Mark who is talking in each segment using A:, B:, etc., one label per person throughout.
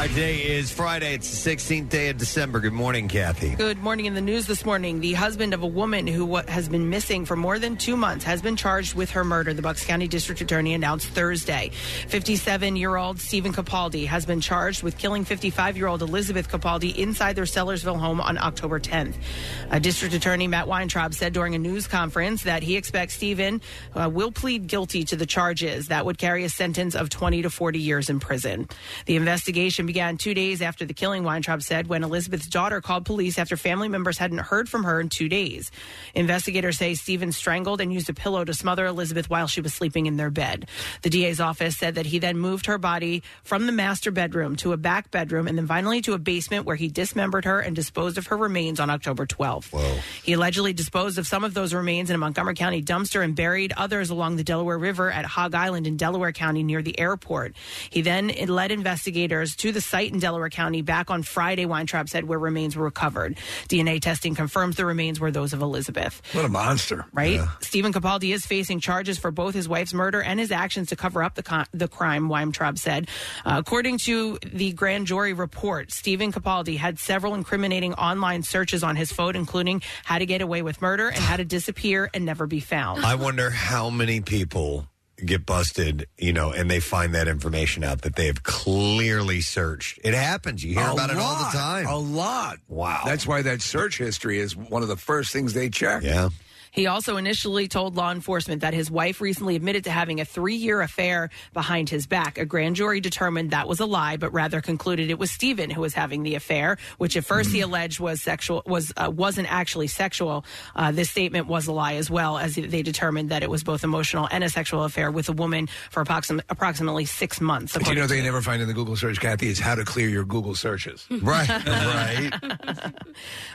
A: Our day is Friday. It's the 16th day of December. Good morning, Kathy.
B: Good morning. In the news this morning, the husband of a woman who wa- has been missing for more than two months has been charged with her murder. The Bucks County District Attorney announced Thursday. 57 year old Stephen Capaldi has been charged with killing 55 year old Elizabeth Capaldi inside their Sellersville home on October 10th. Uh, District Attorney Matt Weintraub said during a news conference that he expects Stephen uh, will plead guilty to the charges that would carry a sentence of 20 to 40 years in prison. The investigation began two days after the killing, Weintraub said, when Elizabeth's daughter called police after family members hadn't heard from her in two days. Investigators say Stephen strangled and used a pillow to smother Elizabeth while she was sleeping in their bed. The DA's office said that he then moved her body from the master bedroom to a back bedroom and then finally to a basement where he dismembered her and disposed of her remains on October 12th. He allegedly disposed of some of those remains in a Montgomery County dumpster and buried others along the Delaware River at Hog Island in Delaware County near the airport. He then led investigators to the site in Delaware County back on Friday, Weintraub said, where remains were recovered. DNA testing confirms the remains were those of Elizabeth
C: What a monster.
B: right? Stephen Capaldi is facing charges for both his wife's murder and his actions to cover up the con- the crime. Weintraub said, Uh, according to the grand jury report, Stephen Capaldi had several incriminating online searches on his phone, including how to get away with murder and how to disappear and never be found.
A: I wonder how many people get busted, you know, and they find that information out that they have clearly searched. It happens. You hear
C: A
A: about it all
C: lot,
A: the time.
C: A lot.
A: Wow.
C: That's why that search history is one of the first things they check.
A: Yeah.
B: He also initially told law enforcement that his wife recently admitted to having a three year affair behind his back. A grand jury determined that was a lie, but rather concluded it was Stephen who was having the affair, which at first
C: Mm-hmm.
B: he alleged was sexual was uh, wasn't actually sexual. Uh, this statement was a lie as well, as they determined that it was both emotional and a sexual affair with a woman for approxim- approximately six months.
C: But you know they never find in the Google search, Kathy, is how to clear your Google searches.
A: Right. right.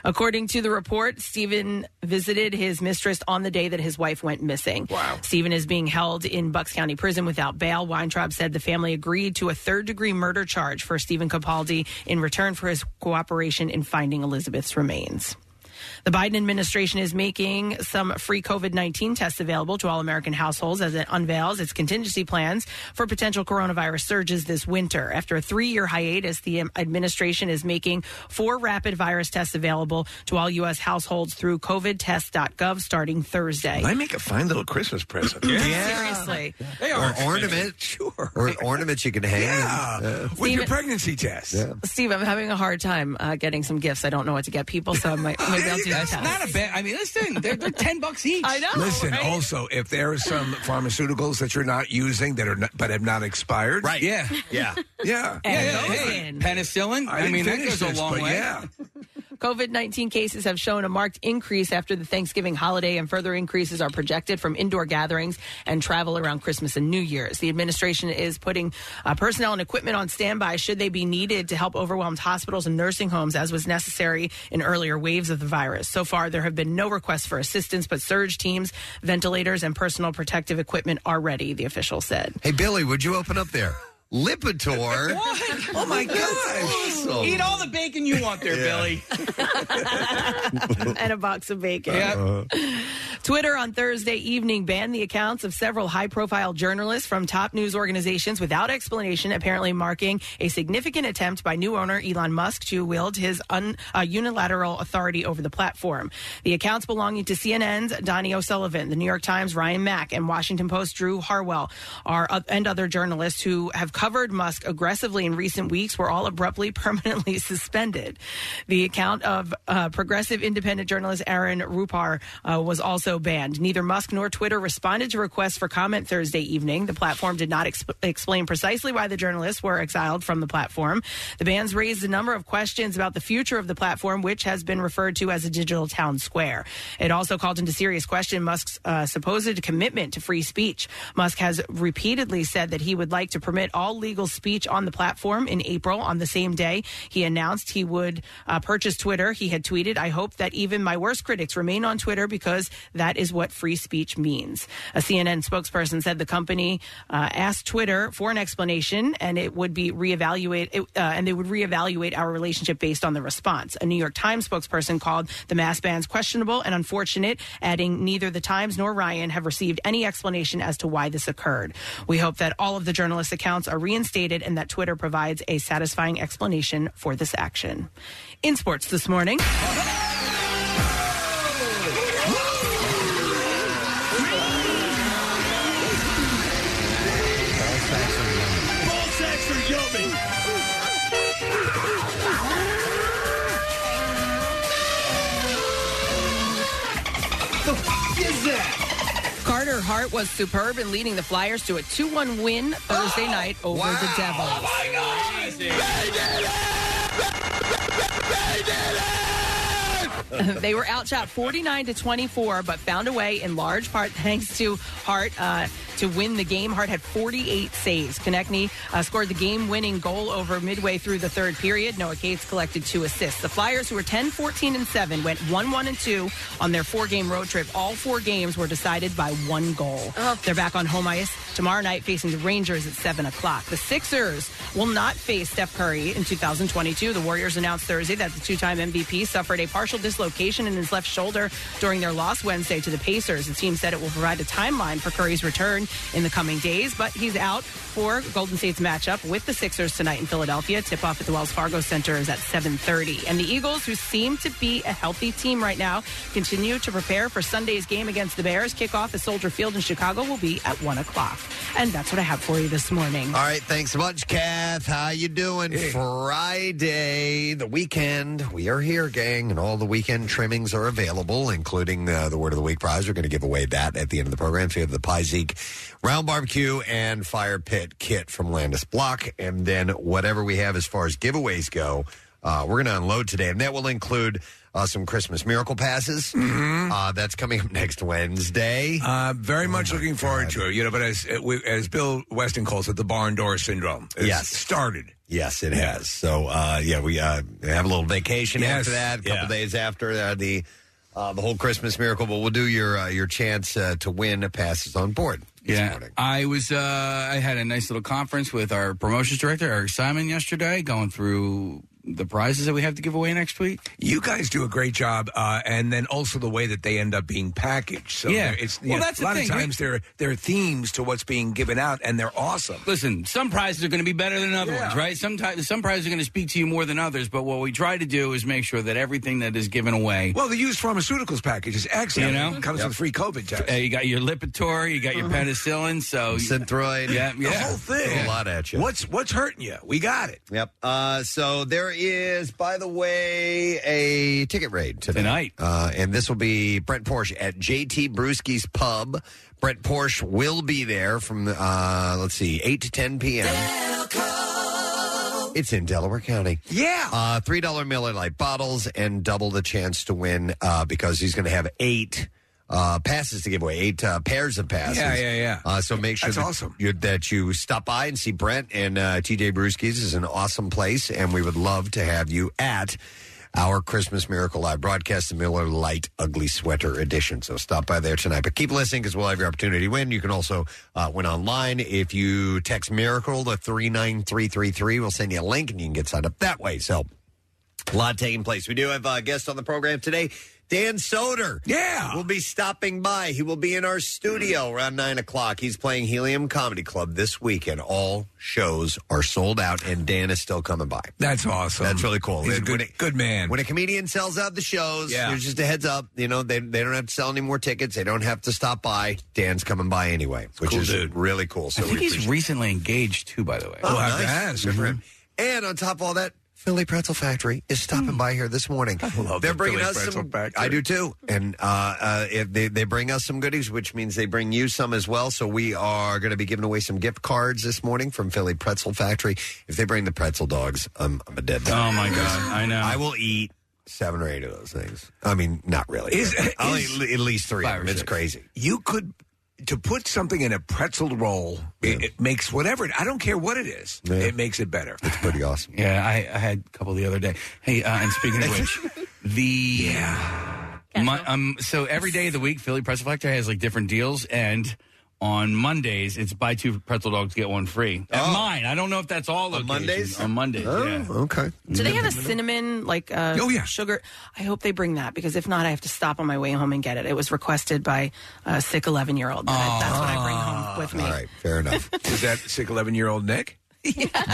B: According to the report, Stephen visited his mistress on the day that his wife went missing. Wow. Stephen is being held in Bucks County Prison without bail. Weintraub said the family agreed to a third degree murder charge for Stephen Capaldi in return for his cooperation in finding Elizabeth's remains. The Biden administration is making some free COVID 19 tests available to all American households as it unveils its contingency plans for potential coronavirus surges this winter. After a three year hiatus, the um, administration is making four rapid virus tests available to all U.S. households through covidtest.gov starting Thursday.
C: I make a fine little Christmas present.
B: Seriously.
C: They
A: Or
C: are
A: an ornament.
C: Sure.
A: Or an ornament you can hang.
C: yeah. With your pregnancy test.
B: Steve, I'm having a hard time uh, getting some gifts. I don't know what to get people, so I might, maybe I'll do that.
D: That's not a bad. I mean, listen, they're, they're ten bucks each.
B: I know.
C: Listen,
B: right?
C: also, if there are some pharmaceuticals that you're not using that are not, but have not expired.
A: Right.
D: Yeah, yeah,
A: Yeah.
C: Yeah.
B: And
D: yeah. Hey,
B: Golden.
D: penicillin. I,
C: didn't
D: mean, that
C: finish
D: goes
C: this,
D: a long
C: but
D: way.
C: Yeah.
B: COVID 19 cases have shown a marked increase after the Thanksgiving holiday, and further increases are projected from indoor gatherings and travel around Christmas and New Year's. The administration is putting uh, personnel and equipment on standby should they be needed to help overwhelmed hospitals and nursing homes, as was necessary in earlier waves of the virus. So far, there have been no requests for assistance, but surge teams, ventilators, and personal protective equipment are ready, the official said.
A: Hey, Billy, would you open up there? Lipitor.
D: What?
C: Oh, my gosh.
A: Awesome.
D: Eat all the bacon you want, there, Billy.
B: and a box of bacon.
E: Uh-huh.
D: Yeah.
B: Twitter on Thursday evening banned the accounts of several high profile journalists from top news organizations without explanation, apparently marking a significant attempt by new owner Elon Musk to wield his un, uh, unilateral authority over the platform. The accounts belonging to CNN's Donnie O'Sullivan, The New York Times' Ryan Mack, and Washington Post's Drew Harwell are, uh, and other journalists who have covered Musk aggressively in recent weeks were all abruptly permanently suspended. The account of uh, progressive independent journalist Aaron Rupar uh, was also banned. Neither Musk nor Twitter responded to requests for comment Thursday evening. The platform did not exp- explain precisely why the journalists were exiled from the platform. The bans raised a number of questions about the future of the platform, which has been referred to as a digital town square. It also called into serious question Musk's uh, supposed commitment to free speech. Musk has repeatedly said that he would like to permit all legal speech on the platform in April. On the same day, he announced he would uh, purchase Twitter. He had tweeted, I hope that even my worst critics remain on Twitter because that That is what free speech means. A CNN spokesperson said the company uh, asked Twitter for an explanation, and it would be reevaluate, it, uh, and they would reevaluate our relationship based on the response. A New York Times spokesperson called the mass bans questionable and unfortunate, adding neither the Times nor Ryan have received any explanation as to why this occurred. We hope that all of the journalists' accounts are reinstated and that Twitter provides a satisfying explanation for this action. In sports this morning.
F: Ball sacks are yummy.
B: The fuck is that? Carter Hart was superb in leading the Flyers to a 2 1 win Thursday night over the Devils. they were outshot 49 to 24, but found a way in large part thanks to Hart uh, to win the game. Hart had 48 saves. Konechny uh, scored the game-winning goal over midway through the third period. Noah Gates collected two assists. The Flyers, who were 10, 14, and 7, went 1-1 and 2 on their four-game road trip. All four games were decided by one goal. They're back on home ice tomorrow night facing the Rangers at 7 o'clock. The Sixers will not face Steph Curry in 2022. The Warriors announced Thursday that the two-time MVP suffered a partial dislocation in his left shoulder during their loss Wednesday to the Pacers. The team said it will provide a timeline for Curry's return in the coming days, but he's out for Golden State's matchup with the Sixers tonight in Philadelphia. Tip-off at the Wells Fargo Center is at 7:30. And the Eagles, who seem to be a healthy team right now, continue to prepare for Sunday's game against the Bears. Kickoff at Soldier Field in Chicago will be at one o'clock. And that's what I have for you this morning.
A: All right, thanks so much, Kath. How you doing? Friday, the weekend. We are here, gang, and all the weekend trimmings are available, including uh, the Word of the Week prize. We're going to give away that at the end of the program. So you have the Pie Zeke Round Barbecue and Fire Pit kit from Landis Block, and then whatever we have as far as giveaways go. Uh, we're going to unload today, and that will include uh, some Christmas miracle passes. Uh, that's coming up next Wednesday. Oh
C: Uh, very much looking forward to it. You know, but as uh, we, as Bill Weston calls it, the barn door syndrome. It's
A: Yes.
C: started.
A: Yes, it has. So uh, yeah, we uh, have a little vacation
C: Yes.
A: after that. A couple
C: Yeah.
A: days after uh, the uh, the whole Christmas miracle, but we'll do your uh, your chance uh, to win passes on board.
D: Yeah, I was. Uh, I had a nice little conference with our promotions director, Eric Simon, yesterday, going through the prizes that we have to give away next week.
C: You guys do a great job, uh, and then also the way that they end up being packaged. So
D: Yeah.
C: there- it's
D: Well,
C: yeah,
D: that's
C: a
D: the
C: lot
D: thing.
C: of times there there are themes to what's being given out, and they're awesome.
D: Listen, some prizes are going to be better than other ones, right? Sometimes some prizes are going to speak to you more than others, but what we try to do is make sure that everything that is given away.
C: Well, the used pharmaceuticals package is excellent.
D: You know?
C: It comes with free COVID tests.
D: Uh, you got your Lipitor, you got your penicillin, so
A: Synthroid,
D: yeah, yeah,
C: the whole thing.
D: Yeah.
A: at you.
C: What's what's hurting you? We got it.
A: Yep. Uh, so there is, by the way, a ticket raid today.
D: Tonight.
A: Uh, and this will be Brent Porsche at JT Brewski's Pub. Brent Porsche will be there from, uh, let's see, 8 to 10 p.m. It's in Delaware County.
C: Yeah.
A: Uh, $3 Miller Lite bottles and double the chance to win uh, because he's going to have eight uh, passes to give away, eight uh, pairs of passes.
C: Yeah, yeah, yeah.
A: Uh, so make sure
C: That's
A: that,
C: awesome.
A: you, that you stop by and see Brent and uh, TJ Brewski's is an awesome place, and we would love to have you at our Christmas Miracle Live broadcast, the Miller Light Ugly Sweater Edition. So stop by there tonight. But keep listening because we'll have your opportunity to win. You can also uh, win online if you text Miracle to three nine three three three. We'll send you a link and you can get signed up that way. So. A lot taking place. We do have a guest on the program today. Dan Soder. Yeah. Will be stopping by. He will be in our studio around 9 o'clock. He's playing Helium Comedy Club this weekend. All shows are sold out, and Dan is still coming by.
C: That's awesome.
A: That's really cool.
C: He's a
A: And
C: good,
A: when it-
C: good man.
A: When a comedian sells out the shows,
C: Yeah.
A: there's just a heads up. You know, they, they don't have to sell any more tickets. They don't have to stop by. Dan's coming by anyway, which
D: Cool
A: is
D: dude.
A: really cool. So
D: I think
A: we
D: he's recently engaged too, by the way.
A: Oh, nice. Good for him. And on top of all that, Philly Pretzel Factory is stopping by here this morning. They're
C: the
A: bringing
C: Philly
A: us
C: Pretzel
A: some.
C: Factory.
A: I do too, and uh, uh, if they they bring us some goodies, which means they bring you some as well. So we are going to be giving away some gift cards this morning from Philly Pretzel Factory. If they bring the pretzel dogs, I'm, I'm a dead
D: Oh,
A: dog.
D: my God. I know.
A: I will eat seven or eight of those things. I mean, not really.
C: Is-
A: I'll
C: is-
A: eat at least three. Of
C: Five or
A: them. It's
C: six.
A: crazy.
C: you could to put something in a pretzel roll. It, it makes whatever. it- I don't care what it is.
A: Yeah.
C: It makes it better.
A: It's pretty awesome.
D: Yeah, I, I had a couple the other day. Hey, uh, and speaking of which, the Mon- um, so every day of the week, Philly Pretzel Factory has like different deals, and on Mondays it's buy two pretzel dogs get one free.
A: Oh.
D: At mine, I don't know if that's all on Mondays. On Mondays, yeah.
A: Okay.
B: Do they have a cinnamon like uh,
D: Oh, yeah.
B: sugar? I hope they bring that because if not, I have to stop on my way home and get it. It was requested by a sick eleven year old. That's what I bring home with me.
C: Ah. All
A: right, fair enough.
C: Is that sick 11 year old Nick?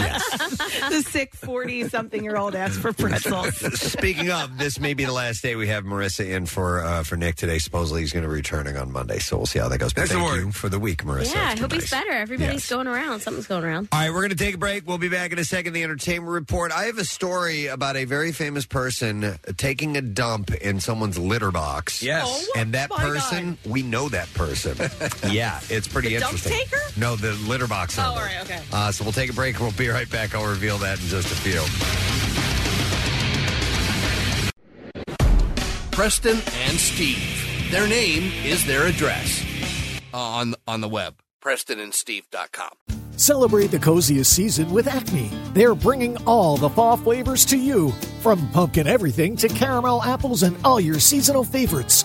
B: the sick forty something year old asked for pretzels.
A: Speaking of, this may be the last day we have Marissa in for uh, for Nick today. Supposedly he's going to be returning on Monday, so we'll see how that goes. But
C: That's the
A: thank
C: word.
A: you for the week, Marissa.
G: yeah, I
A: It's
G: hope
A: been
G: he's
A: nice.
G: better. Everybody's going around. Something's going around.
A: All right, we're going to take a break. We'll be back in a second. The entertainment report. I have a story about a very famous person taking a dump in someone's litter box.
F: Yes. Oh,
A: and that
F: my
A: person, we know that person. yeah, it's pretty
F: The dump
A: interesting.
F: taker?
A: No, the litter box.
F: Oh,
A: owner.
F: all right, okay.
A: Uh, so we'll take a break. We'll be right back. I'll reveal that in just a few.
H: Preston and Steve. Their name is their address Uh, on on the web. PrestonandSteve.com.
I: Celebrate the coziest season with Acme. They're bringing all the fall flavors to you, from pumpkin everything to caramel apples and all your seasonal favorites.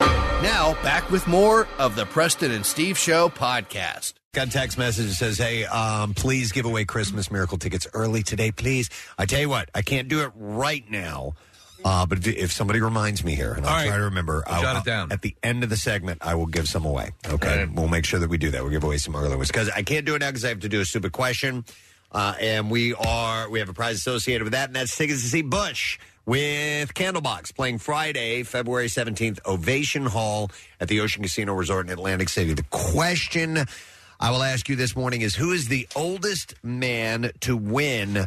H: Now back with more of the Preston and Steve Show podcast.
A: Got a text message that says, "Hey, um, please give away Christmas miracle tickets early today, please." I tell you what, I can't do it right now, uh, but if, if somebody reminds me here, and I'll try to remember, I'll, jot it down at the end of the segment. I will give some away. Okay, we'll make sure that we do that. We'll give away some early ones because I can't do it now because I have to do a stupid question, uh, and we are we have a prize associated with that, and that's tickets to see Bush. With Candlebox playing Friday, February 17th, Ovation Hall at the Ocean Casino Resort in Atlantic City. The question I will ask you this morning is who is the oldest man to win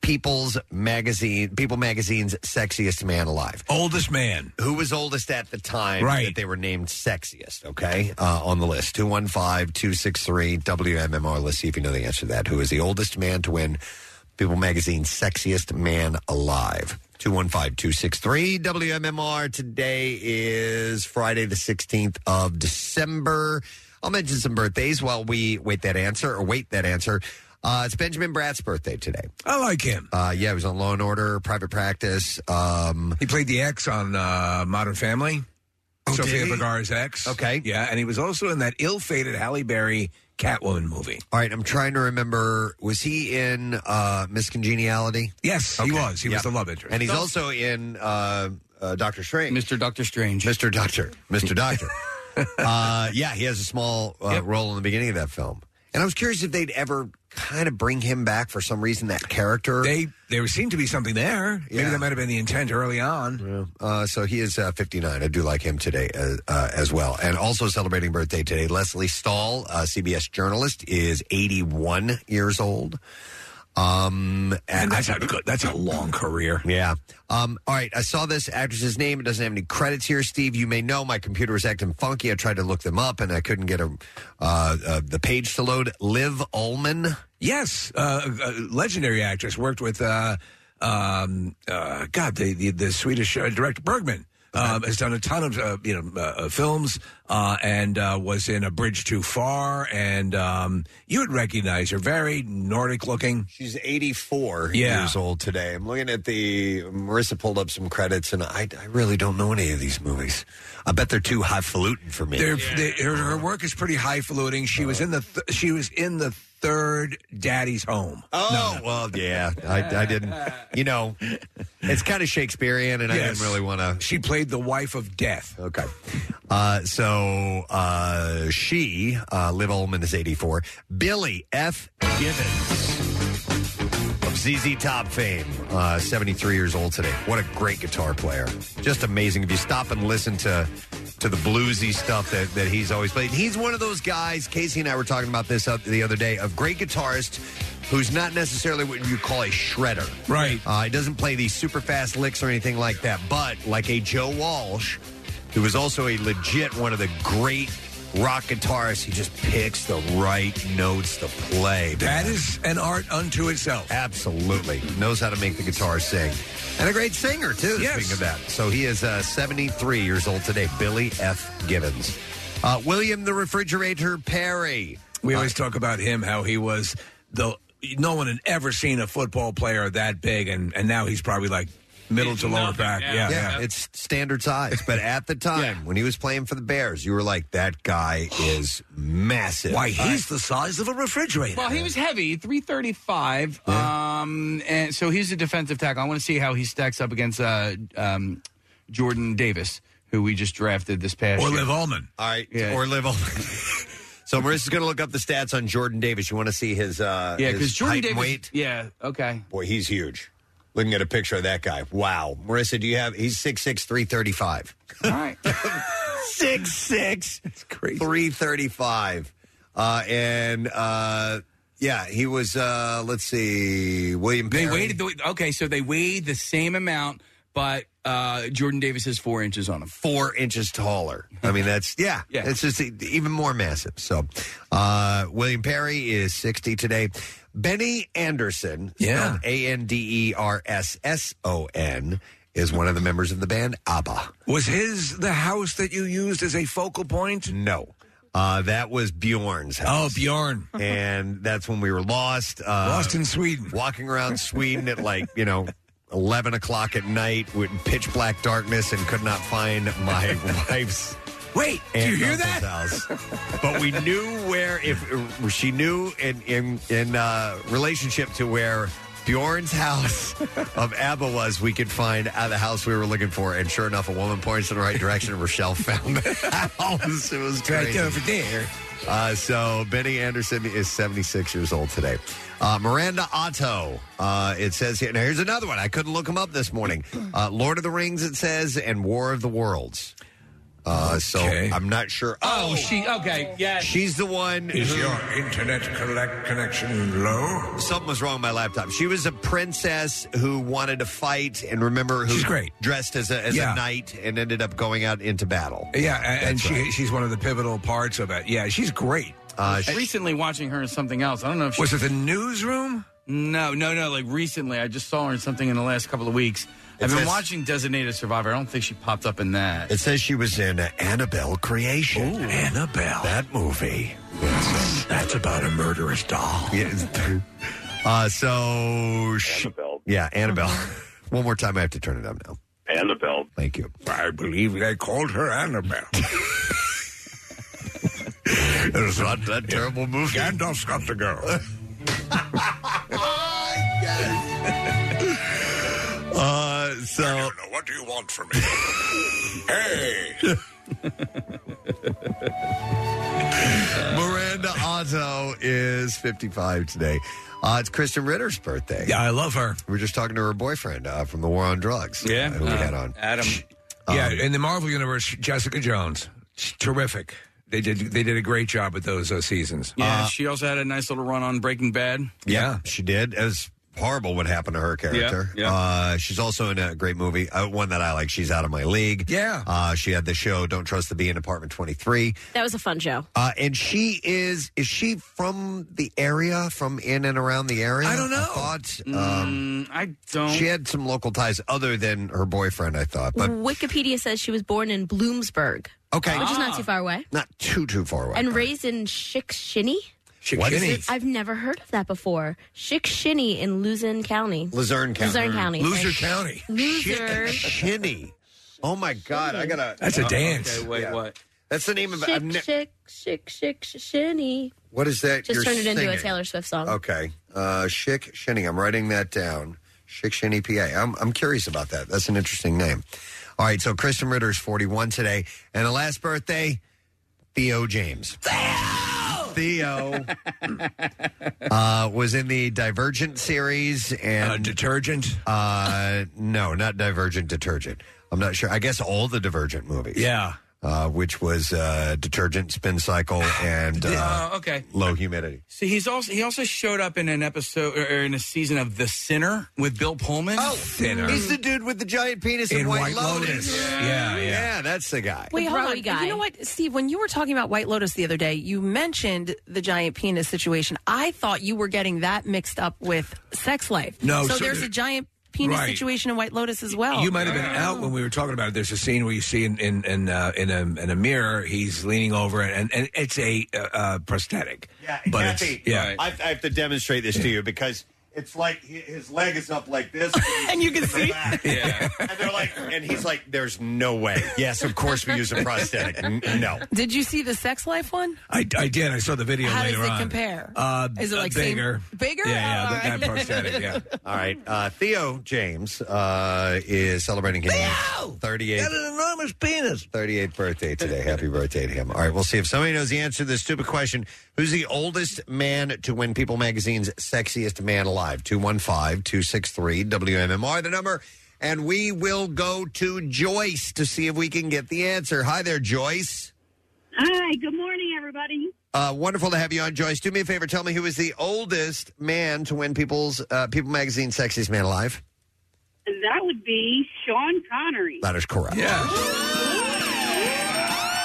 A: People's Magazine, People Magazine's Sexiest Man Alive?
C: Oldest man.
A: Who was oldest at the time
C: Right.
A: that they were named sexiest, okay, uh, on the list? 215 263 WMMR. Let's see if you know the answer to that. Who is the oldest man to win People Magazine's Sexiest Man Alive? 215 263 WMMR. Today is Friday, the 16th of December. I'll mention some birthdays while we wait that answer or wait that answer. Uh, it's Benjamin Bratt's birthday today.
C: I like him.
A: Uh, yeah, he was on Law and Order, Private Practice. Um,
C: he played the ex on uh, Modern Family. Oh, Sophia
A: did he?
C: Vergara's ex.
A: Okay.
C: Yeah, and he was also in that ill fated Halle Berry Catwoman movie.
A: All right, I'm trying to remember. Was he in uh, Miss Congeniality?
C: Yes, he was. He was the love interest.
A: and he's also in uh, uh, Doctor Strange.
D: Mr. Doctor Strange.
A: Mr. Doctor. Mr. Doctor. uh, yeah, he has a small uh, role in the beginning of that film. And I was curious if they'd ever kind of bring him back for some reason. That character.
C: They there seemed to be something there. Maybe
A: Yeah.
C: that might have been the intent early on.
A: Uh, so he is uh, 59. I do like him today uh, uh, as well. And also celebrating birthday today, Leslie Stahl, uh, CBS journalist, is 81 years old. Um, and
C: that's a good, that's a long career.
A: Yeah. Um, all right. I saw this actress's name. It doesn't have any credits here, Steve. You may know my computer was acting funky. I tried to look them up and I couldn't get a, uh, uh, the page to load. Liv Ullman.
C: Yes, uh, a legendary actress worked with uh, um, uh, God, the, the the Swedish uh, director Bergman
A: Uh-huh.
C: um, has done a ton of uh, you know uh, uh, films uh, and uh, was in A Bridge Too Far, and um, you would recognize her, very Nordic looking.
A: She's 84
C: Yeah.
A: years old today. I'm looking at the Marissa pulled up some credits, and I, I really don't know any of these movies. I bet they're too highfalutin for me. Uh-huh.
C: They're, they- her, her work is pretty highfalutin. She was in the th- she was in the third Daddy's Home.
A: Oh well, yeah. I, I didn't. You know, it's kind of Shakespearean, and I
C: Yes.
A: didn't really want to.
C: She played the wife of death.
A: Okay. Uh, so uh, she, uh, Liv Ullman, is 84. Billy F. Gibbons of ZZ Top fame, uh, 73 years old today. What a great guitar player. Just amazing. If you stop and listen to to the bluesy stuff that, that he's always played. He's one of those guys, Casey and I were talking about this uh, the other day, of great guitarist who's not necessarily what you call a shredder.
C: Right.
A: Uh, he doesn't play these super fast licks or anything like that, but like a Joe Walsh, who was also a legit one of the great rock guitarist. He just picks the right notes to play. That is
C: an art unto itself.
A: Absolutely. Knows how to make the guitar sing. And a great singer, too, speaking of that. So he is uh, 73 years old today, Billy F. Gibbons. Uh, William the Refrigerator Perry.
C: We always talk about him, how he was the no one had ever seen a football player that big, and, and now he's probably like middle to lower back. Yeah, yeah.
A: It's standard size. But at the time, when he was playing for the Bears, you were like, that guy is massive.
C: Why, he's the size of a refrigerator.
D: Well, he was heavy, 335. Um, and so he's a defensive tackle. I want to see how he stacks up against uh, um, Jordan Davis, who we just drafted this past
A: Or
D: year.
A: Liv Ullman. All right. Uh, Or Liv Ullman. So Marissa's going to look up the stats on Jordan Davis. You want to see his uh
D: Yeah,
A: his
D: because Jordan
A: height
D: Davis.
A: and weight?
D: Yeah, okay.
A: Boy, he's huge. Looking at a picture of that guy. Wow. Marissa, do you have he's 6'6", 335.
D: All right.
A: six six. That's crazy. Three thirty five, uh, and uh, yeah, he was. Uh, let's see, William.
D: They
A: Perry.
D: weighed the okay, so they weighed the same amount, but uh, Jordan Davis has four inches on him.
A: Four inches taller. I mean, that's yeah, It's just e- even more massive. So, uh, William Perry is sixty today. Benny Anderson, yeah, A N D E R S S O N, is one of the members of the band ABBA.
C: Was his the house that you used as a focal point?
A: No. Uh, that was Bjorn's house.
C: Oh, Bjorn.
A: and that's when we were lost. Uh,
C: Lost in
A: Sweden. Walking around Sweden at like, you know, 11 o'clock at night with pitch black darkness and could not find my wife's.
C: Wait,
A: do you hear that? House. But we knew where, if she knew in, in, in uh, relationship to where Bjorn's house of ABBA was, we could find uh, the house we were looking for. And sure enough, a woman points in the right direction and Rochelle found the house. It was
C: right
A: crazy.
C: over there.
A: Uh, so Benny Anderson is 76 years old today. Uh, Miranda Otto. Uh, it says here. Now here's another one. I couldn't look him up this morning. Uh, Lord of the Rings. It says and War of the Worlds. Uh, so I'm not sure.
D: Oh, she okay, yeah.
A: She's the one.
C: Is your internet collect connection low?
A: Something was wrong with my laptop. She was a princess who wanted to fight, and remember, who
C: She's great.
A: dressed as a as
C: Yeah.
A: a knight and ended up going out into battle.
C: Yeah, a- and,
A: That's
C: she
A: right.
C: she's one of the pivotal parts of it. Yeah, she's great.
A: Uh,
D: I was recently watching her in something else. I don't know if she,
C: Was it the newsroom?
D: No, no, no. Like recently, I just saw her in something in the last couple of weeks. I've been
A: says-
D: watching Designated Survivor. I don't think she popped up in that.
A: It says she was in uh, Annabelle Creation.
C: Annabelle.
A: That movie.
C: That's about a murderous doll.
A: Yes. Uh, so. Sh- Yeah, Annabelle. One more time, I have to turn it up now.
C: Annabelle.
A: Thank you.
C: I believe they called her Annabelle. it's
A: not that terrible movie.
C: Gandalf's got to go.
A: Uh, so. I don't
C: know. What do you want from me? hey!
A: Miranda Otto is 55 today. Uh, it's Kristen Ritter's birthday.
C: Yeah, I love her.
A: We were just talking to her boyfriend uh, from the War on Drugs. uh, who we
C: Uh,
A: had on.
D: Adam.
C: yeah, in the Marvel universe, Jessica Jones, she's terrific. They did they did a great job with those uh, seasons.
D: Yeah, she also had a nice little run on Breaking Bad.
A: Yeah, she did. It was horrible what happened to her character.
D: Yeah, yeah.
A: Uh, she's also in a great movie, uh, one that I like. She's out of my league.
C: Yeah.
A: Uh, she had the show Don't Trust the Bee in Apartment 23.
G: That was a fun show.
A: Uh, and she is, is she from the area, from in and around the area? I don't know. I thought. Um,
D: I don't.
A: She had some local ties other than her boyfriend, I thought. But
G: Wikipedia says she was born in Bloomsburg.
A: Okay.
G: Mm. Which is not
A: Ah.
G: too far away.
A: not too, too far away.
G: and raised in Shikshini.
A: What is it?
G: I've never heard of that before. Shikshini in Luzerne County.
A: Luzerne County.
G: Luzerne County.
A: Luzerne
G: sorry.
A: County.
G: Loser.
A: Shinny. Oh my God! I gotta. Uh,
C: That's a dance.
D: Okay, wait,
A: Yeah.
D: what?
A: That's the name of. I've
G: Shik,
A: ne-
G: shik, shik, shik, shishini.
A: what is that?
G: Just
A: you're
G: turned it into a
A: singing?
G: Taylor Swift song.
A: Okay. Uh, Schick Shinny. I'm writing that down. Schick Shinny PA. I'm, I'm curious about that. That's an interesting name. All right. So Kristen Ritter's 41 today. And the last birthday, Theo James. Theo! uh, was in the Divergent series and. Uh,
C: detergent?
A: Uh, no, not Divergent, Detergent. I'm not sure. I guess all the Divergent movies.
C: Yeah.
A: uh, which was uh, detergent, spin cycle, and uh,
D: Oh, okay.
A: low humidity.
D: See, he's also he also showed up in an episode or in a season of The Sinner with Bill Pullman. Oh,
A: Sinner. He's the dude with the giant penis
D: in,
A: White Lotus.
D: Yeah, yeah.
A: yeah, that's the guy.
B: Wait, hold on.
G: broy guy.
B: You know what, Steve? When you were talking about White Lotus the other day, you mentioned the giant penis situation. I thought you were getting that mixed up with sex life.
C: No,
B: so,
C: so
B: there's
C: the-
B: a giant penis
C: Right.
B: situation in White Lotus as well.
C: You might have been out when we were talking about it. There's a scene where you see in in in, uh, in, a, in a mirror he's leaning over and, and it's a uh, uh, prosthetic. Yeah, but
A: Kathy,
C: it's, yeah.
A: I, I have to demonstrate this to you because it's like hi- his leg is up like this,
B: and you can see.
A: yeah, and they're like, and he's like, "There's no way." Yes, of course we use a prosthetic. N- no,
B: Did you see the sex life one?
C: I, I did. I saw the video
B: How
C: later
B: does it
C: on.
B: compare?
C: Uh,
B: Is it
C: uh,
B: like same-
C: bigger?
B: bigger?
C: Yeah, yeah.
B: Oh,
C: that-
B: all
C: that
B: right.
C: prosthetic. Yeah.
A: All right, uh, Theo James uh, is celebrating his 38th,
C: an enormous penis.
A: 38th birthday today. Happy birthday to him. All right, we'll see if somebody knows the answer to this stupid question. Who's the oldest man to win People Magazine's Sexiest Man Alive? 215-263-WMMR, the number. And we will go to Joyce to see if we can get the answer. Hi there, Joyce.
J: Hi, good morning, everybody.
A: Uh, wonderful to have you on, Joyce. Do me a favor. Tell me who is the oldest man to win People's uh, People Magazine Sexiest Man Alive?
J: That would be Sean Connery.
A: That is correct.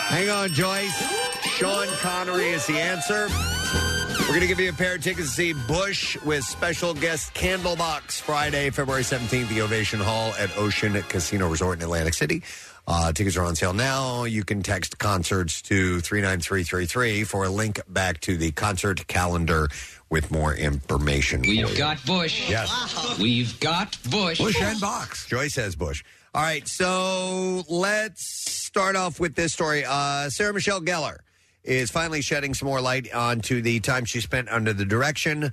A: Hang on, Joyce. Sean Connery is the answer. We're going to give you a pair of tickets to see Bush with special guest Candlebox Friday, February 17th, the Ovation Hall at Ocean Casino Resort in Atlantic City. Uh, tickets are on sale now. You can text concerts to 39333 for a link back to the concert calendar with more information. for
K: We've
A: you.
K: got Bush.
A: Yes.
K: We've got Bush.
A: Bush and Box. Joyce says Bush. All right, so let's start off with this story. Uh, Sarah Michelle Gellar is finally shedding some more light onto the time she spent under the direction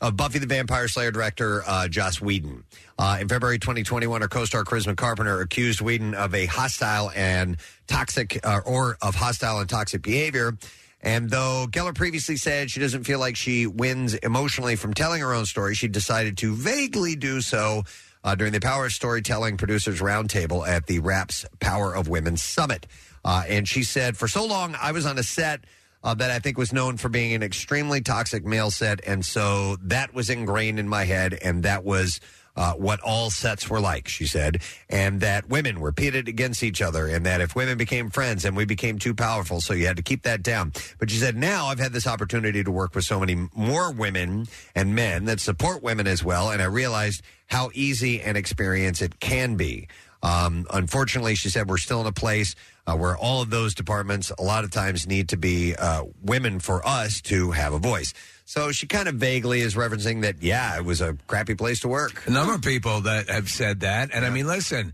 A: of Buffy the Vampire Slayer director uh, Joss Whedon. Uh, in February 2021, her co-star Charisma Carpenter accused Whedon of a hostile and toxic, uh, or of hostile and toxic behavior. And though Geller previously said she doesn't feel like she wins emotionally from telling her own story, she decided to vaguely do so uh, during the Power of Storytelling Producers Roundtable at the RAP's Power of Women Summit. Uh, and she said, For so long, I was on a set uh, that I think was known for being an extremely toxic male set. And so that was ingrained in my head, and that was. Uh, what all sets were like, she said, and that women were pitted against each other, and that if women became friends and we became too powerful, so you had to keep that down. But she said, now I've had this opportunity to work with so many more women and men that support women as well, and I realized how easy an experience it can be. Um, unfortunately, she said, we're still in a place uh, where all of those departments a lot of times need to be uh, women for us to have a voice. So she kind of vaguely is referencing that, yeah, it was a crappy place to work.
C: A number of people that have said that, and I mean, listen,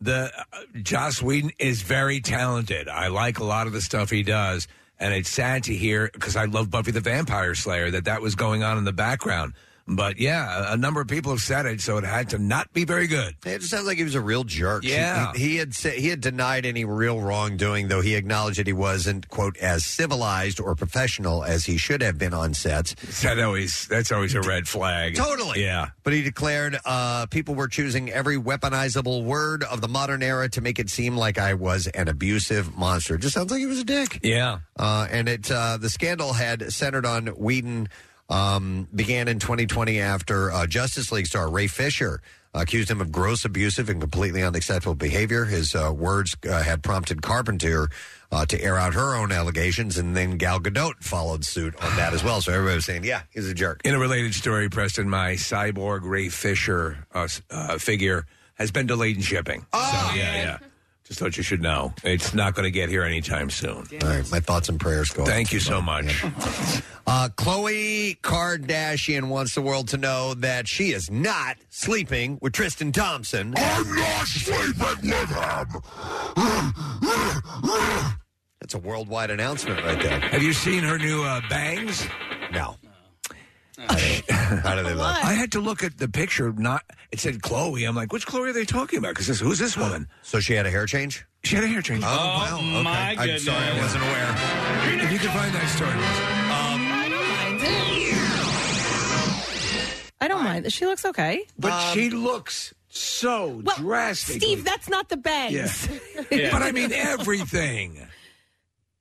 C: the uh, Joss Whedon is very talented. I like a lot of the stuff he does, and it's sad to hear because I love Buffy the Vampire Slayer that that was going on in the background. But yeah, a- a number of people have said it, so it had to not be very good.
A: It just sounds like he was a real jerk. She-
C: Yeah.
A: he, he had said he had denied any real wrongdoing, though he acknowledged that he wasn't quote as civilized or professional as he should have been on sets.
C: That always that's always a red flag.
A: Totally.
C: Yeah.
A: But he declared uh, people were choosing every weaponizable word of the modern era to make it seem like I was an abusive monster. It just sounds like he was a dick.
C: Yeah.
A: Uh, and it uh, the scandal had centered on Whedon um, began in 2020 after uh, Justice League star Ray Fisher accused him of gross abusive and completely unacceptable behavior. His uh, words uh, had prompted Carpenter uh, to air out her own allegations, and then Gal Gadot followed suit on that as well. So everybody was saying, "Yeah, he's a jerk."
C: In a related story, Preston, my cyborg Ray Fisher uh, s- uh, figure has been delayed in shipping. Oh, so, yeah, yeah. Just thought you should know. It's not going to get here anytime soon.
A: All right, my thoughts and prayers go. out
C: Thank
A: to
C: you so
A: Bob.
C: much.
A: Uh, Chloe Kardashian wants the world to know that she is not sleeping with Tristan Thompson. I'm not sleeping with him. That's a worldwide announcement right there.
C: Have you seen her new uh, bangs?
A: No. How do they look?
C: I had to look at the picture. Not it said Chloe. I'm like, which Chloe are they talking about? Because who's this woman?
A: So she had a hair change.
C: She had a hair change.
A: Oh, wow. Okay.
D: my
A: I'm sorry, I
D: goodness.
A: wasn't aware.
C: If you can find that story,
D: Um,
B: I don't mind it. I don't mind. She looks okay.
C: but she looks so drastically.
B: Steve, that's not the bangs.
C: But I mean everything.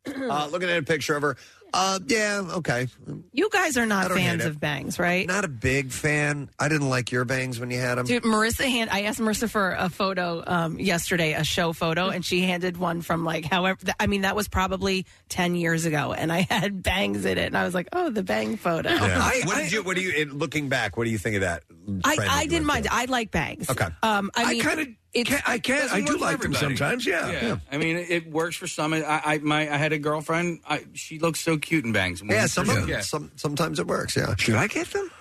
A: Uh, looking at a picture of her. Uh, yeah, okay.
B: You guys are
A: I
B: not
A: don't hate
B: fans
A: it.
B: of bangs, right?
A: Not a big fan. I didn't like your bangs when you had them.
B: Dude, Marissa hand. I asked Marissa for a photo um, yesterday, a show photo, and she handed one from like however. th- I mean, that was probably ten years ago, and I had bangs in it, and I was like, "Oh, the bang photo." I,
A: what did you? What do you? in- Looking back, what do you think of that?
B: I,
A: trend
B: I
A: that you
B: didn't
A: went
B: mind. I like bangs.
A: Okay.
B: Um, I,
D: I
B: mean,
D: kinda
B: it's-
C: I can. I do like them sometimes. Yeah.
D: I mean, it, it works for some. I, I, my, I had a girlfriend. I, she looks so cute in bangs.
A: through? Yeah, some of them- some sometimes it works. Yeah. Should I get them?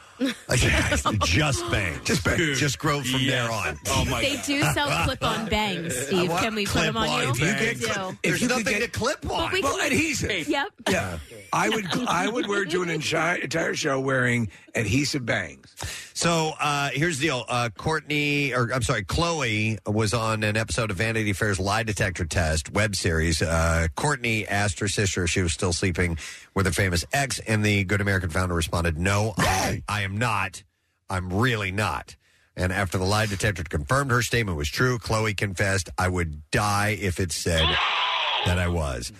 A: just bang. Just bang. Just grow from there on.
D: Oh
G: they do sell clip-on bangs, Steve.
A: want
G: Can we put them on you?
C: clip-on bangs.
G: They do.
A: There's nothing to clip on.
G: But we
C: well,
G: can-
C: adhesive.
G: Yep.
C: Yeah. I would I would wear do an entire, entire show wearing adhesive bangs.
A: So uh, here's the deal. Uh, Courtney, or I'm sorry, Chloe was on an episode of Vanity Fair's Lie Detector Test web series. Uh, Courtney asked her sister if she was still sleeping with her famous ex, and the Good American founder responded, No, I, I am not. I'm really not. And after the lie detector confirmed her statement was true, Chloe confessed, I would die if it said that I was.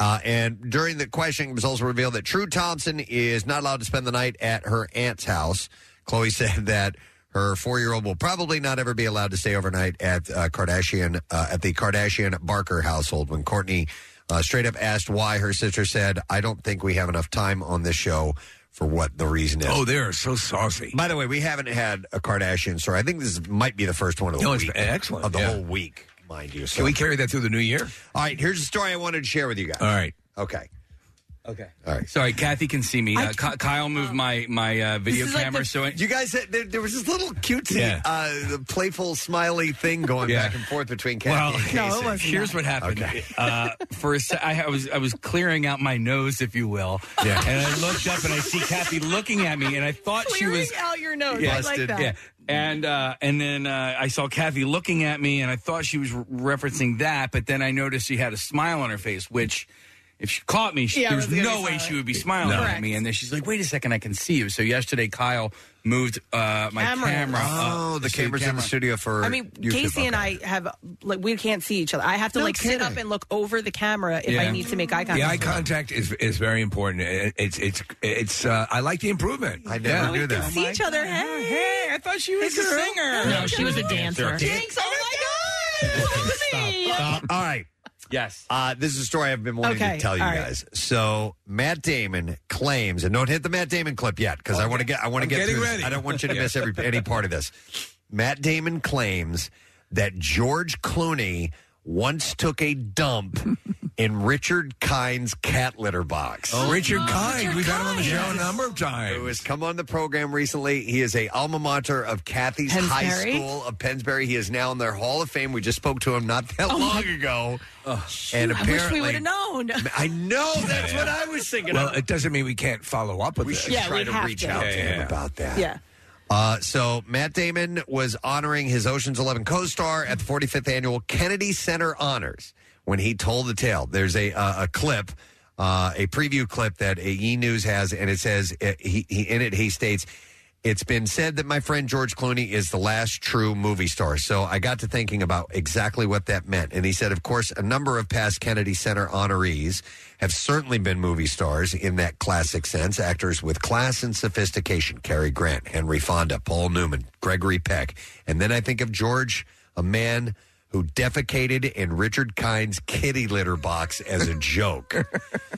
A: Uh, and during the questioning, it was also revealed that True Thompson is not allowed to spend the night at her aunt's house. Chloe said that her four-year-old will probably not ever be allowed to stay overnight at uh, Kardashian uh, at the Kardashian Barker household. When Courtney uh, straight up asked why, her sister said, "I don't think we have enough time on this show." For what the reason is.
C: Oh, they are so saucy.
A: By the way, we haven't had a Kardashian story. I think this might be the first one of the
C: No, it's
A: week.
C: excellent,
A: Of the
C: yeah.
A: whole week, mind you.
C: Can we carry that through the new year?
A: All right, here's a story I wanted to share with you guys. All
C: right.
A: Okay.
D: Okay.
A: All right.
D: Sorry, Kathy can see me. Uh, Ky- Kyle moved my my uh, video
A: This is like
D: camera,
A: the-
D: so it,
A: You guys, uh, there, there was this little cutesy,
D: Yeah.
A: uh, playful, smiley thing going
D: Yeah.
A: back and forth between Kathy
D: Well,
A: and Casey.
D: here's what happened.
A: Okay.
D: Uh, for a se- I was I was clearing out my nose, if you will,
A: Yeah.
D: and I looked up and I see Kathy looking at me, and I thought she was
B: Clearing out your nose. I like that.
D: Yeah. And uh, and then uh, I saw Kathy looking at me, and I thought she was re- referencing that, but then I noticed she had a smile on her face, which. If she caught me, she,
F: Yeah, I
D: there's
F: was gonna
D: no
F: be
D: way
F: smiling.
D: she would be smiling
F: No.
D: at me. And then she's like, "Wait a second, I can see you." So yesterday, Kyle moved uh, my
B: Camera.
D: camera.
A: Oh,
D: up,
A: the
D: studio
A: camera's in the studio for
B: I mean, Casey and I have like we can't see each other. I have to
A: No
B: like sit
A: kidding.
B: up and look over the camera if I
C: Yeah.
B: need to make eye contact.
C: The eye contact is is very important. It- It's it's it's. Uh, I like the improvement. I
A: never knew that.
B: see each other. Hey,
D: Oh hey, I thought she was
B: a singer.
D: No, she was a dancer.
B: Jinx, oh my God!
A: Stop. All right.
D: Yes.
A: Uh, this is a story I've been wanting
F: Okay,
A: to tell you
F: all right.
A: guys. So Matt Damon claims, and don't hit the Matt Damon clip yet because I want to get I want to
F: I'm
A: get
F: getting
A: through this.
F: ready.
A: I don't want you to
F: Yeah.
A: miss every any part of this. Matt Damon claims that George Clooney once took a dump in Richard Kind's cat litter box.
C: Oh, Richard Kind. We've had him on the show a number of times.
A: Who has come on the program recently. He is a alma mater of Kathy's high
F: Pensbury?
A: school of Pennsbury. He is now in their Hall of Fame. We just spoke to him not that
F: Oh,
A: long
F: my-
A: ago.
B: I wish we would have known.
A: I know. That's what I was thinking.
C: Well,
A: of.
C: it doesn't mean we can't follow up with
A: we
C: this.
A: should try to reach out to him about that.
B: Yeah.
A: Uh, so Matt Damon was honoring his Ocean's Eleven co-star at the 45th annual Kennedy Center Honors when he told the tale. There's a uh, a clip, uh, a preview clip that E News has, and it says uh he, he in it he states. It's been said that my friend George Clooney is the last true movie star. So I got to thinking about exactly what that meant. And he said, of course, a number of past Kennedy Center honorees have certainly been movie stars in that classic sense actors with class and sophistication. Cary Grant, Henry Fonda, Paul Newman, Gregory Peck. And then I think of George, a man who defecated in Richard Kind's kitty litter box as a joke.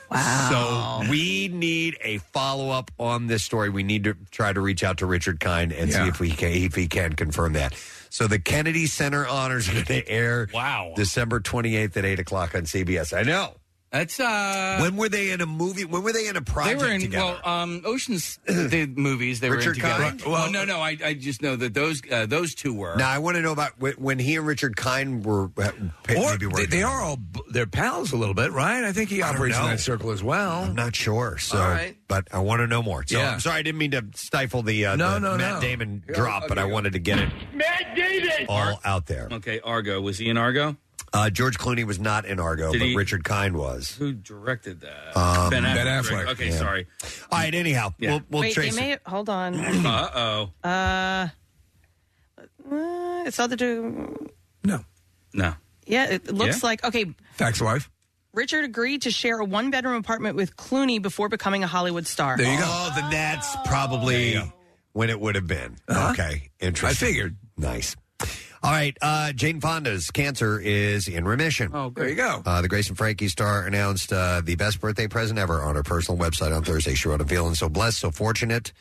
A: wow. So we need a follow up on this story. We need to try to reach out to Richard Kind and see if we can, if he can confirm that. So the Kennedy Center honors are going to air
D: wow
A: December 28th at 8 o'clock on CBS. I know.
D: That's uh
A: When were they in a movie? When were they in a project
D: They were in
A: together?
D: well, um, Ocean's the movies. They were in
A: Richard
D: together.
A: Kind?
D: Well, no, no. I, I just know that those uh, those two were.
A: now I want to know about wh- when he and Richard Kind were uh, p-
C: Or they,
A: maybe working.
C: they are all b- they're pals a little bit, right? I think he
A: don't
C: operates in
A: know.
C: that circle as well. I'm
A: not sure. So,
C: All right.
A: but I want to know more. So
C: Yeah.
A: I'm sorry I didn't mean to stifle the, uh,
C: No,
A: the
C: no,
A: Matt
C: no.
A: Damon drop, but I wanted to get it
F: Matt Davis.
A: all out there.
D: Okay, Argo was he in Argo?
A: Uh, George Clooney was not in Argo,
D: Did
A: but
D: he-
A: Richard Kind was.
D: Who directed that?
A: Um,
D: ben, Affleck.
A: Ben Affleck.
D: Okay,
A: Yeah.
D: sorry.
A: All right. Anyhow, we'll, we'll
B: Wait,
D: Uh-huh.
A: trace
B: they may
A: it.
B: hold on.
D: Uh oh.
B: Uh, Uh, it's other two.
D: No.
B: Yeah, it looks
C: Yeah?
B: like okay.
C: Facts wife.
B: Richard agreed to share a one-bedroom apartment with Clooney before becoming a Hollywood star.
A: There you go. Oh, then that's probably when it would have been. Okay, interesting. Uh-huh. I figured. Nice. All right, uh, Jane Fonda's cancer is in remission. Oh,
C: there you go.
A: Uh, the Grace and Frankie star announced uh, the best birthday present ever on her personal website on Thursday. She wrote, I'm feeling so blessed, so fortunate.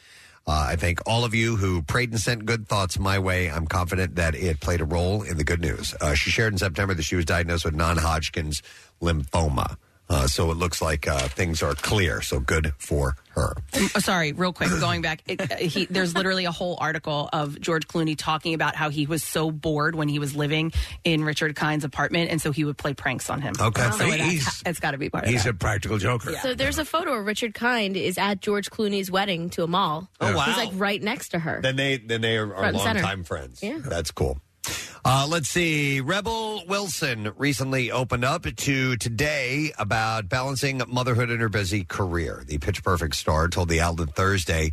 A: Uh, I thank all of you who prayed and sent good thoughts my way. I'm confident that it played a role in the good news. Uh, she shared in September that she was diagnosed with non Hodgkin's lymphoma. Uh, so it looks like uh, things are clear. So good for her.
B: Um, oh, sorry, real quick, going back, it, uh, he, there's literally a whole article of George Clooney talking about how he was so bored when he was living in Richard Kine's apartment, and so he would play pranks on him.
C: Okay.
B: so
C: He-
B: that's-
C: he's-
B: it's got to be part
C: He's a
B: of
C: practical joker.
G: So there's a photo of Richard Kind is at George Clooney's wedding to a mall.
A: Oh, wow.
G: He's like right next to her.
A: Then they then they are,
G: Front
A: are
G: and center.
A: longtime friends.
G: Yeah.
A: That's cool. Uh, let's see. Rebel Wilson recently opened up to Today about balancing motherhood and her busy career. The Pitch Perfect star told the outlet Thursday,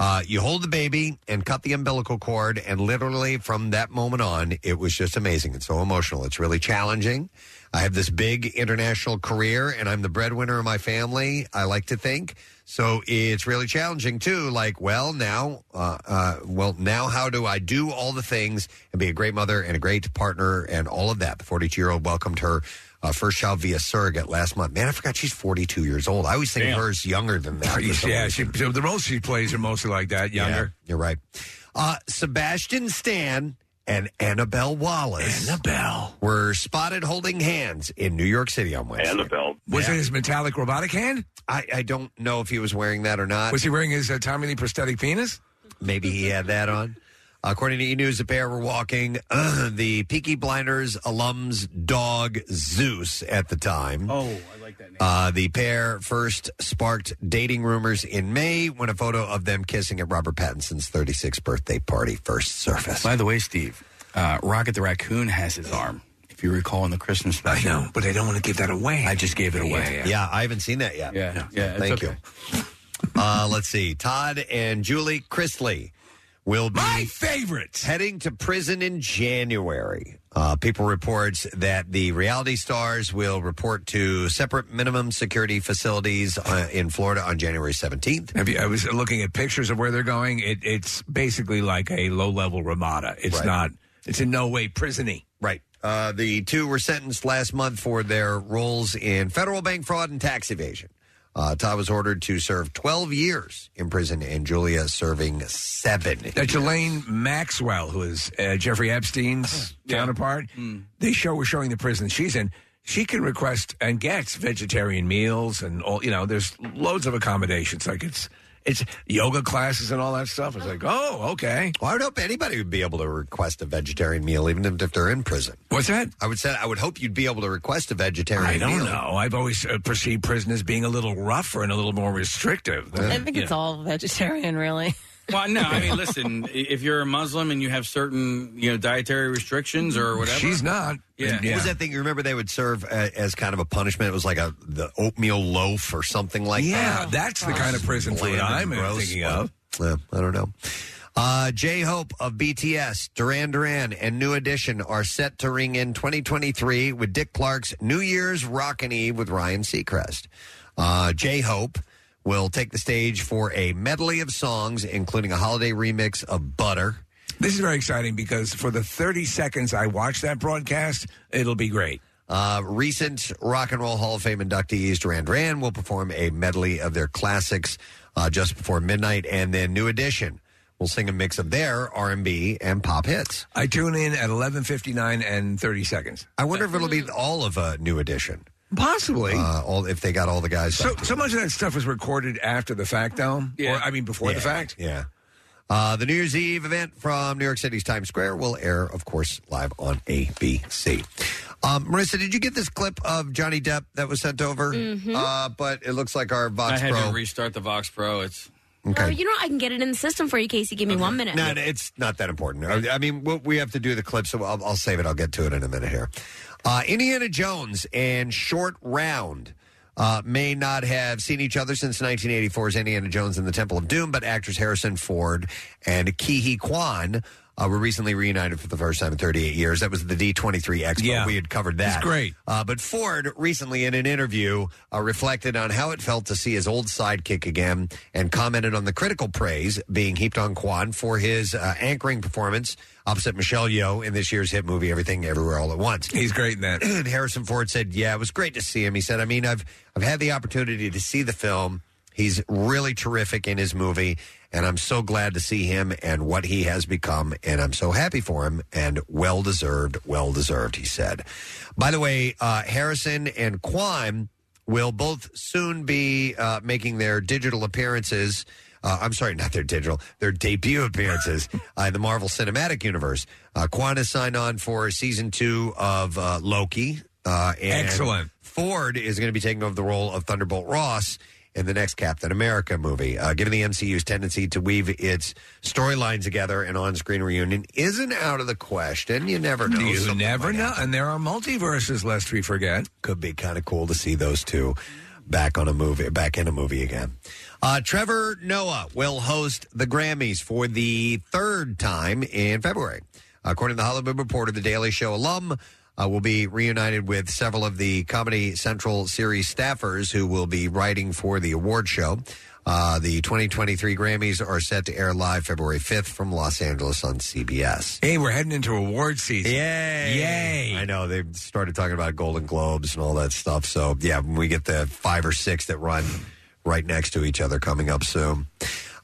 A: uh, "You hold the baby and cut the umbilical cord, and literally from that moment on, it was just amazing and so emotional. It's really challenging. I have this big international career, and I'm the breadwinner of my family. I like to think." So it's really challenging too. Like, well, now, uh, uh, well, now, how do I do all the things and be a great mother and a great partner and all of that? The 42 year old welcomed her uh, first child via surrogate last month. Man, I forgot she's 42 years old. I always think of
C: Damn.
A: her as younger than that. for some
C: yeah,
A: reason.
C: she, so the roles she plays are mostly like that, younger.
A: you're right. Uh, Sebastian Stan and Annabelle Wallace. Annabelle were spotted holding hands in New York City on Wednesday. Annabelle
C: Was it his metallic robotic hand?
A: I, I don't know if he was wearing that or not.
C: Was he wearing his uh, Tommy Lee prosthetic penis?
A: Maybe he had that on. According to E News, the pair were walking the Peaky Blinders alums dog Zeus at the time. Oh, I like that name. Uh, the pair first sparked dating rumors in May when a photo of them kissing at Robert Pattinson's 36th birthday party first surfaced.
D: By the way, Steve, uh, Rocket the Raccoon has his arm. If you recall in the Christmas special. I know,
C: but I don't want to give that away.
D: I just gave it away.
A: Yeah. I haven't seen that yet.
D: Yeah, yeah, it's
A: Thank
D: okay.
A: you. Uh, let's see. Todd and Julie Chrisley will be my
C: favorites
A: heading to prison in January. Uh, people reports that the reality stars will report to separate minimum security facilities uh, in Florida on January 17th.
C: Have you, I was looking at pictures of where they're going. It, it's basically like a low level Ramada. It's
A: Right.
C: not. It's in no way prisony.
A: Right. Uh, the two were sentenced last month for their roles in federal bank fraud and tax evasion. Uh, Todd was ordered to serve 12 years in prison, and Julia is serving seven.
C: That's Elaine Maxwell, who is uh, Jeffrey
A: Oh,
C: Epstein's counterpart.
A: Hmm.
C: They show we're showing the prison she's in. She can request and gets vegetarian meals and all. You know, there's loads of accommodations. Like it's it's yoga classes and all that stuff. It's like, oh, okay.
A: Well, I would hope anybody would be able to request a vegetarian meal, even if they're in prison.
C: What's that?
A: I would say I would hope you'd be able to request a vegetarian.
C: I don't
A: meal.
C: know. I've always uh, perceived prison as being a little rougher and a little more restrictive.
B: it. I think it's all vegetarian, really.
D: Well, no, I mean, listen, i- if you're a Muslim and you have certain, you know, dietary restrictions or whatever.
A: She's
C: not.
D: Yeah.
A: What was that thing? You remember they would serve a, as kind of a punishment? It was like a the oatmeal loaf or something like that.
C: Yeah, that's the kind of prison food
A: Bland and
C: I'm
A: gross.
C: thinking of.
A: Yeah, I don't know. Uh, J Hope of BTS, Duran Duran, and New Edition are set to ring in 2023 with Dick Clark's New Year's Rockin' Eve with Ryan Seacrest. Uh, J Hope will take the stage for a medley of songs, including a holiday remix of Butter.
C: This is very exciting because for the 30 seconds I watch that broadcast, it'll be great.
A: Uh, recent Rock and Roll Hall of Fame inductees Duran Duran will perform a medley of their classics uh, just before midnight, and then New Edition will sing a mix of their R&B and pop hits.
C: I tune in at 11:59 and 30 seconds.
A: I wonder if it'll be all of a New Edition,
C: possibly.
A: Uh, all if they got all the guys.
C: So so much of that stuff was recorded after the fact though. Yeah. Or I mean before the
A: Yeah,
C: fact.
A: Yeah. Uh, the New Year's Eve event from New York City's Times Square will air, of course, live on ABC. Um, Marissa, did you get this clip of Johnny Depp that was sent over? Uh, but it looks like our
D: Mm-hmm. I
A: Vox
D: had
A: Pro.
D: to restart the Vox Pro. It's
G: Oh, you know what? I can get it in the system for you, Casey. Give me one minute.
A: No, no, it's not that important. I, I mean, we we have to do the clip, so I'll, I'll save it. I'll get to it in a minute here. Uh, Indiana Jones and Short Round uh, may not have seen each other since 1984's Indiana Jones and the Temple of Doom, but actors Harrison Ford and Kihi Kwan uh, were recently reunited for the first time in 38 years. That was the D23 Expo.
C: Yeah.
A: We had covered
C: It's
A: that.
C: great.
A: Uh, but Ford recently, in an interview, uh, reflected on how it felt to see his old sidekick again and commented on the critical praise being heaped on Quan for his uh, anchoring performance opposite Michelle Yeoh in this year's hit movie Everything Everywhere All at Once.
C: He's great in that.
A: and Harrison Ford said, "Yeah, it was great to see him." He said, "I mean, I've I've had the opportunity to see the film. He's really terrific in his movie, and I'm so glad to see him and what he has become, and I'm so happy for him and well deserved, well deserved." He said. By the way, uh, Harrison and Quine will both soon be uh, making their digital appearances. Uh, I'm sorry, not their digital, their debut appearances uh, in the Marvel Cinematic Universe. Uh, Quan has signed on for season two of uh, Loki. Uh, and
C: Excellent.
A: Ford is going to be taking over the role of Thunderbolt Ross in the next Captain America movie. Uh, given the MCU's tendency to weave its storylines together, an on screen reunion isn't out of the question. You never know.
C: You
A: Something
C: never know. And there are multiverses, lest we forget.
A: Could be kind of cool to see those two back on a movie, back in a movie again. Uh, Trevor Noah will host the Grammys for the third time in February. According to the Hollywood Reporter, the Daily Show alum uh, will be reunited with several of the Comedy Central series staffers who will be writing for the award show. Uh, the 2023 Grammys are set to air live February 5th from Los Angeles on CBS.
C: Hey, we're heading into award season.
A: Yay!
C: Yay!
A: I know they've started talking about Golden Globes and all that stuff. So yeah, when we get the five or six that run right next to each other coming up soon.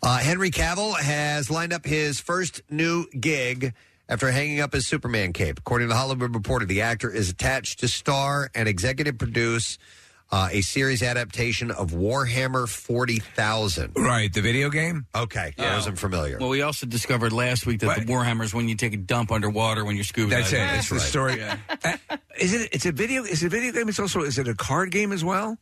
A: Uh, Henry Cavill has lined up his first new gig after hanging up his Superman cape. According to the Hollywood Reporter, the actor is attached to star and executive produce uh, a series adaptation of Warhammer 40,000.
C: Right, the video game?
A: Okay, yeah, I wasn't familiar.
D: Well, we also discovered last week that the Warhammer's when you take a dump underwater when you're scuba
C: That's it.
D: diving.
C: That's the story. Uh, is it? It's a video. Is it a video game? It's also. Is it a card game as well?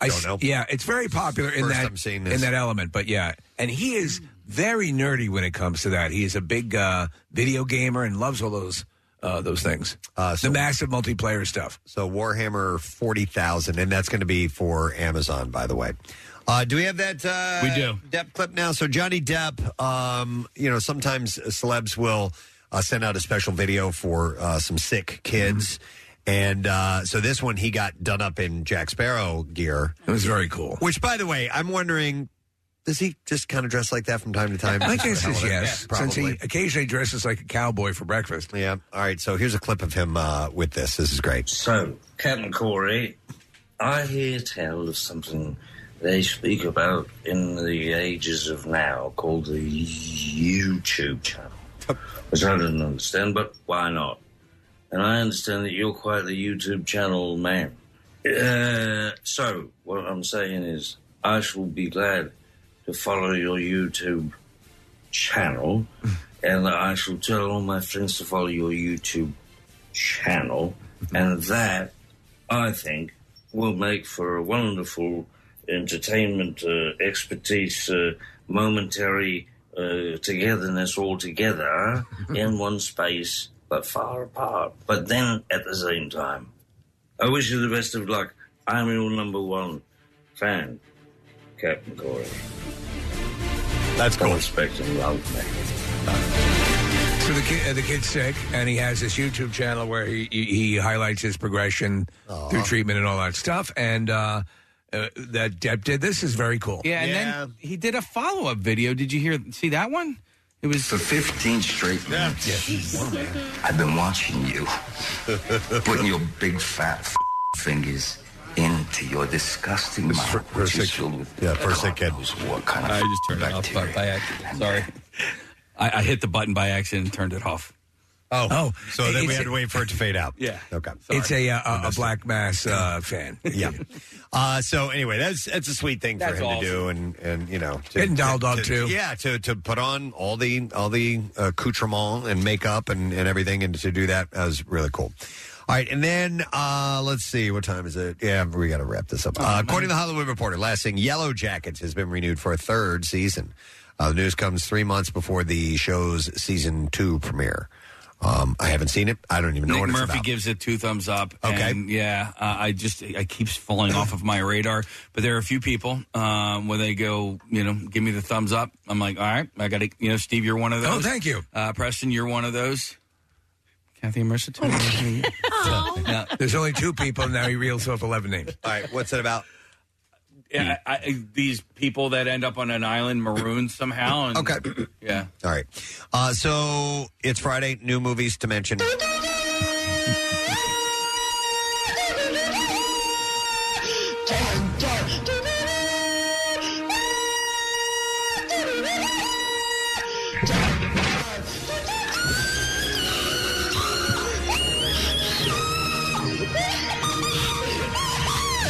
C: I
A: Don't
C: s-
A: know.
C: Yeah, it's very popular in
A: First
C: that
A: I'm seeing this.
C: in that element. But yeah, and he is very nerdy when it comes to that. He is a big uh, video gamer and loves all those uh, those things.
A: Uh,
C: the massive multiplayer stuff.
A: So Warhammer 40,000, and that's going to be for Amazon, by the way. Uh, do we have that uh,
D: We do.
A: Depp clip now? So Johnny Depp, um, you know, sometimes celebs will uh, send out a special video for uh, some sick kids.
C: Mm-hmm.
A: And uh, so this one, he got done up in Jack Sparrow gear.
C: It was very cool.
A: Which, by the way, I'm wondering, does he just kind of dress like that from time to time?
C: My
A: Just
C: guess
A: for the
C: is
A: hell of it?
C: yes,
A: Yeah,
C: since he
A: probably.
C: occasionally dresses like a cowboy for breakfast.
A: Yeah. All right. So here's a clip of him uh, with this. This is great.
L: So, Captain Corey, I hear tell of something they speak about in the ages of now called the YouTube channel, which I didn't understand, but why not? And I understand that you're quite the YouTube channel man. Uh, so, what I'm saying is, I shall be glad to follow your YouTube channel, and I shall tell all my friends to follow your YouTube channel, and that I think will make for a wonderful entertainment uh, expertise, uh, momentary uh, togetherness all together in one space, but far apart. But then at the same time, I wish you the best of luck. I'm your number one fan, Captain Corey.
A: That's
L: cool. Respect and love, man.
C: So the kid, uh, the kid's sick, and he has this YouTube channel where he he, he highlights his progression through treatment and all that stuff. And uh, uh, that Depp did this is very cool.
D: Yeah, and then he did a follow up video. Did you hear? See that one? It was
M: for 15 straight minutes. I've been watching you, putting your big fat f- fingers into your disgusting mouth, which is filled with yeah, first God knows what kind of
D: I just turned it off by, by accident. Sorry. I, I hit the button by accident and turned it off.
A: Oh,
C: Oh,
A: so then we
C: it's-
A: had to wait for it to fade out.
D: Yeah.
A: Okay.
C: It's a uh, a- a Black Mass uh, fan.
A: yeah. Uh, so anyway, that's that's a sweet thing
C: That's
A: for him
C: awesome.
A: to do, and and you know, to,
C: Getting dolled
A: to-
C: up,
A: to-
C: too.
A: Yeah, to to put on all the all the accoutrement and makeup and and everything, and to do that was really cool. All right, and then uh, let's see, what time is it? Yeah, we got to wrap this
D: Oh,
A: up. Uh, according to the Hollywood Reporter, last thing, Yellow Jackets has been renewed for a third season. Uh, the news comes three months before the show's season two premiere. Um, I haven't seen it. I don't even know
D: Nick
A: what it's
D: Murphy
A: about.
D: gives it two thumbs up.
A: Okay.
D: and, yeah, uh, I just I keeps falling off of my radar, but there are a few people um, when they go, you know, give me the thumbs up. I'm like, all right, I got to, you know, Steve, you're one of those.
C: Oh, thank you.
D: uh, Preston. You're one of those. Kathy and Marissa. too. Yeah.
C: There's only two people now. He reels off eleven names.
A: All right, what's it about?
D: Yeah, I, I, these people that end up on an island marooned somehow. And, okay. Yeah.
A: All right. Uh, so it's Friday. New movies to mention.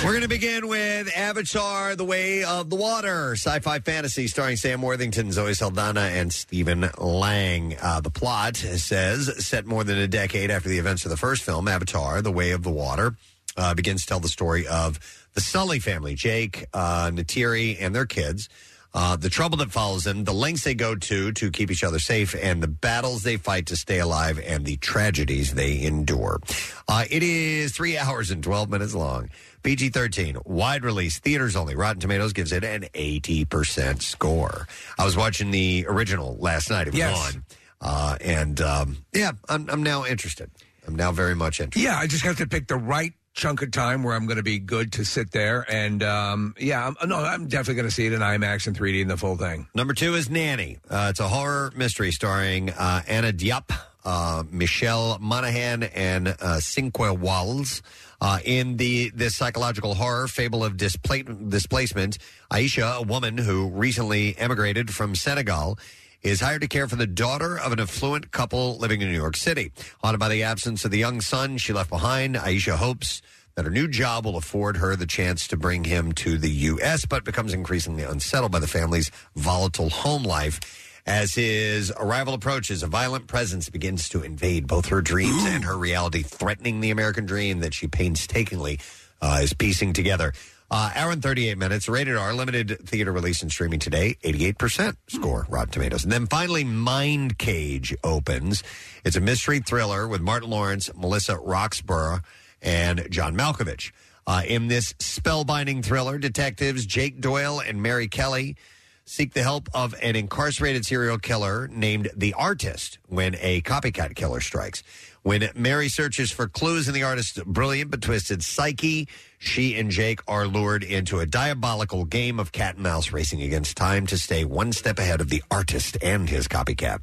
A: We're going to begin with Avatar: The Way of the Water, sci-fi fantasy starring Sam Worthington, Zoe Saldana, and Stephen Lang. Uh, the plot says set more than a decade after the events of the first film, Avatar: The Way of the Water. Uh, begins to tell the story of the Sully family, Jake, uh, Natiri, and their kids, uh, the trouble that follows them, the lengths they go to to keep each other safe, and the battles they fight to stay alive, and the tragedies they endure. Uh, it is three hours and 12 minutes long. PG 13, wide release, theaters only. Rotten Tomatoes gives it an 80% score. I was watching the original last night. It was
C: Yes.
A: on. Uh, and um, yeah, I'm, I'm now interested. I'm now very much interested.
C: Yeah, I just have to pick the right chunk of time where I'm going to be good to sit there. And um, yeah, I'm, no, I'm definitely going to see it in IMAX and 3D and the full thing.
A: Number two is Nanny. Uh, it's a horror mystery starring uh, Anna Diop, uh, Michelle Monaghan, and uh, Cinque Walls. Uh, in the this psychological horror fable of displa- displacement, Aisha, a woman who recently emigrated from Senegal, is hired to care for the daughter of an affluent couple living in New York City. Haunted by the absence of the young son she left behind, Aisha hopes that her new job will afford her the chance to bring him to the U.S., but becomes increasingly unsettled by the family's volatile home life. As his arrival approaches, a violent presence begins to invade both her dreams and her reality, threatening the American dream that she painstakingly uh, is piecing together. Uh, hour and 38 minutes, rated R, limited theater release and streaming today, 88% score, Rotten Tomatoes. And then finally, Mind Cage opens. It's a mystery thriller with Martin Lawrence, Melissa Roxburgh, and John Malkovich. Uh, in this spellbinding thriller, detectives Jake Doyle and Mary Kelly seek the help of an incarcerated serial killer named The Artist when a copycat killer strikes. When Mary searches for clues in the artist's brilliant but twisted psyche, she and Jake are lured into a diabolical game of cat and mouse racing against time to stay one step ahead of the artist and his copycat.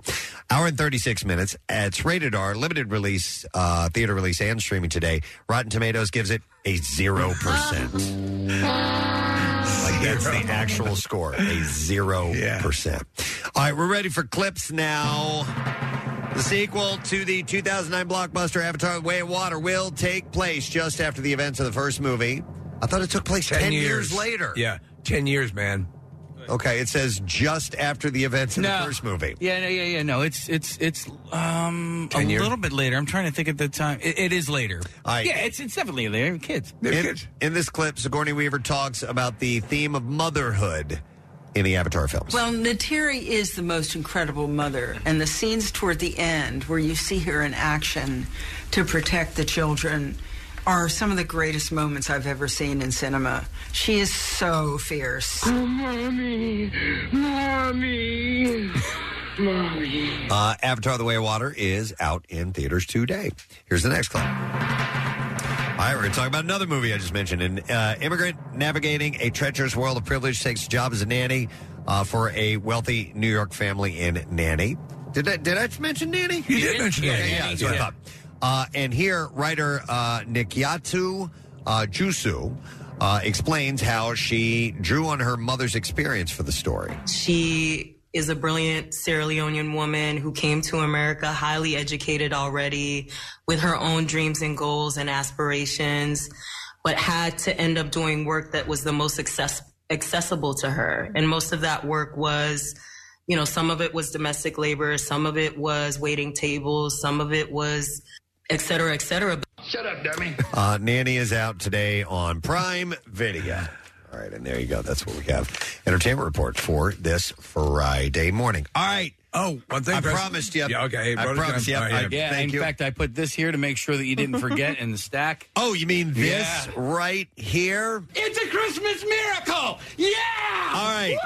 A: Hour and 36 minutes. It's rated R, limited release, uh, theater release, and streaming today. Rotten Tomatoes gives it a 0%. Like that's the actual score, a zero percent. All right, we're ready for clips now. The sequel to the 2009 blockbuster Avatar: The Way of Water will take place just after the events of the first movie. I thought it took place ten, years. later.
C: Yeah, 10 years, man.
A: Okay, it says just after the events of the first movie.
D: Yeah, no, yeah, yeah. No, it's it's it's um a
A: Ten years?
D: little bit later. I'm trying to think at the time. It, it is later.
A: right.
D: Yeah, it's it's definitely later. Kids.
A: In, in this clip, Sigourney Weaver talks about the theme of motherhood in the Avatar films.
E: Well, Natiri is the most incredible mother, and the scenes toward the end where you see her in action to protect the children are some of the greatest moments I've ever seen in cinema. She is so fierce. mommy, mommy, mommy.
A: Uh, Avatar: The Way of Water is out in theaters today. Here's the next clip. All right, we're going to talk about another movie I just mentioned. An uh, immigrant navigating a treacherous world of privilege takes a job as a nanny uh, for a wealthy New York family in Nanny. Did I, did I mention Nanny?
C: You did mention
A: yeah,
C: Nanny.
A: Yeah, that's what I
C: Yeah.
A: thought. Uh, and here, writer uh, Nikyatu uh, Jusu uh, explains how she drew on her mother's experience for the story.
N: She is a brilliant Sierra Leonean woman who came to America highly educated already with her own dreams and goals and aspirations, but had to end up doing work that was the most access- accessible to her. And most of that work was, you know, some of it was domestic labor, some of it was waiting tables, some of it was et cetera, et cetera. Shut up, dummy.
A: Uh, Nanny is out today on Prime Video. All right, and there you go. That's what we have. Entertainment report for this Friday morning. All right,
C: Oh, one thing.
A: I
C: Preston-
A: promised you.
C: Yeah, okay.
A: I
C: wrote it
A: promised
C: down.
A: you.
C: All right,
A: I-
C: yeah.
D: Yeah,
A: Thank
D: in
A: you.
D: fact, I put this here to make sure that you didn't forget in the stack.
A: Oh, you mean this right here?
F: It's a Christmas miracle! Yeah!
A: All right.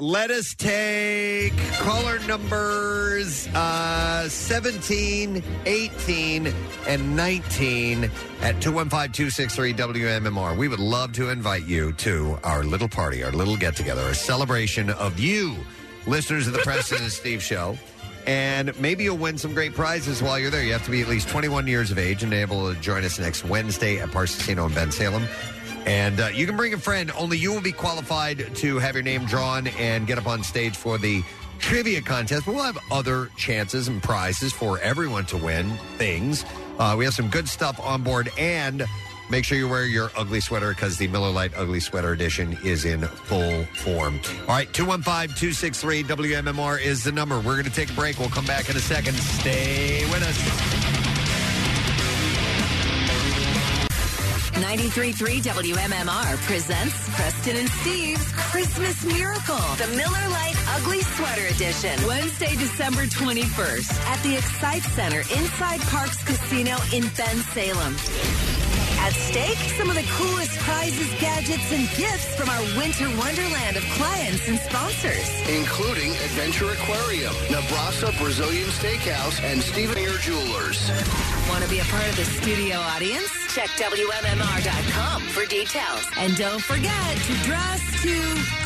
A: Let us take caller numbers uh, 17, 18, and 19 at 215-263-WMMR. We would love to invite you to our little party, our little get-together, our celebration of you, listeners of the Preston and Steve Show. And maybe you'll win some great prizes while you're there. You have to be at least 21 years of age and able to join us next Wednesday at Parsicino in Ben Salem. And uh, you can bring a friend, only you will be qualified to have your name drawn and get up on stage for the trivia contest. But we'll have other chances and prizes for everyone to win things. Uh, we have some good stuff on board. And make sure you wear your ugly sweater because the Miller Lite Ugly Sweater Edition is in full form. All right, 215 263 WMMR is the number. We're going to take a break. We'll come back in a second. Stay with us.
O: 933 WMMR presents Preston and Steve's Christmas Miracle, the Miller Lite Ugly Sweater Edition, Wednesday, December 21st at the Excite Center inside Parks Casino in Ben Salem. At stake, some of the coolest prizes, gadgets, and gifts from our winter wonderland of clients and sponsors.
H: including Adventure Aquarium, Nebraska Brazilian Steakhouse, and Stephen Ear Jewelers.
O: Want to be a part of the studio audience? Check WMMR.com for details. And don't forget to dress to,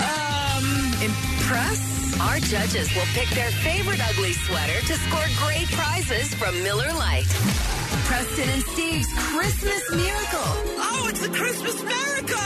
O: um, impress. Our judges will pick their favorite ugly sweater to score great prizes from Miller Lite. Preston and Steve's Christmas Miracle. Oh, it's the Christmas Miracle!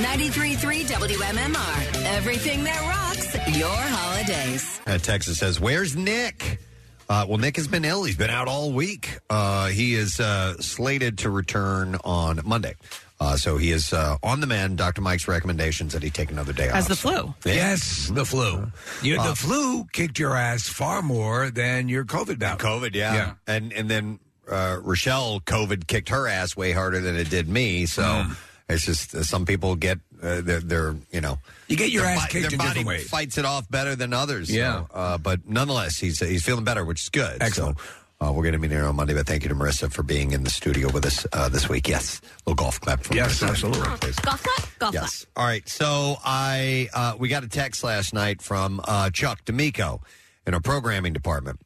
O: 93.3 WMMR. Everything that rocks your holidays.
A: Uh, Texas says, "Where's Nick?" Uh, well, Nick has been ill. He's been out all week. Uh, he is uh, slated to return on Monday, uh, so he is uh, on the mend. Doctor Mike's recommendations that he take another day
C: Has
A: off.
C: the
A: flu?
C: Yes, the flu. You,
A: Uh,
C: the flu kicked your ass far more than your COVID bout.
A: COVID, yeah. and and then uh, Rochelle COVID kicked her ass way harder than it did me. So
C: Hmm.
A: it's just uh, some people get uh, their, their you know
C: You get your
A: their
C: ass
A: bo-
C: kicked
A: their
C: in
A: body
C: different ways.
A: fights it off better than others. so,
C: Yeah.
A: uh, but nonetheless, he's he's feeling better, which is good. Excellent. So, uh, we're going to be here on Monday, but thank you to Marissa for being in the studio with us uh, this week. Yes, a little golf clap for
C: Yes,
A: Marissa.
C: absolutely.
A: Please.
G: Golf clap? Golf
A: Yes. All right. So I uh, we got a text last night from uh, Chuck D'Amico in our programming department,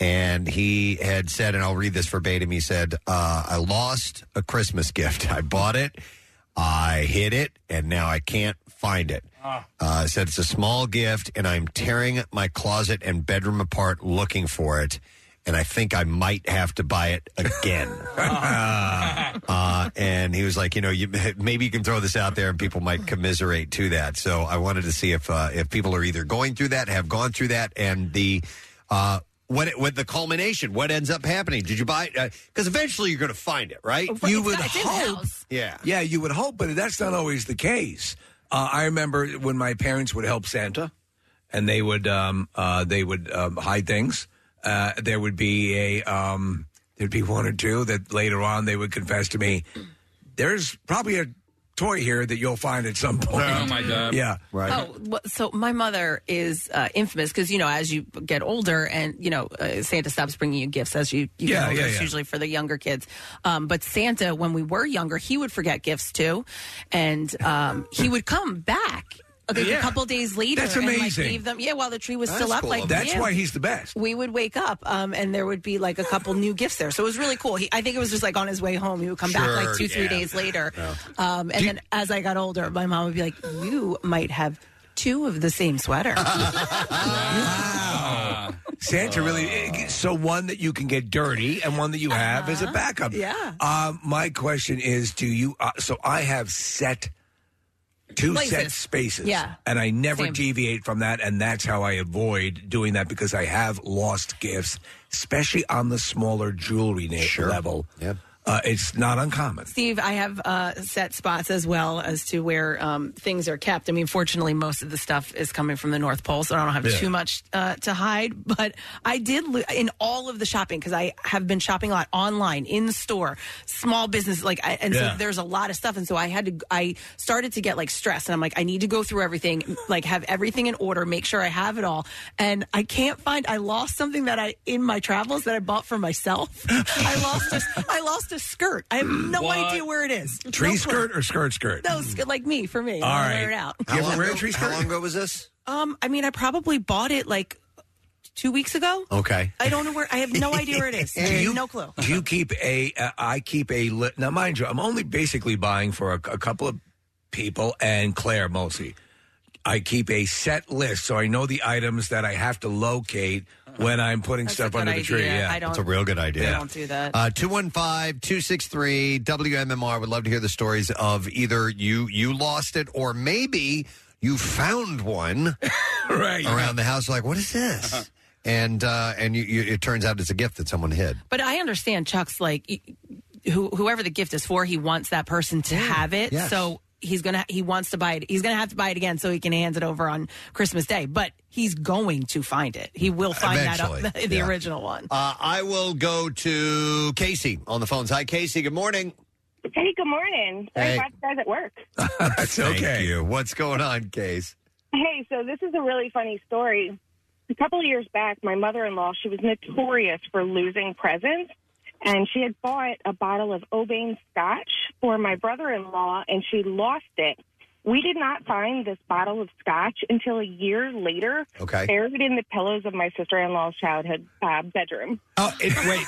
A: and he had said, and I'll read this verbatim. He said, uh, "I lost a Christmas gift. I bought it, I hid it, and now I can't find it." Uh, said it's a small gift, and I'm tearing my closet and bedroom apart looking for it. And I think I might have to buy it again. uh, and he was like, you know, you, maybe you can throw this out there, and people might commiserate to that. So I wanted to see if uh, if people are either going through that, have gone through that, and the uh, what it, what the culmination, what ends up happening? Did you buy? Because eventually you're going to find it, right?
C: you would hope.
A: Yeah.
C: Yeah, you would hope, but that's not always the case. Uh, I remember when my parents would help Santa, and they would um, uh, they would um, hide things. Uh, there would be a um, there'd be one or two that later on they would confess to me. There's probably a toy here that you'll find at some point.
K: Oh, my God.
C: Yeah,
B: Oh, well, so my mother is uh, infamous because you know, as you get older, and you know, uh, Santa stops bringing you gifts as you,
C: Yeah,
B: you get older.
C: yeah,
B: It's
C: yeah.
B: usually for the younger kids. Um, but Santa, when we were younger, he would forget gifts too, and um, he would come back. Like
C: Yeah.
B: a couple days later,
C: That's
B: And, like,
C: amazing.
B: leave them, yeah, while the tree was
C: That's
B: still up.
C: cool
B: Like
C: of him. That's
B: yeah.
C: why he's the best.
B: We would wake up, um, and there would be like a couple new gifts there, so it was really cool. He, I think it was just like on his way home, he would come back
F: Sure,
B: like two, three
F: yeah.
B: days later.
F: Yeah.
B: Um, and then as I got older, my mom would be like, "You might have two of the same sweater."
C: Uh, Santa really. So one that you can get dirty, and one that you have as a backup.
B: Yeah.
C: Um, my question is, do you? Uh, so I have set two set
F: Places.
C: spaces.
F: Yeah.
C: And I never
F: Same.
C: deviate from that, and that's how I avoid doing that because I have lost gifts, especially on the smaller jewelry na- level. Yep. uh, it's not uncommon.
B: Steve, I have uh, set spots as well as to where um, things are kept. I mean, fortunately, most of the stuff is coming from the North Pole, so I don't have
P: Yeah.
B: too much uh, to hide. But I did lo- in all of the shopping because I have been shopping a lot online, in store, small business, like, I, and
P: Yeah.
B: so there's a lot of stuff, and so I had to. I started to get like stressed, and I'm like, I need to go through everything, like have everything in order, make sure I have it all, and I can't find. I lost something that I in my travels that I bought for myself. I lost a, I lost a skirt. I have no
C: What?
B: idea where it is.
C: Tree
B: No clue.
C: skirt or skirt skirt?
B: No, sk- like me for me.
C: All
B: I
C: right.
B: Wear it out.
C: You ever wear a tree skirt?
A: How long ago was this?
B: Um, I mean, I probably bought it like two weeks ago.
A: Okay.
B: I don't know where. I have no idea where it is.
C: Do you-
B: no clue.
C: Do you keep a? Uh, I keep a. Li- now, mind you, I'm only basically buying for a, a couple of people and Claire mostly. I keep a set list, so I know the items that I have to locate when I'm putting
B: Uh-huh. That's a
C: stuff
B: good
C: under the tree.
B: idea.
C: Yeah,
B: I don't-
A: That's a real good idea.
B: I don't do that.
A: Uh, 215-263-WMMR. Would love to hear the stories of either you you lost it or maybe you found one
C: right.
A: around the house. Like, what is
B: Uh-huh.
A: this? And uh, and you, you, it turns out it's a gift that someone hid.
B: But I understand Chuck's like y- who, whoever the gift is for, he wants that person to have it.
A: Yes.
B: So he's gonna he wants to buy it. He's gonna have to buy it again so he can hand it over on Christmas Day. But he's going to find it. He will find that
A: Eventually,
B: up, the
A: yeah.
B: original one.
A: Uh, I will go to Casey on the phones. Hi, Casey. Good morning.
Q: Hey, good morning. Sorry
A: Hey.
Q: about you guys at work.
A: That's okay. you. What's going on, Case?
Q: Hey, so this is a really funny story. A couple of years back, my mother-in-law, she was notorious for losing presents, and she had bought a bottle of Obain Scotch for my brother-in-law, and she lost it. We did not find this bottle of scotch until a year later,
A: Okay.
Q: buried in the pillows of my sister-in-law's childhood uh, bedroom.
A: Oh, it, wait.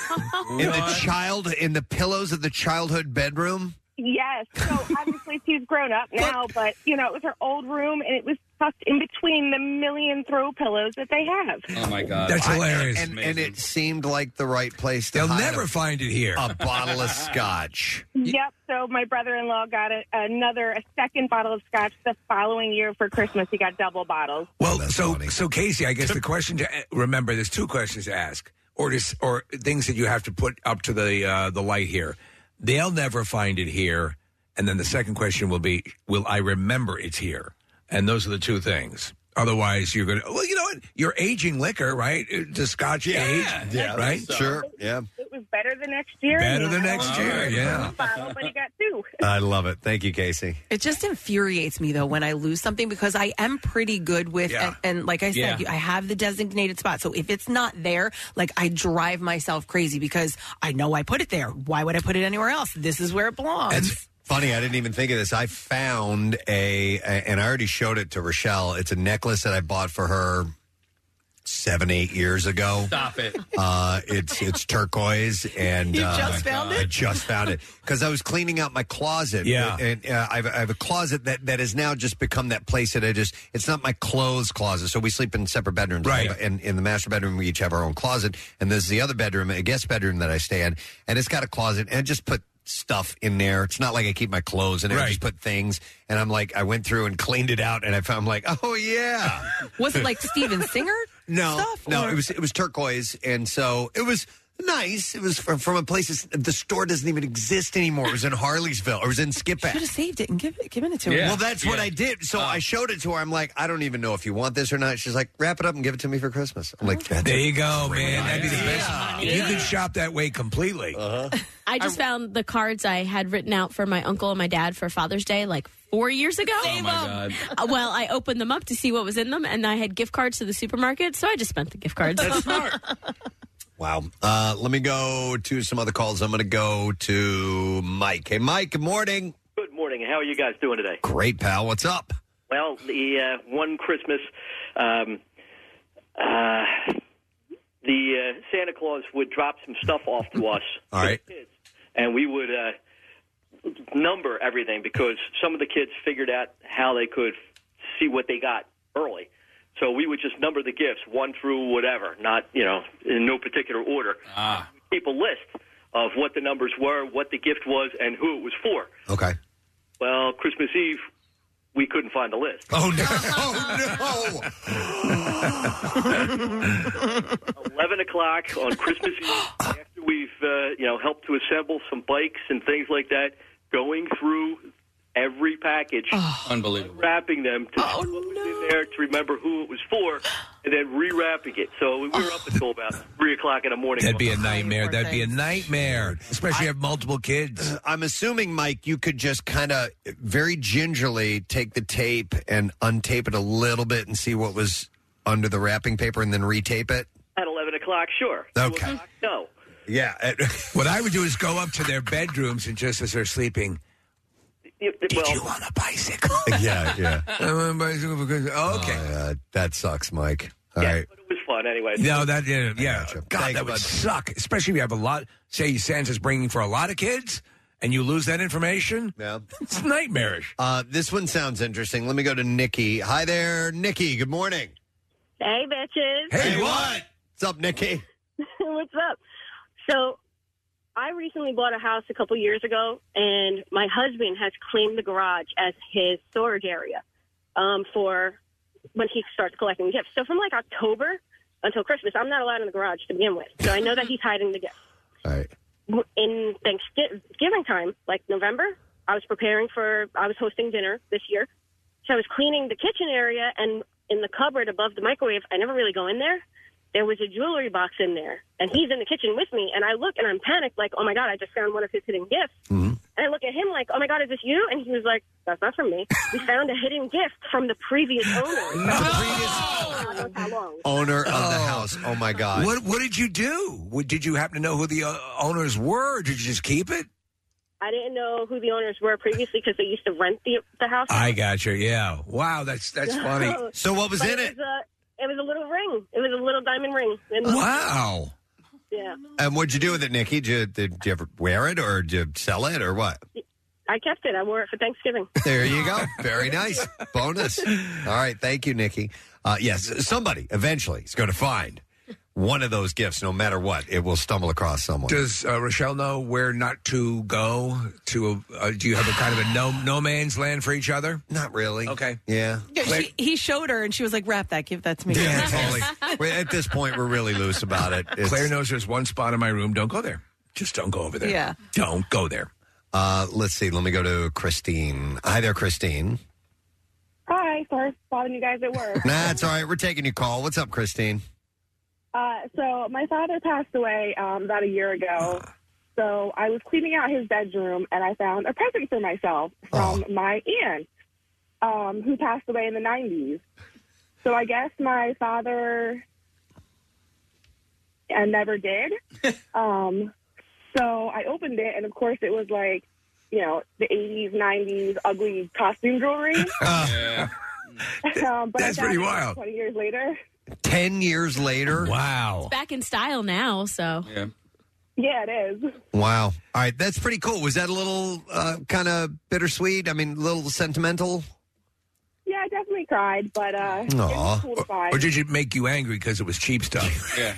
A: in the child in the pillows of the childhood bedroom.
Q: Yes. So obviously she's grown up now, but you know, it was her old room and it was tucked in between the million throw pillows that they have.
C: Uh,
D: Oh my god,
A: That's
C: hilarious.
A: And, and it seemed like the right place to.
C: They'll
A: hide
C: never
A: a-
C: find it here.
A: A bottle of scotch.
Q: Yep. So my brother-in-law got a, another a second bottle of scotch the following year for Christmas. He got double bottles.
C: Well, so so Casey, I guess the question to remember there's two questions to ask, or just or things that you have to put up to the uh, the light here. They'll never find it here, and then the second question will be, will I remember it's here? And those are the two things. Otherwise, you're gonna well, you know what? You're aging liquor, right? Uh, To Scotch age,
A: Yeah,
C: right?
A: so. Sure, yeah.
Q: It was better the next year.
C: Better the
Q: and I
C: next
Q: only
C: year,
Q: got one
C: yeah.
Q: Bottle, but he got two.
A: I love it. Thank you, Casey.
B: It just infuriates me though when I lose something because I am pretty good with
A: Yeah.
B: and, and like I said,
A: Yeah.
B: you- I have the designated spot. So if it's not there, like I drive myself crazy because I know I put it there. Why would I put it anywhere else? This is where it belongs.
A: Funny, I didn't even think of this. I found a, a- and I already showed it to Rochelle. It's a necklace that I bought for her seven, eight years ago.
D: Stop it.
A: Uh, it's it's turquoise, and
D: You
A: uh,
D: just found it?
A: I just found it because I was cleaning out my closet.
C: Yeah.
A: and uh, I, have, I have a closet that that has now just become that place that I just. It's not my clothes closet, so we sleep in separate bedrooms.
C: Right.
A: And in the master bedroom, we each have our own closet, and there's the other bedroom, a guest bedroom that I stay in, and it's got a closet, and I just put stuff in there. It's not like I keep my clothes in there. I
C: Right.
A: just put things, and I'm like, I went through and cleaned it out, and I found I'm like, oh yeah.
B: Was it like Steven Singer?
A: No,
B: stuff,
A: no,
B: or-
A: it was it was turquoise, and so it was nice. It was from, from a place that's- the store doesn't even exist anymore. It was in Harleysville. Or it was in Skipback.
B: Should have saved it and give it, given it to her.
A: Well, that's what I did.
C: Uh.
A: So I showed it to her. I'm like, I don't even know if you want this or not. She's like, wrap it up and give it to me for Christmas. I'm like, that's
C: There you go,
A: great
C: Oh, man. That'd be the
A: idea.
C: best. You could shop that way completely.
A: Uh-huh.
G: I just found the cards I had written out for my uncle and my dad for Father's Day like four years ago.
P: Oh, my God.
G: Uh, Well, I opened them up to see what was in them, and I had gift cards to the supermarket, so I just spent the gift cards.
A: Wow. Uh, let me go to some other calls. I'm going to go to Mike. Hey, Mike. Good morning.
R: Good morning. How are you guys doing today?
A: Great pal. What's up?
R: Well, the uh, one Christmas, um, uh, the uh, Santa Claus would drop some stuff off to us.
A: All right.
R: and we would uh, number everything because some of the kids figured out how they could see what they got early. So we would just number the gifts one through whatever, not you know in no particular order. Ah. Keep a list of what the numbers were, what the gift was, and who it was for.
A: Okay.
R: Well, Christmas Eve, we couldn't find the list.
A: Oh no! Oh no!
R: Eleven o'clock on Christmas Eve, after we've uh, you know helped to assemble some bikes and things like that. Going through every package,
D: Ah. Unbelievable.
R: wrapping them to see what was in there to remember who it was for, and then rewrapping it. So we were up until about three o'clock in the morning.
C: That'd be a nightmare. That'd be a nightmare, especially if you have multiple kids.
A: I'm assuming, Mike, you could just kind of very gingerly take the tape and untape it a little bit and see what was under the wrapping paper and then retape it.
R: At eleven o'clock, sure.
A: Okay.
R: No.
A: Yeah.
C: what I would do is go up to their bedrooms and just as they're sleeping,
R: Did
C: you on a bicycle?
A: yeah, yeah.
C: I want a bicycle for Christmas. Oh, okay.
A: Uh, that sucks, Mike. All right.
R: It was fun anyway.
C: No, that yeah, yeah. God,
A: Thanks,
C: that would
A: bud.
C: suck. Especially if you have a lot. Say Santa's bringing for a lot of kids, and you lose that information.
A: Yeah,
C: it's nightmarish.
A: Uh, this one sounds interesting. Let me go to Nikki. Hi there, Nikki. Good morning.
P: Hey, bitches.
A: What's up, Nikki?
P: What's up? So, I recently bought a house a couple years ago, and my husband has claimed the garage as his storage area um, for when he starts collecting gifts. So, from like October until Christmas, I'm not allowed in the garage to begin with. So, I know that he's hiding the gifts. All right. In Thanksgiving time, like November, I was preparing for, I was hosting dinner this year. So, I was cleaning the kitchen area, and in the cupboard above the microwave, I never really go in there there was a jewelry box in there, and he's in the kitchen with me. And I look and I'm panicked, like, oh my god, I just found one of his hidden gifts. And I look at him like, oh my god, is this you? And he was like, that's not from me. We found a hidden gift from the previous owner. I don't know how long.
A: Owner of the house. Oh my God.
C: What What did you do? What, did you happen to know who the uh, owners were? or Did you just keep it?
P: I didn't know who the owners were previously because they used to rent the the house.
C: I got you. Yeah. Wow. That's Ah, that's funny.
P: But was a- it was a little ring. It was a little diamond ring. And-
A: Wow.
P: Yeah,
A: And what'd you do with it, Nikki? Did you, did you ever wear it or did you sell it or what?
P: I kept it. I wore it for Thanksgiving.
A: There you go. Very nice. Bonus. All right. Thank you, Nikki. Uh, yes, somebody eventually is going to find one of those gifts, no matter what. It will stumble across someone.
C: Does uh, Rochelle know where not to go? To a, uh, do you have a kind of a no no man's land for each other?
A: Not really.
C: Okay.
A: Yeah.
B: Yeah, she, he showed her, and she was like, "Wrap that, give that to me."
A: Yeah, totally. We're- At this point, we're really loose about it.
C: Claire knows there's one spot in my room. Don't go there. Just don't go over there.
B: Yeah.
C: Don't go there.
A: Uh, let's see. Let me go to Christine. Hi there, Christine.
S: Hi, sorry for bothering you guys at work.
A: Nah, it's all right. We're taking your call. What's up, Christine?
S: Uh, so my father passed away um, about a year ago. So I was cleaning out his bedroom and I found a present for myself from
C: Oh.
S: my aunt, um, who passed away in the '90s. So I guess my father, and never did. um, so I opened it, and of course it was like, you know, the '80s, '90s ugly costume jewelry. um,
A: Uh,
S: but I found
A: That's pretty
S: it
A: wild.
S: Twenty years later.
A: Ten years later.
C: Wow.
G: Back in style now, so.
A: Yeah.
S: Yeah, it is.
A: Wow. All right. That's pretty cool. Was that a little uh, kind of bittersweet? I mean, a little sentimental?
S: Yeah, I definitely cried, but uh, it
C: Aw.
S: was cool to find.
C: Or did it make you angry because it was cheap stuff? yeah.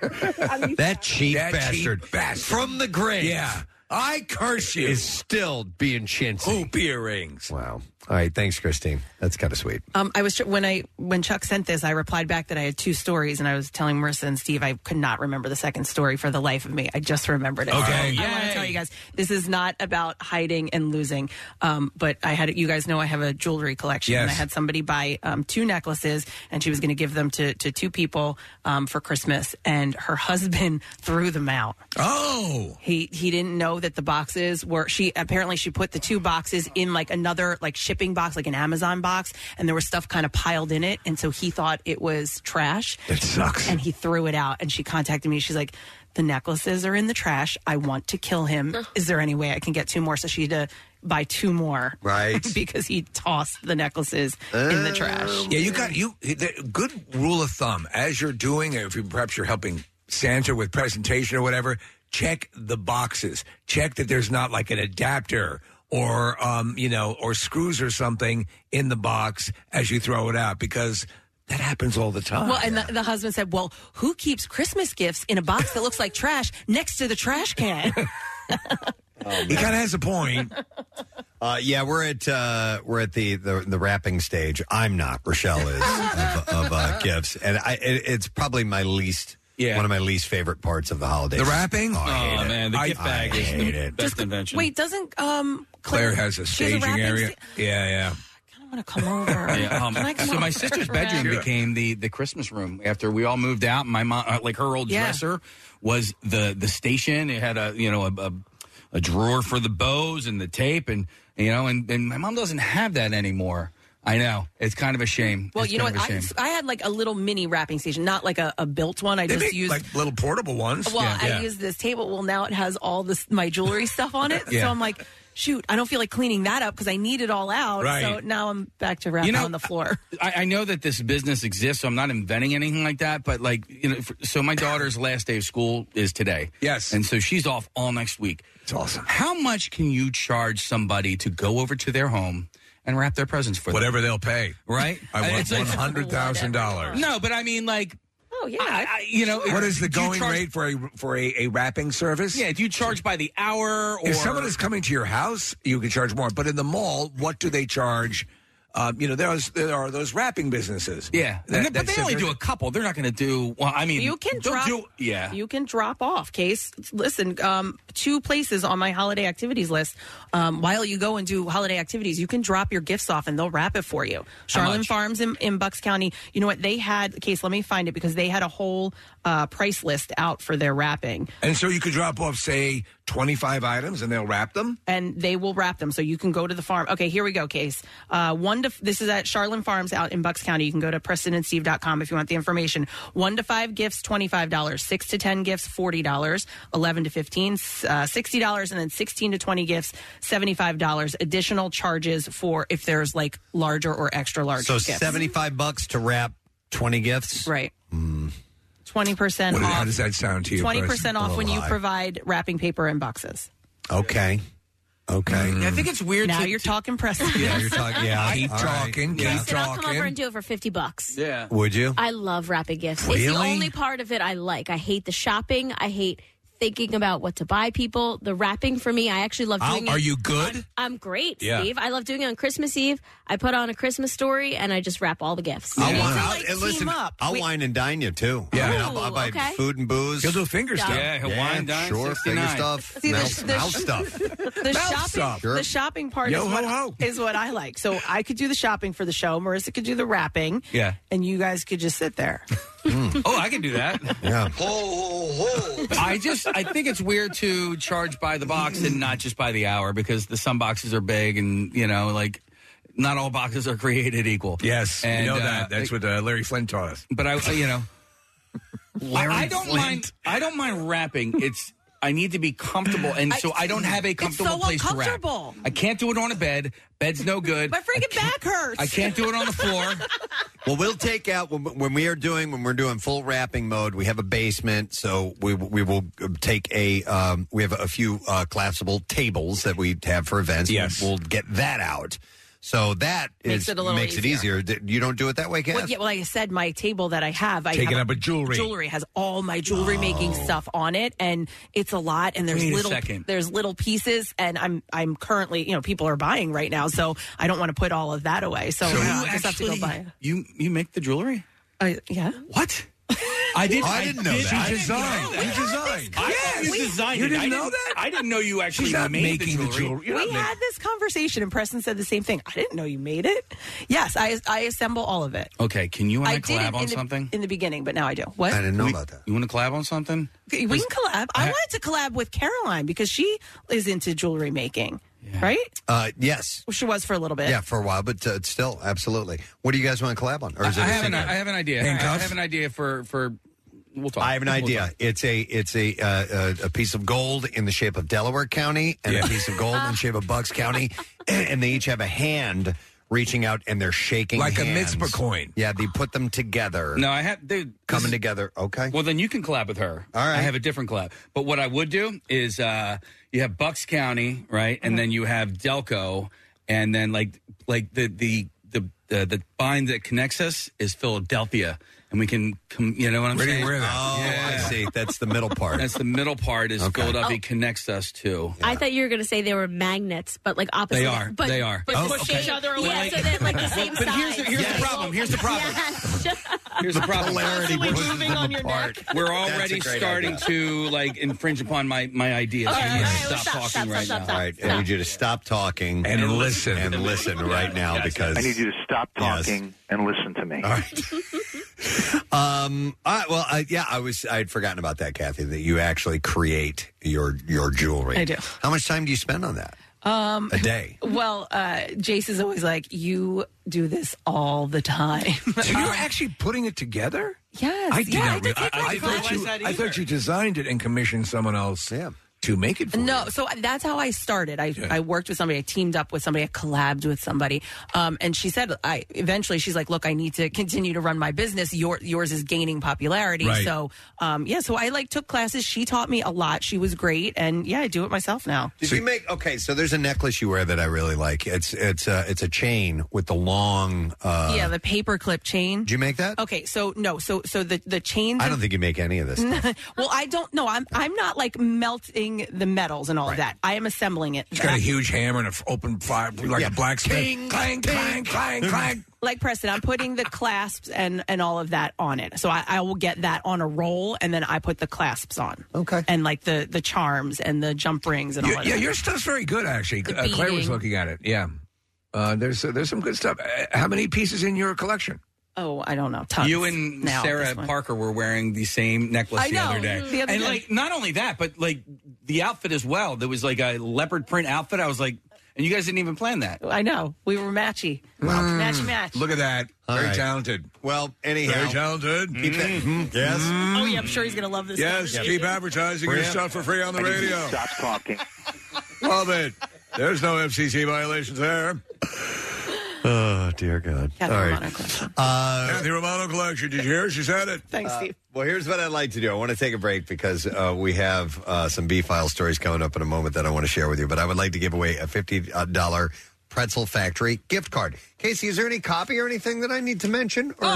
A: that cheap
C: That cheap
A: bastard.
C: bastard.
A: From the grave.
C: Yeah. I curse you.
A: Is still being chintzy.
C: Hoop earrings.
A: Wow. All right. Thanks, Christine. That's kind of sweet.
B: Um, I was when I when Chuck sent this, I replied back that I had two stories, and I was telling Marissa and Steve I could not remember the second story for the life of me. I just remembered it.
C: Okay.
B: So I want to tell you guys this is not about hiding and losing, um, but I had you guys know I have a jewelry collection, and I
T: Yes.
B: had somebody buy um, two necklaces, and she was going to give them to to two people um, for Christmas, and her husband threw them out.
C: Oh.
B: He he didn't know that the boxes were she apparently she put the two boxes in like another like shipping box, like an Amazon box, and there was stuff kind of piled in it, and so he thought it was trash.
C: It sucks.
B: And he threw it out and she contacted me. She's like, The necklaces are in the trash. I want to kill him. Is there any way I can get two more? So she had to buy two more.
A: Right.
B: because he tossed the necklaces in the trash.
C: Yeah, you got you. The, good rule of thumb as you're doing, if you perhaps you're helping Santa with presentation or whatever, check the boxes. Check that there's not like an adapter or um, you know, or screws or something in the box as you throw it out because that happens all the
D: Oh,
C: time.
B: Well, and the, the husband said, "Well, who keeps Christmas gifts in a box that looks like trash next to the trash can?"
C: he kind of has a point.
A: Uh, yeah, we're at uh, we're at the, the the wrapping stage. I'm not. Rochelle is of, of uh, gifts, and I, it, it's probably my least Yeah. One of my least favorite parts of the holidays.
C: The wrapping?
A: Oh, I hate
C: Oh,
A: it.
C: man, the gift bag
A: I
C: is
A: hate
C: the
A: it.
C: best Just-
A: invention.
B: Wait, doesn't um Claire,
C: Claire has a
B: she has
C: staging
B: wrapping
C: area.
B: sta-
C: yeah, yeah.
B: I want to come over.
D: Yeah, um,
B: Can I come
D: so
B: over?
D: my sister's bedroom
B: Sure.
D: became the the Christmas room after we all moved out. My mom, uh, like her old
B: Yeah.
D: dresser, was the the station. It had a you know a, a, a drawer for the bows and the tape, and you know, and, and my mom doesn't have that anymore. I know it's kind of a shame.
B: Well,
D: It's
B: you know
D: kind
B: what?
D: of a
B: I,
D: shame.
B: I had like a little mini wrapping station, not like a, a built one. I
D: They
B: just
D: make,
B: used
D: like,
C: little portable ones.
B: Well, I used this table. Well, now it has all this my jewelry stuff on it.
D: Yeah.
B: So I'm like, shoot, I don't feel like cleaning that up because I need it all out. So
D: Right.
B: now I'm back to wrapping
D: You know-
B: on the floor.
D: I, I know that this business exists, so I'm not inventing anything like that. But like, you know, for, so my daughter's last day of school is today. Yes, and so she's off all next week. It's awesome. How much can you charge somebody to go over to their home and wrap their presents for
C: Whatever
D: them?
C: they'll pay.
D: Right?
C: I want
D: It's like-
C: $100,000.
D: No, but I mean, like,
B: oh yeah,
D: you know,
C: what is the
D: do you
C: going
D: charge-
C: rate for a for a, a wrapping service?
D: Yeah, do you charge by the hour? Or
C: If someone is coming to your house, you can charge more. But in the mall, what do they charge? Um, you know, there's there are those wrapping businesses.
D: yeah,
C: that-
D: And they- but
C: that
D: they
C: said
D: only
C: they're-
D: do a couple. They're not going to do. Well, I mean,
B: you can
D: they'll
B: drop.
D: do- yeah,
B: you can drop off. Case, listen. Um, two places on my holiday activities list. Um, while you go and do holiday activities, you can drop your gifts off and they'll wrap it for you. Charlene Farms in, in Bucks County. You know what they had? Case, let me find it because they had a whole uh, price list out for their wrapping.
C: And so you could drop off, say, 25 items and they'll wrap them?
B: and they will wrap them. So you can go to the farm. Okay, here we go, Case. Uh, one to this is at Charlin Farms out in Bucks County. You can go to PrestonandSteve.com if you want the information. One to five gifts, twenty-five dollars. Six to ten gifts, forty dollars. Eleven to fifteen, uh, sixty dollars, and then sixteen to twenty gifts, seventy-five dollars. Additional charges for if there's like larger or extra large.
A: So
B: gifts.
A: 75 bucks to wrap 20 gifts? Mm.
B: Right. Twenty percent
A: What is- how
B: off.
A: does that sound to you,
B: Twenty
A: Preston?
B: percent off when you
A: Lie.
B: provide wrapping paper and boxes.
A: Okay. Okay.
C: Mm.
D: I think it's weird.
B: Now you're talking, Preston.
A: Yeah, you're talking. Yeah,
C: Keep
A: all right.
C: talking.
A: Yeah.
C: Keep
G: Said, I'll come over and
C: talking.
G: do it for 50 bucks.
D: Yeah.
A: Would you?
G: I love wrapping gifts. It's the
A: Really?
G: only part of it I like. I hate the shopping. I hate thinking about what to buy people. The wrapping for me, I actually love doing
C: I'll-
G: it.
C: are you good?
G: I'm, I'm great,
C: Yeah.
G: Steve. I love doing it on Christmas Eve. I put on a Christmas story and I just wrap all the gifts.
A: I'll, wine, I'll,
G: like,
A: and listen,
G: team up.
A: I'll
G: We-
A: wine and dine you too.
C: Yeah.
A: I mean, I'll, I'll
G: Ooh,
A: buy
G: okay.
A: food and booze.
C: He'll do finger
G: Yeah.
C: stuff.
D: Yeah, he'll wine dine
A: Sure, finger
D: 69.
A: stuff,
B: See, the-
A: mouth,
B: the-
A: mouth stuff.
B: the shopping,
A: stuff. Sure.
B: the shopping part
A: Yo
B: is
A: ho
B: what,
A: ho.
B: is what I like. So I could do the shopping for the show. Marissa could do the wrapping.
D: Yeah.
B: and you guys could just sit there.
D: oh, I can do that.
A: Yeah.
D: I just I think it's weird to charge by the box and not just by the hour because the some boxes are big and you know like not all boxes are created equal.
C: Yes,
D: and
C: you know
D: uh,
C: that. That's what uh, Larry Flynn taught us.
D: But I, you know, I, I don't mind. I don't mind rapping. It's I need to be comfortable, and so I don't have a comfortable
B: so
D: place to rap.
B: uncomfortable.
D: I can't do it on a bed. Bed's no good.
B: My freaking back hurts.
D: I can't do it on the floor.
A: Well, we'll take out when, when we are doing when we're doing full wrapping mode. We have a basement, so we we will take a um, we have a few uh, collapsible tables that we have for events.
C: Yes.
A: we'll get that out. So that
B: Makes
A: is-
B: it a little
A: makes
B: easier.
A: it easier. You don't do it that way, Kath?
B: Well, yeah, well, like I said, my table that I have, I
A: Taking
B: have
A: up with jewelry.
B: Jewelry has all my jewelry making stuff on it, and it's a lot. And there's
D: Wait a
B: little,
D: second.
B: there's little pieces, and I'm, I'm currently, you know, people are buying right now, so I don't want to put all of that away. So,
D: you
B: I just have to go
D: actually-
B: buy.
D: You you make the jewelry?
B: I, yeah.
D: What? I didn't.
C: I didn't know
D: did-
C: that. She designed.
D: I didn't know that.
C: You designed.
D: I thought
C: Yes.
D: you designed.
C: You
D: it.
C: didn't
D: I
C: know
D: that. I didn't know you actually
C: She's not
D: made
C: making the
D: the jewelry.
C: jewelry. You're
B: we had this conversation, and Preston said the same thing. I didn't know you made it. Yes, I, I assemble all of it.
D: Okay, can you and I,
B: I did
D: collab
B: it
D: on
B: in the,
D: something?
B: in the beginning, but now I do. What?
D: we, that. You want to collab on something?
B: We can collab. I wanted to collab with Caroline because she is into jewelry making, right?
A: Uh, yes.
B: Well, she was for a little bit.
A: Yeah, for a while, but uh, still, absolutely. What do you guys want to collab on? Or is
D: I
A: it a
D: have, an,
A: secret?
D: I have an idea. I- I
A: Handcuffs?
D: have an idea for for. We'll talk.
A: I have an
D: We'll
A: idea.
D: talk.
A: It's a it's a uh, a, a piece of gold in the shape of Delaware County and a piece of gold in the shape of Bucks County, and they each have a hand reaching out and they're shaking
C: Like a
A: hands.
C: mitzvah coin.
A: Yeah, they put them together.
D: No, I have dude
A: coming together. Okay.
D: Well, then you can collab with her.
A: All right.
D: I have a different collab. But what I would do is uh you have Bucks County, right,
A: Uh-huh.
D: and then you have Delco, and then like like the the the the, the bind that connects us is Philadelphia, and we can com- you know what I'm
A: Where do you
D: saying?
A: wear that? Oh, I see. That's the middle part.
D: That's the middle part is
A: Okay.
D: Philadelphia
G: Oh.
D: connects us to.
G: I thought you were going to say they were magnets, but like opposite.
D: They are.
G: But,
D: They are.
G: But
D: Oh,
G: push
D: okay.
G: each other away. Yeah,
D: Like-
G: so they're like the same
D: But here's the, here's the problem. Here's the problem.
G: Yes.
D: Here's the problem.
A: Polarity pushes them apart.
D: We're
A: That's a
D: already
A: great
D: starting
A: idea.
D: to like infringe upon my my ideas.
A: All
D: You
A: right,
D: need to
A: all right,
D: stop, talking right now.
A: All right, I need you to stop talking
C: And listen.
A: and listen right now because
T: I need you to stop talking and listen to me.
A: Um. I, well, I, yeah, I was. I had forgotten about that, Kathy. That you actually create your your jewelry.
B: I do.
A: How much time do you spend on that
B: Um,
A: a day?
B: well, uh, Jace is always like, you do this all the time.
C: So you're actually putting it together?
B: Yes.
C: I did
B: Yeah,
C: not
B: I did
C: rea-
B: take my
C: thought
B: class.
C: you,
B: Realize that
C: I thought you designed it and commissioned someone else to make it. For
B: No, so that's how I started. I, I worked with somebody, I teamed up with somebody, I collabed with somebody, um, and she said, I eventually she's like, look, I need to continue to run my business. Your yours is gaining popularity,
U: Right.
B: so um, yeah. So I like took classes. She taught me a lot. She was great, and yeah, I do it myself now.
A: Did you make okay? So there's a necklace you wear that I really like. It's it's a it's a chain with the long. Uh,
B: yeah, the paperclip chain.
A: Did you make that?
B: Okay, so no, so so the the chains.
A: I
B: and-
A: don't think you make any of this. stuff.
B: well, I don't know. I'm I'm not like melting the metals and all of that. I am assembling it.
C: She's got a huge hammer and an open fire, like
B: Yeah.
C: a blacksmith.
B: Ting,
C: clang, clang, clang, clang.
B: Like Preston, I'm putting the clasps and and all of that on it. So I, I will get that on a roll, and then I put the clasps on.
A: Okay.
B: And like the the charms and the jump rings and all
C: Yeah,
B: of
C: yeah,
B: that.
C: your stuff's very good, actually.
B: The
C: Uh, Claire was
B: beading.
C: looking at it. Yeah. Uh, there's there's some good stuff. Uh, how many pieces in your collection?
B: Oh, I don't know. Tons.
D: You and
B: now,
D: Sarah
B: this one.
D: Parker were wearing the same necklace
B: I
D: the
B: know,
D: other day.
B: the other
D: and
B: day.
D: like not only that, but like the outfit as well. There was like a leopard print outfit. I was like, and you guys didn't even plan that.
B: I know we were matchy.
D: Mm.
B: Match match.
C: Mm. Look at that.
D: All
C: very
D: right.
C: talented.
A: Well, anyhow. Mm-hmm.
C: Very talented.
A: Keep that-
C: Mhm.
A: Yes.
B: Oh yeah, I'm sure he's gonna love this.
C: Yes,
B: conversation.
C: keep advertising
A: Bring
C: your
A: it.
C: stuff for free on the
A: I need you to
C: radio.
A: stop
C: talking. Love it. There's no FCC violations there.
A: Oh dear God!
C: Kathy
A: All
C: Romano
A: right. Uh,
C: Kathy Romano collection. Did you hear? She said it.
B: Thanks, Steve.
A: Well, here's what I'd like to do. I want to take a break because uh, we have uh, some B file stories coming up in a moment that I want to share with you. But I would like to give away a fifty uh, dollar Pretzel Factory gift card. Casey, is there any copy or anything that I need to mention? Or-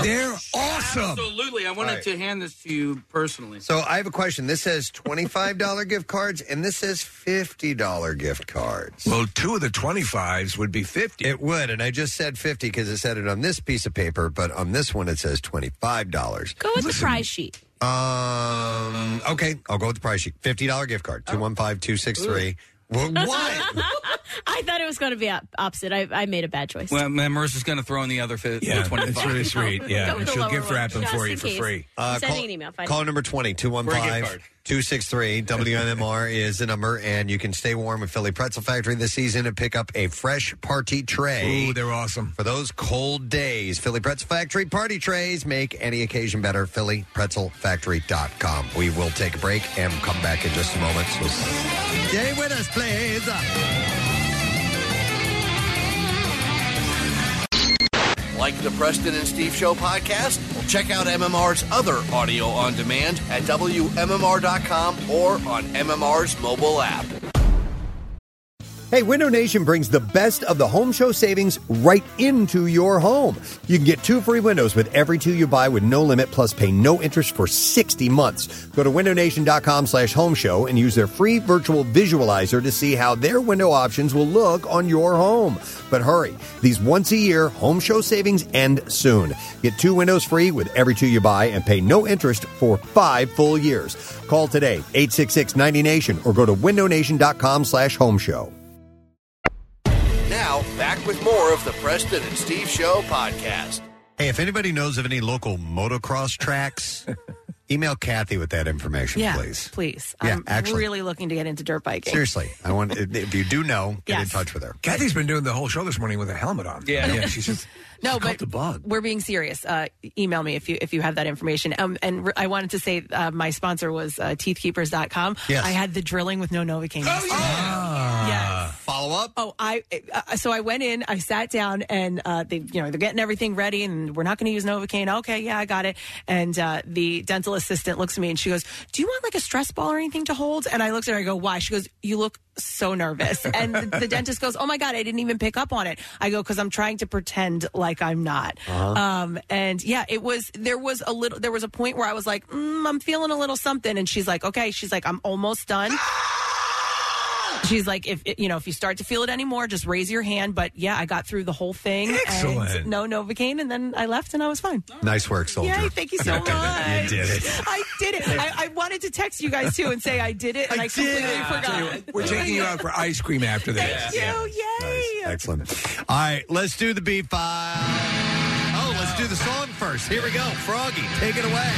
D: Absolutely. I wanted
A: All right.
D: to hand this to you personally.
A: So I have a question. This says twenty-five dollar gift cards, and this says fifty dollar gift cards.
C: Well, two of the twenty-fives would be fifty.
A: It would, and I just said fifty because it said it on this piece of paper, but on this one it says twenty-five dollars.
G: Go with the prize sheet.
A: Um. Okay, I'll go with the price sheet. Fifty dollar gift
B: Oh.
A: card. Two one five two six three. Well, what?
G: I thought it was going to be op- opposite. I, I made a bad choice.
D: Well, then Marissa's going to throw in the other fi-
C: Yeah,
D: the 25.
C: it's really sweet. Yeah,
G: Go with the lower one. Just in case.
A: Uh,
G: I'm sending
A: call,
G: an email. Fine.
A: call number 20 215
G: card.
A: 263 WMMR is the number, and you can stay warm at Philly Pretzel Factory this season and pick up a fresh party tray.
C: Ooh, they're awesome.
A: For those cold days, Philly Pretzel Factory party trays make any occasion better. PhillyPretzelFactory.com. We will take a break and come back in just a moment. So stay with us, please.
H: Like the Preston and Steve Show podcast? Well, check out MMR's other audio on demand at WMMR.com or on MMR's mobile app.
A: Hey, Window Nation brings the best of the home show savings right into your home. You can get two free windows with every two you buy with no limit, plus pay no interest for 60 months. Go to windownation.com slash home show and use their free virtual visualizer to see how their window options will look on your home. But hurry, these once a year home show savings end soon. Get two windows free with every two you buy and pay no interest for five full years. Call today, 866 90Nation, or go to windownation.com slash home show.
H: Now, back with more of the Preston and Steve Show podcast.
A: Hey, if anybody knows of any local motocross tracks, email Kathy with that information,
B: Yeah,
A: please.
B: please.
A: Yeah,
B: I'm
A: actually.
B: really looking to get into dirt biking.
A: Seriously, I want if you do know, get in touch with her.
C: Kathy's been doing the whole show this morning with a helmet on.
A: Yeah.
C: yeah. She's just
B: No,
C: caught
B: but
C: the bug.
B: we're being serious. Uh, email me if you if you have that information. Um, and re- I wanted to say uh, my sponsor was uh, teethkeepers.com.
A: Yes.
B: I had the drilling with no Novocaine. Oh,
A: Follow up?
B: Oh, I uh, so I went in, I sat down, and uh, they you know they're getting everything ready, and we're not going to use Novocaine. Okay, yeah, I got it. And uh, the dental assistant looks at me and she goes, "Do you want like a stress ball or anything to hold?" And I looked at her, I go, "Why?" She goes, "You look so nervous." And the, the dentist goes, "Oh my god, I didn't even pick up on it." I go, "Cause I'm trying to pretend like I'm not."
V: Uh-huh.
B: Um, and yeah, it was there was a little there was a point where I was like, mm, "I'm feeling a little something," and she's like, "Okay," she's like, "I'm almost done." She's like, if you know, if you start to feel it anymore, just raise your hand. But yeah, I got through the whole thing. and
A: Excellent.
B: no Novocaine, and then I left, and I was fine.
A: Nice work, soldier.
B: Yay! Thank you so
A: You
B: much.
A: did it. You did it.
B: I did it. I, I wanted to text you guys too and say I did it, and I, completely forgot.
C: We're taking you out for ice cream after this.
B: Thank you. Yay!
A: Excellent. All right, let's do the beat file. Oh, let's do the song first. Here we go. Froggy, take it away.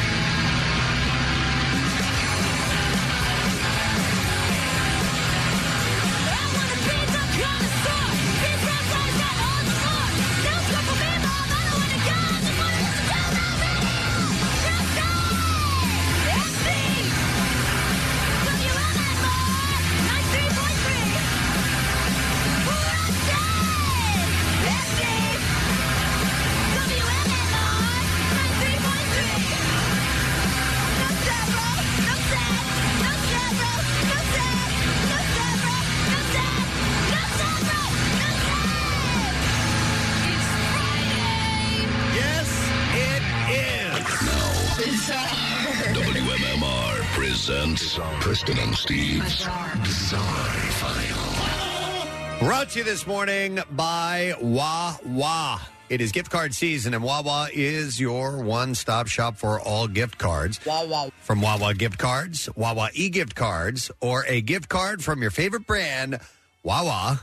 W: Yes,
O: it
W: is. WMMR presents Preston and Steve's Bizarre File.
A: Brought to you this morning by Wawa. It is gift card season, and Wawa is your one stop shop for all gift cards. Wawa. From Wawa gift cards, Wawa e gift cards, or a gift card from your favorite brand, Wawa.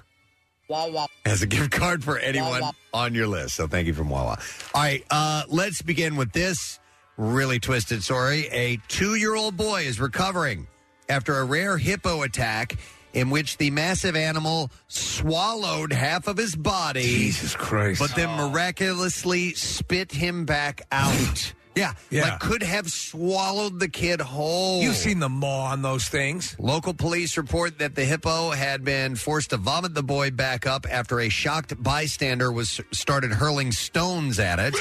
A: Wawa. As a gift card for anyone on your list. So thank you from Wawa. All right, uh, let's begin with this really twisted story. A two year old boy is recovering after a rare hippo attack in which the massive animal swallowed half of his body. Jesus
C: Christ.
A: But then miraculously spit him back out. yeah.
C: Yeah.
A: Like could have swallowed the kid whole.
C: You've seen the maw on those things.
A: Local police report that the hippo had been forced to vomit the boy back up after a shocked bystander was started hurling stones at it.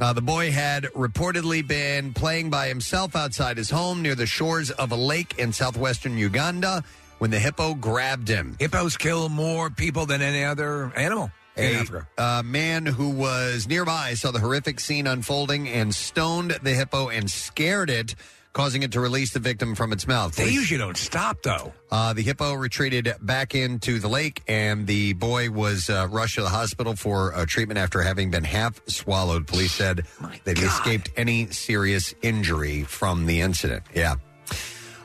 A: Uh, the boy had reportedly been playing by himself outside his home near the shores of a lake in southwestern Uganda when the hippo grabbed him.
C: Hippos kill more people than any other animal in
A: A
C: Africa.
A: uh, man who was nearby saw the horrific scene unfolding and stoned the hippo and scared it, causing it to release the victim from its mouth.
C: They usually don't stop though.
A: Uh, the hippo retreated back into the lake, and the boy was uh, rushed to the hospital for uh, treatment after having been half swallowed. Police said that he escaped any serious injury from the incident. Yeah.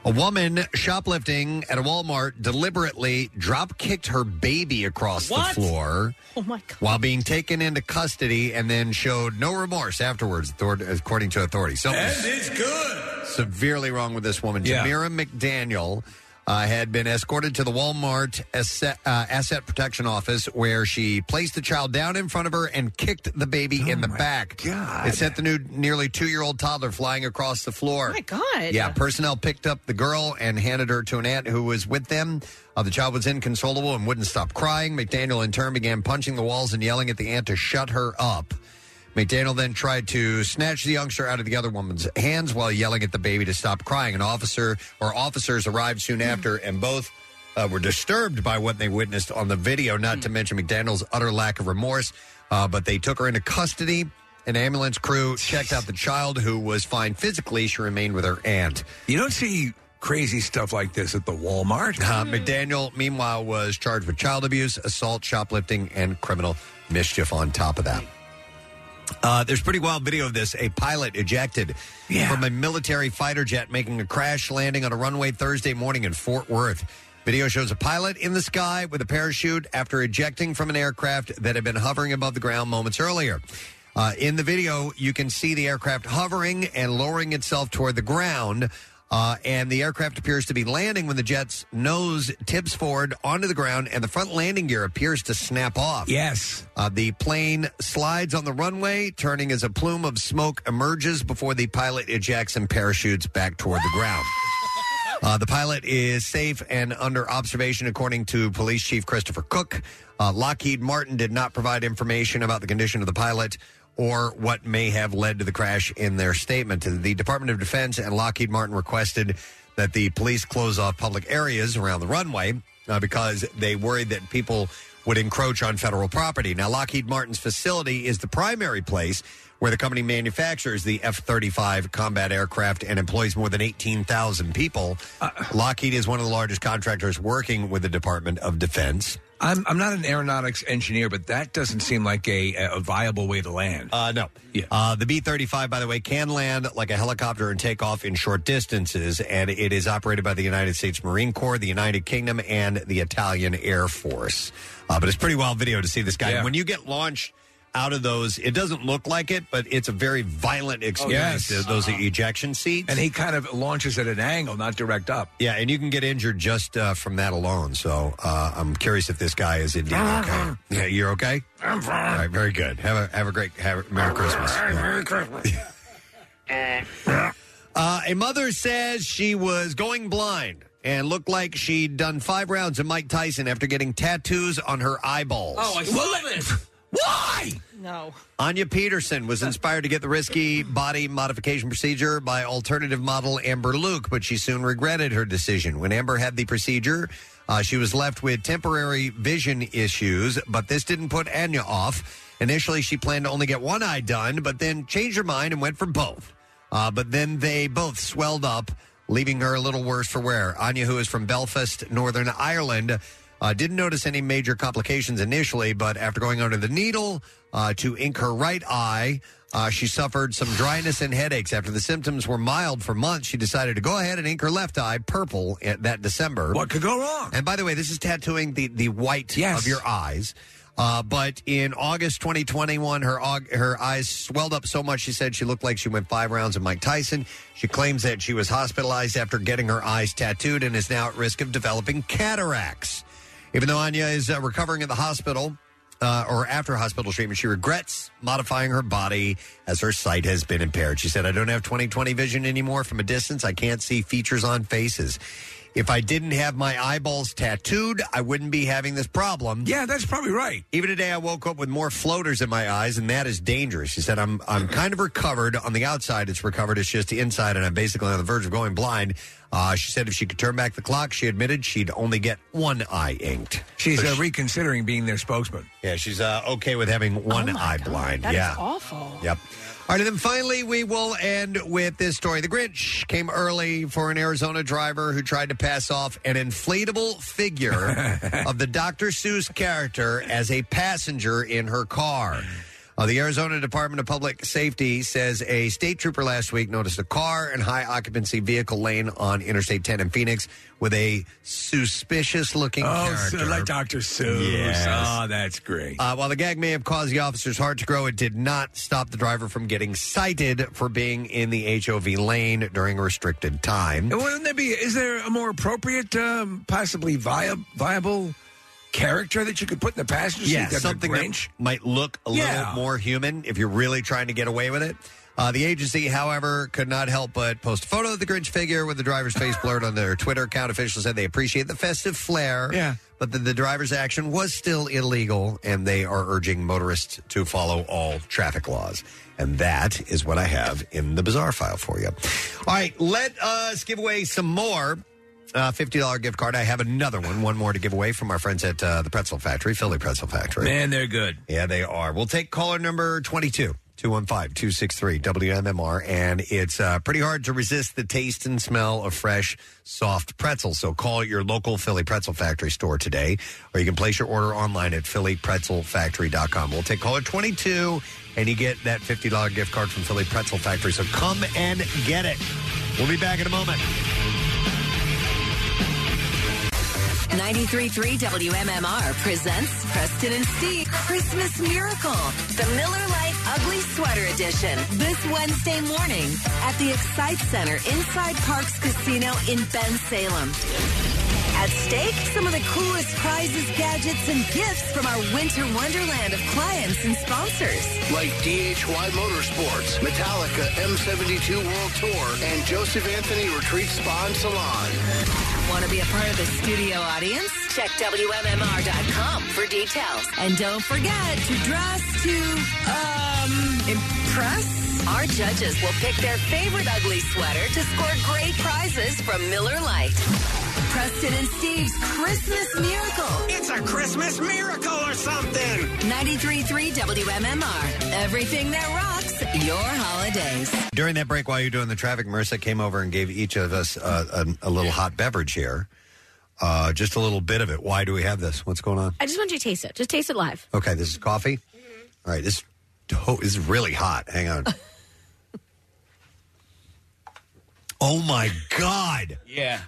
A: A woman shoplifting at a Walmart deliberately drop kicked her baby across
O: What?
A: the floor
O: Oh my God.
A: while being taken into custody and then showed no remorse afterwards, author- according to authorities. Something's
C: good.
A: severely wrong with this woman.
C: Yeah.
A: Jamira McDaniel uh, had been escorted to the Walmart Asset, uh, Asset Protection Office where she placed the child down in front of her and kicked the baby
O: Oh,
A: in the back. God. It sent the new nearly two year old toddler flying across the floor.
B: Oh my God.
A: Yeah, personnel picked up the girl and handed her to an aunt who was with them. Uh, the child was inconsolable and wouldn't stop crying. McDaniel, in turn, began punching the walls and yelling at the aunt to shut her up. McDaniel then tried to snatch the youngster out of the other woman's hands while yelling at the baby to stop crying. An officer or officers arrived soon after, and both uh, were disturbed by what they witnessed on the video, not to mention McDaniel's utter lack of remorse. Uh, but they took her into custody. An ambulance crew checked out the child, who was fine physically. She remained with her aunt.
C: You don't see crazy stuff like this at the Walmart.
A: Uh, McDaniel, meanwhile, was charged with child abuse, assault, shoplifting, and criminal mischief on top of that. Uh, there's pretty wild video of this. A pilot ejected from a military fighter jet making a crash landing on a runway Thursday morning in Fort Worth. Video shows a pilot in the sky with a parachute after ejecting from an aircraft that had been hovering above the ground moments earlier. Uh, in the video, you can see the aircraft hovering and lowering itself toward the ground. Uh, and the aircraft appears to be landing when the jet's nose tips forward onto the ground and the front landing gear appears to snap off.
C: Yes.
A: Uh, the plane slides on the runway, turning as a plume of smoke emerges before the pilot ejects and parachutes back toward the ground. Uh, the pilot is safe and under observation, according to Police Chief Christopher Cook. Uh, Lockheed Martin did not provide information about the condition of the pilot or what may have led to the crash in their statement. The Department of Defense and Lockheed Martin requested that the police close off public areas around the runway uh, because they worried that people would encroach on federal property. Now, Lockheed Martin's facility is the primary place where the company manufactures the F 35 combat aircraft and employs more than 18,000 people.
C: Uh.
A: Lockheed is one of the largest contractors working with the Department of Defense.
C: I'm, I'm not an aeronautics engineer, but that doesn't seem like a, a viable way to land.
A: Uh, no. Uh, the B 35, by the way, can land like a helicopter and take off in short distances, and it is operated by the United States Marine Corps, the United Kingdom, and the Italian Air Force. Uh, but it's pretty wild video to see this guy. When you get launched out of those, it doesn't look like it, but it's a very violent experience,
C: Oh, yes. Uh-huh.
A: uh, those ejection seats.
C: And he kind of launches at an angle, not direct up.
A: Yeah, and you can get injured just uh, from that alone. So uh, I'm curious if this guy is indeed okay. Yeah, you're okay. I'm fine. All right, very good. Have a have a great have a, Merry Christmas. Merry Christmas. uh, a mother says she was going blind and looked like she'd done five rounds of Mike Tyson after getting tattoos on her eyeballs.
F: Oh, I saw this.
A: Why?
B: No.
A: Anya Peterson was inspired to get the risky body modification procedure by alternative model Amber Luke, but she soon regretted her decision. When Amber had the procedure, uh, she was left with temporary vision issues, but this didn't put Anya off. Initially, she planned to only get one eye done, but then changed her mind and went for both. Uh, but then they both swelled up, leaving her a little worse for wear. Anya, who is from Belfast, Northern Ireland, uh, didn't notice any major complications initially, but after going under the needle uh, to ink her right eye, uh, she suffered some dryness and headaches. After the symptoms were mild for months, she decided to go ahead and ink her left eye purple in- that December. What
C: could go wrong?
A: And by the way, this is tattooing the, the white of your eyes. Uh, but in August 2021, her aug- her eyes swelled up so much she said she looked like she went five rounds of Mike Tyson. She claims that she was hospitalized after getting her eyes tattooed and is now at risk of developing cataracts. Even though Anya is uh, recovering at the hospital uh, or after hospital treatment, she regrets modifying her body as her sight has been impaired. She said, I don't have 20 20 vision anymore from a distance. I can't see features on faces. If I didn't have my eyeballs tattooed, I wouldn't be having this problem.
C: Yeah, that's probably right.
A: Even today, I woke up with more floaters in my eyes, and that is dangerous. She said, "I'm I'm kind of recovered on the outside. It's recovered. It's just the inside, and I'm basically on the verge of going blind." Uh, she said, if she could turn back the clock, she admitted she'd only get one eye inked.
C: She's
A: So
C: uh,
A: she-
C: reconsidering being their spokesman.
A: yeah, she's uh, okay with having one eye blind.
C: Oh that is
A: yeah.
B: awful.
A: Yep. All right, and then finally, we will end with this story. The Grinch came early for an Arizona driver who tried to pass off an inflatable figure of the Dr. Seuss character as a passenger in her car. Uh, the Arizona Department of Public Safety says a state trooper last week noticed a car and high occupancy vehicle lane on Interstate 10 in Phoenix with a suspicious looking
C: Oh, so
A: character.
C: like Dr. Seuss.
A: Yes.
C: Oh, that's great.
A: Uh, while the gag may have caused the officer's heart to grow, it did not stop the driver from getting cited for being in the HOV lane during a restricted time.
C: And Wouldn't there be? Is there a more appropriate, um, possibly vi- viable character that you could put in the passenger seat?
A: Yeah,
C: than the
A: something that
C: Grinch?
A: might look a
C: Yeah.
A: little more human if you're really trying to get away with it. Uh, the agency, however, could not help but post a photo of the Grinch figure with the driver's face blurred on their Twitter account. Officials said they appreciate the festive flair, yeah. but that the driver's action was still illegal, and they are urging motorists to follow all traffic laws. And that is what I have in the bizarre file for you. All right, let us give away some more. Uh, $50 gift card. I have another one, one more to give away from our friends at uh, the Pretzel Factory, Philly Pretzel Factory.
C: Man, they're good.
A: Yeah, they are. We'll take caller number 22. 215-263-WMMR, and it's uh, pretty hard to resist the taste and smell of fresh, soft pretzels. So call your local Philly Pretzel Factory store today, or you can place your order online at phillypretzelfactory.com. We'll take caller 22, and you get that $50 gift card from Philly Pretzel Factory. So come and get it. We'll be back in a moment.
O: 93.3 WMMR presents Preston and Steve Christmas Miracle, the Miller Lite Ugly Sweater Edition, this Wednesday morning at the Excite Center inside Parks Casino in Ben Salem. At stake, some of the coolest prizes, gadgets, and gifts from our winter wonderland of clients and sponsors.
H: Like DHY Motorsports, Metallica M72 World Tour, and Joseph Anthony Retreat Spa and Salon.
O: Want to be a part of the studio audience? Check WMMR.com for details. And don't forget to dress to, um, impress. Our judges will pick their favorite ugly sweater to score great prizes from Miller Lite. Preston and Steve's Christmas Miracle. It's a Christmas miracle or something. 93.3 WMMR. Everything that rocks your holidays.
A: During that break, while you're doing the traffic, Marissa came over and gave each of us uh, a, a little hot beverage here. Uh, just a little bit of it. Why do we have this? What's going on?
G: I just want you to taste it. Just taste it live.
A: Okay, this is coffee.
G: Mm-hmm.
A: All right, this, oh, this is really hot. Hang on. oh my God.
D: Yeah.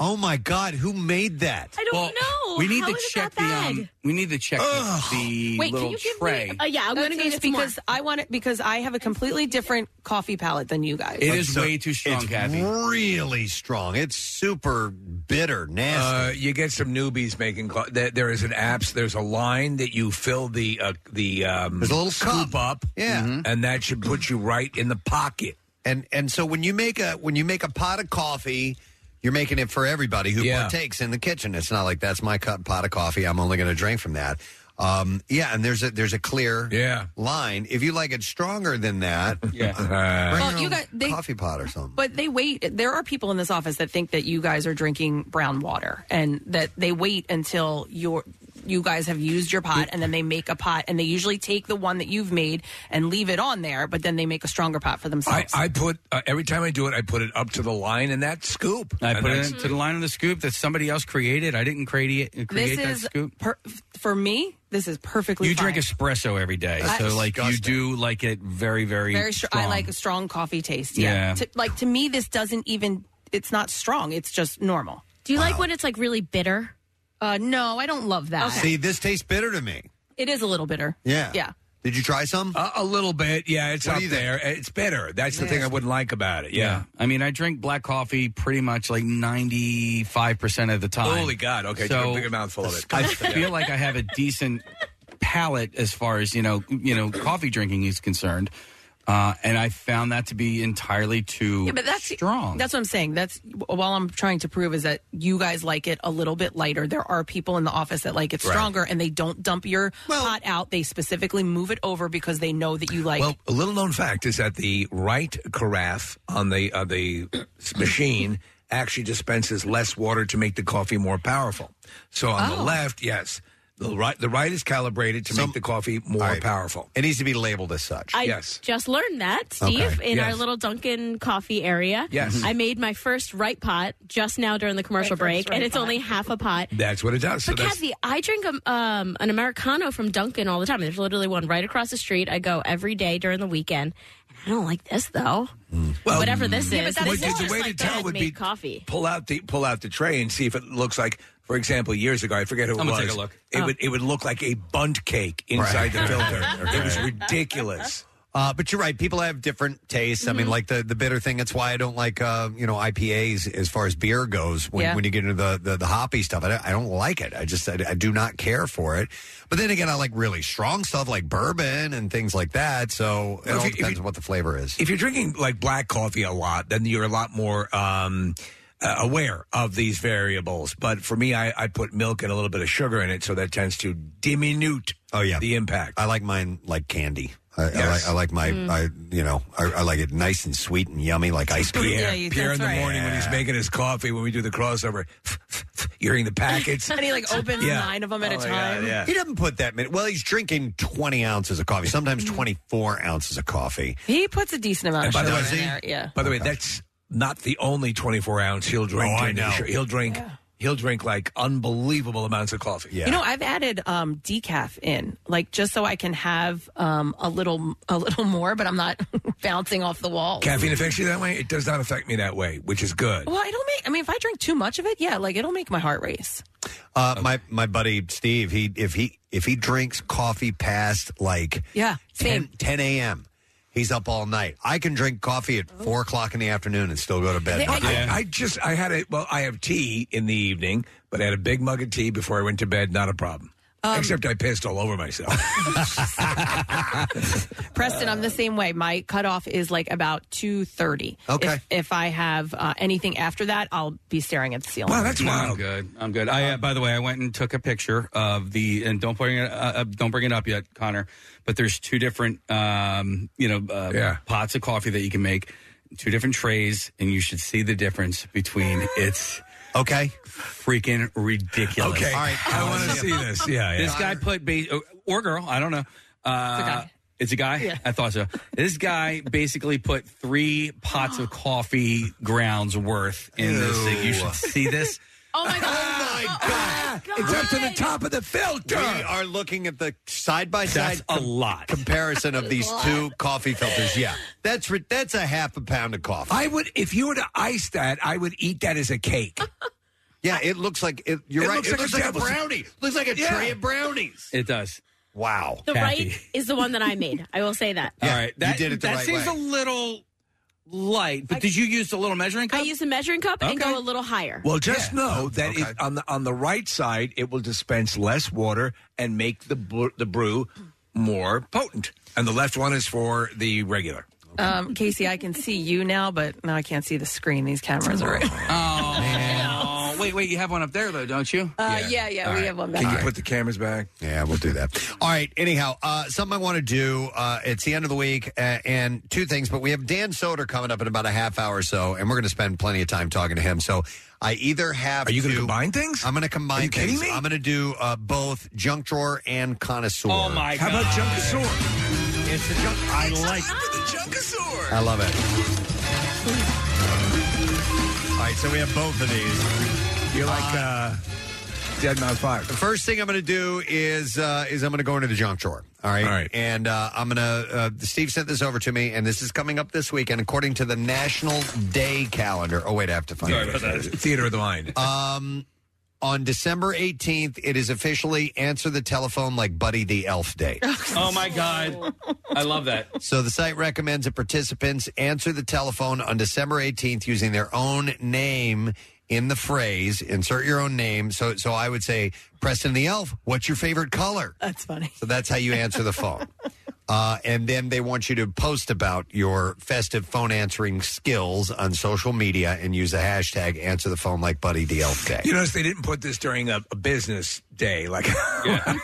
A: Oh my God. Who made that?
G: I don't know.
D: We need
G: How
D: to
G: is it
D: check the
G: that bad?
D: um, we need to check the, the
B: Wait,
D: little
B: can you give
D: tray. Uh,
B: me? going to get it because I want it because I have a completely different coffee palette than you guys.
D: It is way too strong,
A: it's
D: Kathy.
A: Really strong. It's super bitter,
C: Uh,
A: nasty.
C: you get some newbies making. Cl- there, there is an apps. There's a line that you fill the uh, the um, there's a little scoop up, mm-hmm,
A: Yeah.
C: and that should put you right in the pocket.
A: and and so when you make a when you make a pot of coffee, you're making it for everybody who
C: Yeah.
A: partakes in the kitchen. It's not like that's my cup pot of coffee. I'm only going to drink from that. Um, yeah, and there's a there's a clear
C: yeah.
A: line. If you like it stronger than that,
D: yeah,
A: bring
B: Well,
A: your
B: you
A: own
B: got- they-
A: coffee pot or something.
B: But they wait. There are people in this office that think that you guys are drinking brown water, and that they wait until your you guys have used your pot, and then they make a pot, and they usually take the one that you've made and leave it on there, but then they make a stronger pot
C: I,
B: for themselves.
C: I put uh, every time I do it, I put it up to the line and that scoop.
D: I
C: And
D: put it
C: that's-
D: into the line of the scoop that somebody else created. I didn't create it. Create
B: this
D: that
B: is
D: scoop.
B: per, for me. This is perfectly.
D: You
B: fine.
D: drink espresso every day,
B: That's
D: so like you do like it very, very,
B: very str- I
D: strong.
B: like a strong coffee taste. Yeah.
D: Yeah.
B: To- like to me, this doesn't even. It's not strong. It's just normal.
G: Do you like when it's like really bitter?
B: Uh, no, I don't love that.
A: See, this tastes bitter to me.
B: It is a little bitter.
A: Yeah.
B: Yeah.
A: Did you try some?
C: Uh, a little bit. Yeah, it's
D: What
C: up
D: do you think?
C: there. It's bitter. That's the thing I wouldn't like about it. Yeah.
D: I mean, I drink black coffee pretty much like ninety five percent of the time.
C: Holy God! Okay,
D: So-
C: take a big mouthful of it.
D: I feel like I have a decent palate as far as you know, you know, coffee drinking is concerned, uh, and I found that to be entirely too
B: Yeah, but that's
D: strong.
B: That's what I'm saying. That's all I'm trying to prove is that you guys like it a little bit lighter. There are people in the office that like it
C: Right.
B: stronger, and they don't dump your pot out. They specifically move it over because they know that you like.
C: Well, a little known fact is that the right carafe on the uh, the machine actually dispenses less water to make the coffee more powerful. So on the
A: Oh.
C: left, yes, the right the right is calibrated to make the coffee more
A: All right.
C: powerful.
A: It needs to be labeled as such.
G: I
C: yes.
G: just learned that, Steve,
C: Okay.
G: in our
C: Yes.
G: little Dunkin' coffee area.
C: Yes.
G: I made my first right pot just now during the commercial
C: Right, first
G: break, and
C: right
G: it's only half a pot.
C: That's what it does. So
G: but
C: that's
G: Kathy, I drink a, um, an Americano from Dunkin' all the time. There's literally one right across the street. I go every day during the weekend. I don't like this though. Whatever this
C: Hmm. Yeah,
G: is,
C: but
G: this
C: that's-
G: is
C: the way
G: just
C: to
G: like
C: tell
G: bad
C: would
G: made
C: be-
G: coffee.
C: pull out the pull out the tray and see if it looks like. For example, years ago, I forget who it
D: I'm
C: was.
D: gonna take a look.
C: It
D: Oh.
C: would it would look like a bunt cake inside the
A: Right.
C: filter. It was
A: Right.
C: ridiculous.
A: Uh, but you're right. People have different tastes. I
C: Mm-hmm.
A: mean, like the, the bitter thing. That's why I don't like uh, you know IPAs as far as beer goes. When,
I: Yeah.
A: when you get into the the, the hoppy stuff, I don't, I don't like it. I just I, I do not care for it. But then again, I like really strong stuff like bourbon and things like that. So it
C: Well, if
A: all
C: you- if
A: depends
C: you-
A: on what the flavor is.
C: If you're drinking like black coffee a lot, then you're a lot more um, uh, aware of these variables. But for me, I, I put milk and a little bit of sugar in it, so that tends to diminute.
A: Oh yeah,
C: the impact.
A: I like mine like candy. I, I,
C: Yes.
A: like, I like my,
C: Mm.
A: I you know, I, I like it nice and sweet and yummy, like ice cream.
C: Pierre, Pierre in the morning when he's
A: Yeah.
C: making his coffee when we do the crossover, you're hearing the packets,
B: And he, like, opens nine of 'em at a
C: my God,
B: time.
C: yeah.
A: He doesn't put that many. Well, he's drinking 20 ounces of coffee, sometimes
B: Mm.
A: 24 ounces of coffee.
B: he puts a decent amount
C: And by
B: of sugar
C: the way,
B: in
C: see?
B: there. Yeah.
C: By the way, that's not the only 24 ounce he'll drink.
A: Oh, I
C: in the
A: know.
C: show. He'll drink. He'll drink like unbelievable amounts of coffee.
B: You know, I've added um, decaf in, like just so I can have um, a little, a little more, but I'm not bouncing off the wall.
C: caffeine affects you that way. It does not affect me that way, which is good.
B: Well, it'll make. I mean, if I drink too much of it, yeah, like it'll make my heart race.
A: Uh, My my buddy Steve, he if he if he drinks coffee past like
B: Yeah,
A: 10, 10 a.m., he's up all night. I can drink coffee
B: Oh.
A: at four o'clock in the afternoon and still go to bed.
C: I, I just I had a well I have tea in the evening, but I had a big mug of tea before I went to bed. Not a problem, except I pissed all over myself.
B: Preston, I'm the same way. My cutoff is like about two thirty.
D: Okay.
B: If, if I have uh, anything after that, I'll be staring at the ceiling.
D: Oh, I'm good. I'm good. I, uh, by the way, I went and took a picture of the and don't bring it uh, uh, don't bring it up yet, Connor. But there's two different um, you know uh, pots of coffee that you can make, two different trays, and you should see the difference between it's
A: Okay.
D: Freaking ridiculous.
C: Okay. All right. I wanna see this. Yeah, yeah.
D: This guy put ba- uh, or girl. I don't know. Uh, it's a guy.
C: Yeah.
D: I thought so. This guy basically put three pots of coffee grounds worth in this thing. You should see this.
G: Oh my god!
A: It's up to the top of the filter. We are looking at the side by side
D: a lot
A: comparison of these two coffee filters. Yeah, that's ri- that's a half a pound of coffee.
C: I would, if you were to ice that, I would eat that as a cake.
A: yeah, it looks like it. You're right. it looks like a brownie. Looks like a
D: Yeah.
A: tray of brownies.
D: It does.
A: Wow.
G: The right is the one that I made. I will say that.
D: All right. That, that seems a little light, but did you use the little measuring cup?
G: I use a measuring cup and
D: Okay.
G: go a little higher.
C: Well, just know that if on the on the right side, it will dispense less water and make the br- the brew more potent, and the left one is for the regular.
B: Um, Casey, I can see you now, but now I can't see the screen. These cameras are.
D: Oh, wait, wait. You have one up there though, don't you?
B: Uh, yeah, yeah,
A: All
B: we
A: right.
B: have one
A: Can
B: back.
A: you
C: Put the cameras back.
A: Yeah, we'll do that. All right. Anyhow, uh, something I want to do. Uh, it's the end of the week, uh, and two things. But we have Dan Soder coming up in about a half hour or so, and we're going to spend plenty of time talking to him. So I either have. Are you going to combine
C: things?
A: I'm going to combine
C: Are you kidding
A: things.
C: me?
A: I'm going to do uh, both junk drawer and connoisseur.
C: Oh, my How about God.
A: junkosaur? It's the junk. I like.
C: Junkosaur.
A: I love it. All right, so we have both of these.
C: You're like uh, Dead Mouse Five.
A: The first thing I'm going to do is uh, is I'm going to go into the junk drawer. All right. All right. And uh, I'm going to. Uh, Steve sent this over to me, and this is coming up this weekend according to the National Day calendar. Oh wait, I have to find it.
C: Theater of the Mind.
A: Um, on December 18th, it is officially answer the telephone like Buddy the Elf Day.
D: Oh my god, I love that.
A: So the site recommends that participants answer the telephone on December 18th using their own name in the phrase. Insert your own name. So so I would say, Preston the Elf, what's your favorite color?
B: That's funny.
A: So that's how you answer the phone. Uh, and then they want you to post about your festive phone answering skills on social media and use the hashtag answer the phone like Buddy the Elf Day.
C: You notice they didn't put this during a, a business day, like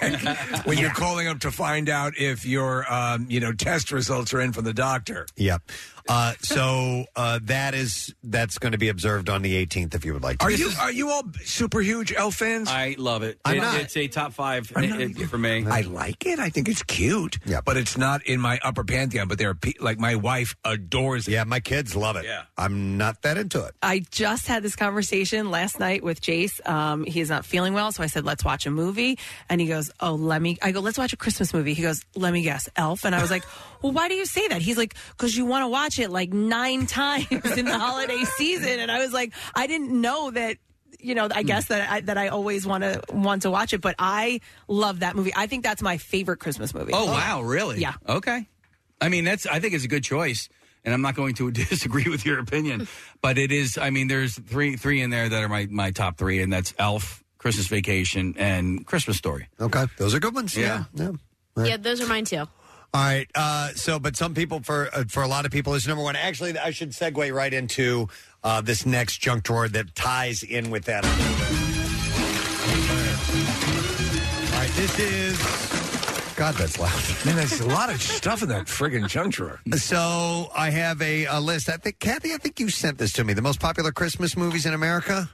C: when you're calling up to find out if your um, you know test results are in from the doctor.
A: Yep. Uh, so uh, that is that's going to be observed on the 18th if you would like. to.
C: Are you are you all super huge elf fans?
D: I love it.
C: I'm
D: It-
C: not-
D: It's a top five it- it- for me.
C: I like it. I think it's cute. Yeah, but it's not in my upper pantheon. But there are pe- like my wife adores it.
A: Yeah, my kids love it.
C: Yeah,
A: I'm not that into it.
B: I just had this conversation last night with Jace. Um, he is not feeling well, so I said, "Let's watch a movie." And he goes, "Oh, let me." I go, "Let's watch a Christmas movie." He goes, "Let me guess, Elf." And I was like, "Well, why do you say that?" He's like, "Cause you want to watch it like nine times in the holiday season." And I was like, "I didn't know that." You know, I guess that I, that I always want to want to watch it, but I love that movie. I think that's my favorite Christmas movie.
D: Oh wow, really?
B: Yeah.
D: Okay. I mean, that's. I think it's a good choice, and I'm not going to disagree with your opinion. But it is. I mean, there's three three in there that are my my top three, and that's Elf, Christmas Vacation, and Christmas Story.
A: Okay, those are good ones. Yeah. yeah.
G: Yeah, those are mine too.
A: All right. Uh, so, but some people, for uh, for a lot of people, is number one. Actually, I should segue right into uh, this next junk drawer that ties in with that. a little bit. All right, this is. God, that's loud.
C: Man, there's a lot of stuff in that friggin' junk drawer.
A: So I have a, a list. I think Kathy, I think you sent this to me. The most popular Christmas movies in America.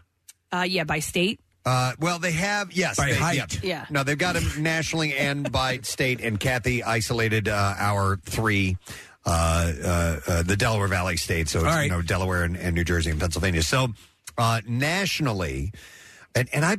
B: Uh, yeah, by state.
A: Uh, well, they have yes
B: By
A: they-
B: height.
A: yep.
B: Yeah.
A: No, they've got them nationally and by state. And Kathy isolated uh, our three, uh, uh, uh, the Delaware Valley states. So it's,
C: All right.
A: you know Delaware and, and New Jersey and Pennsylvania. So uh, nationally, and and I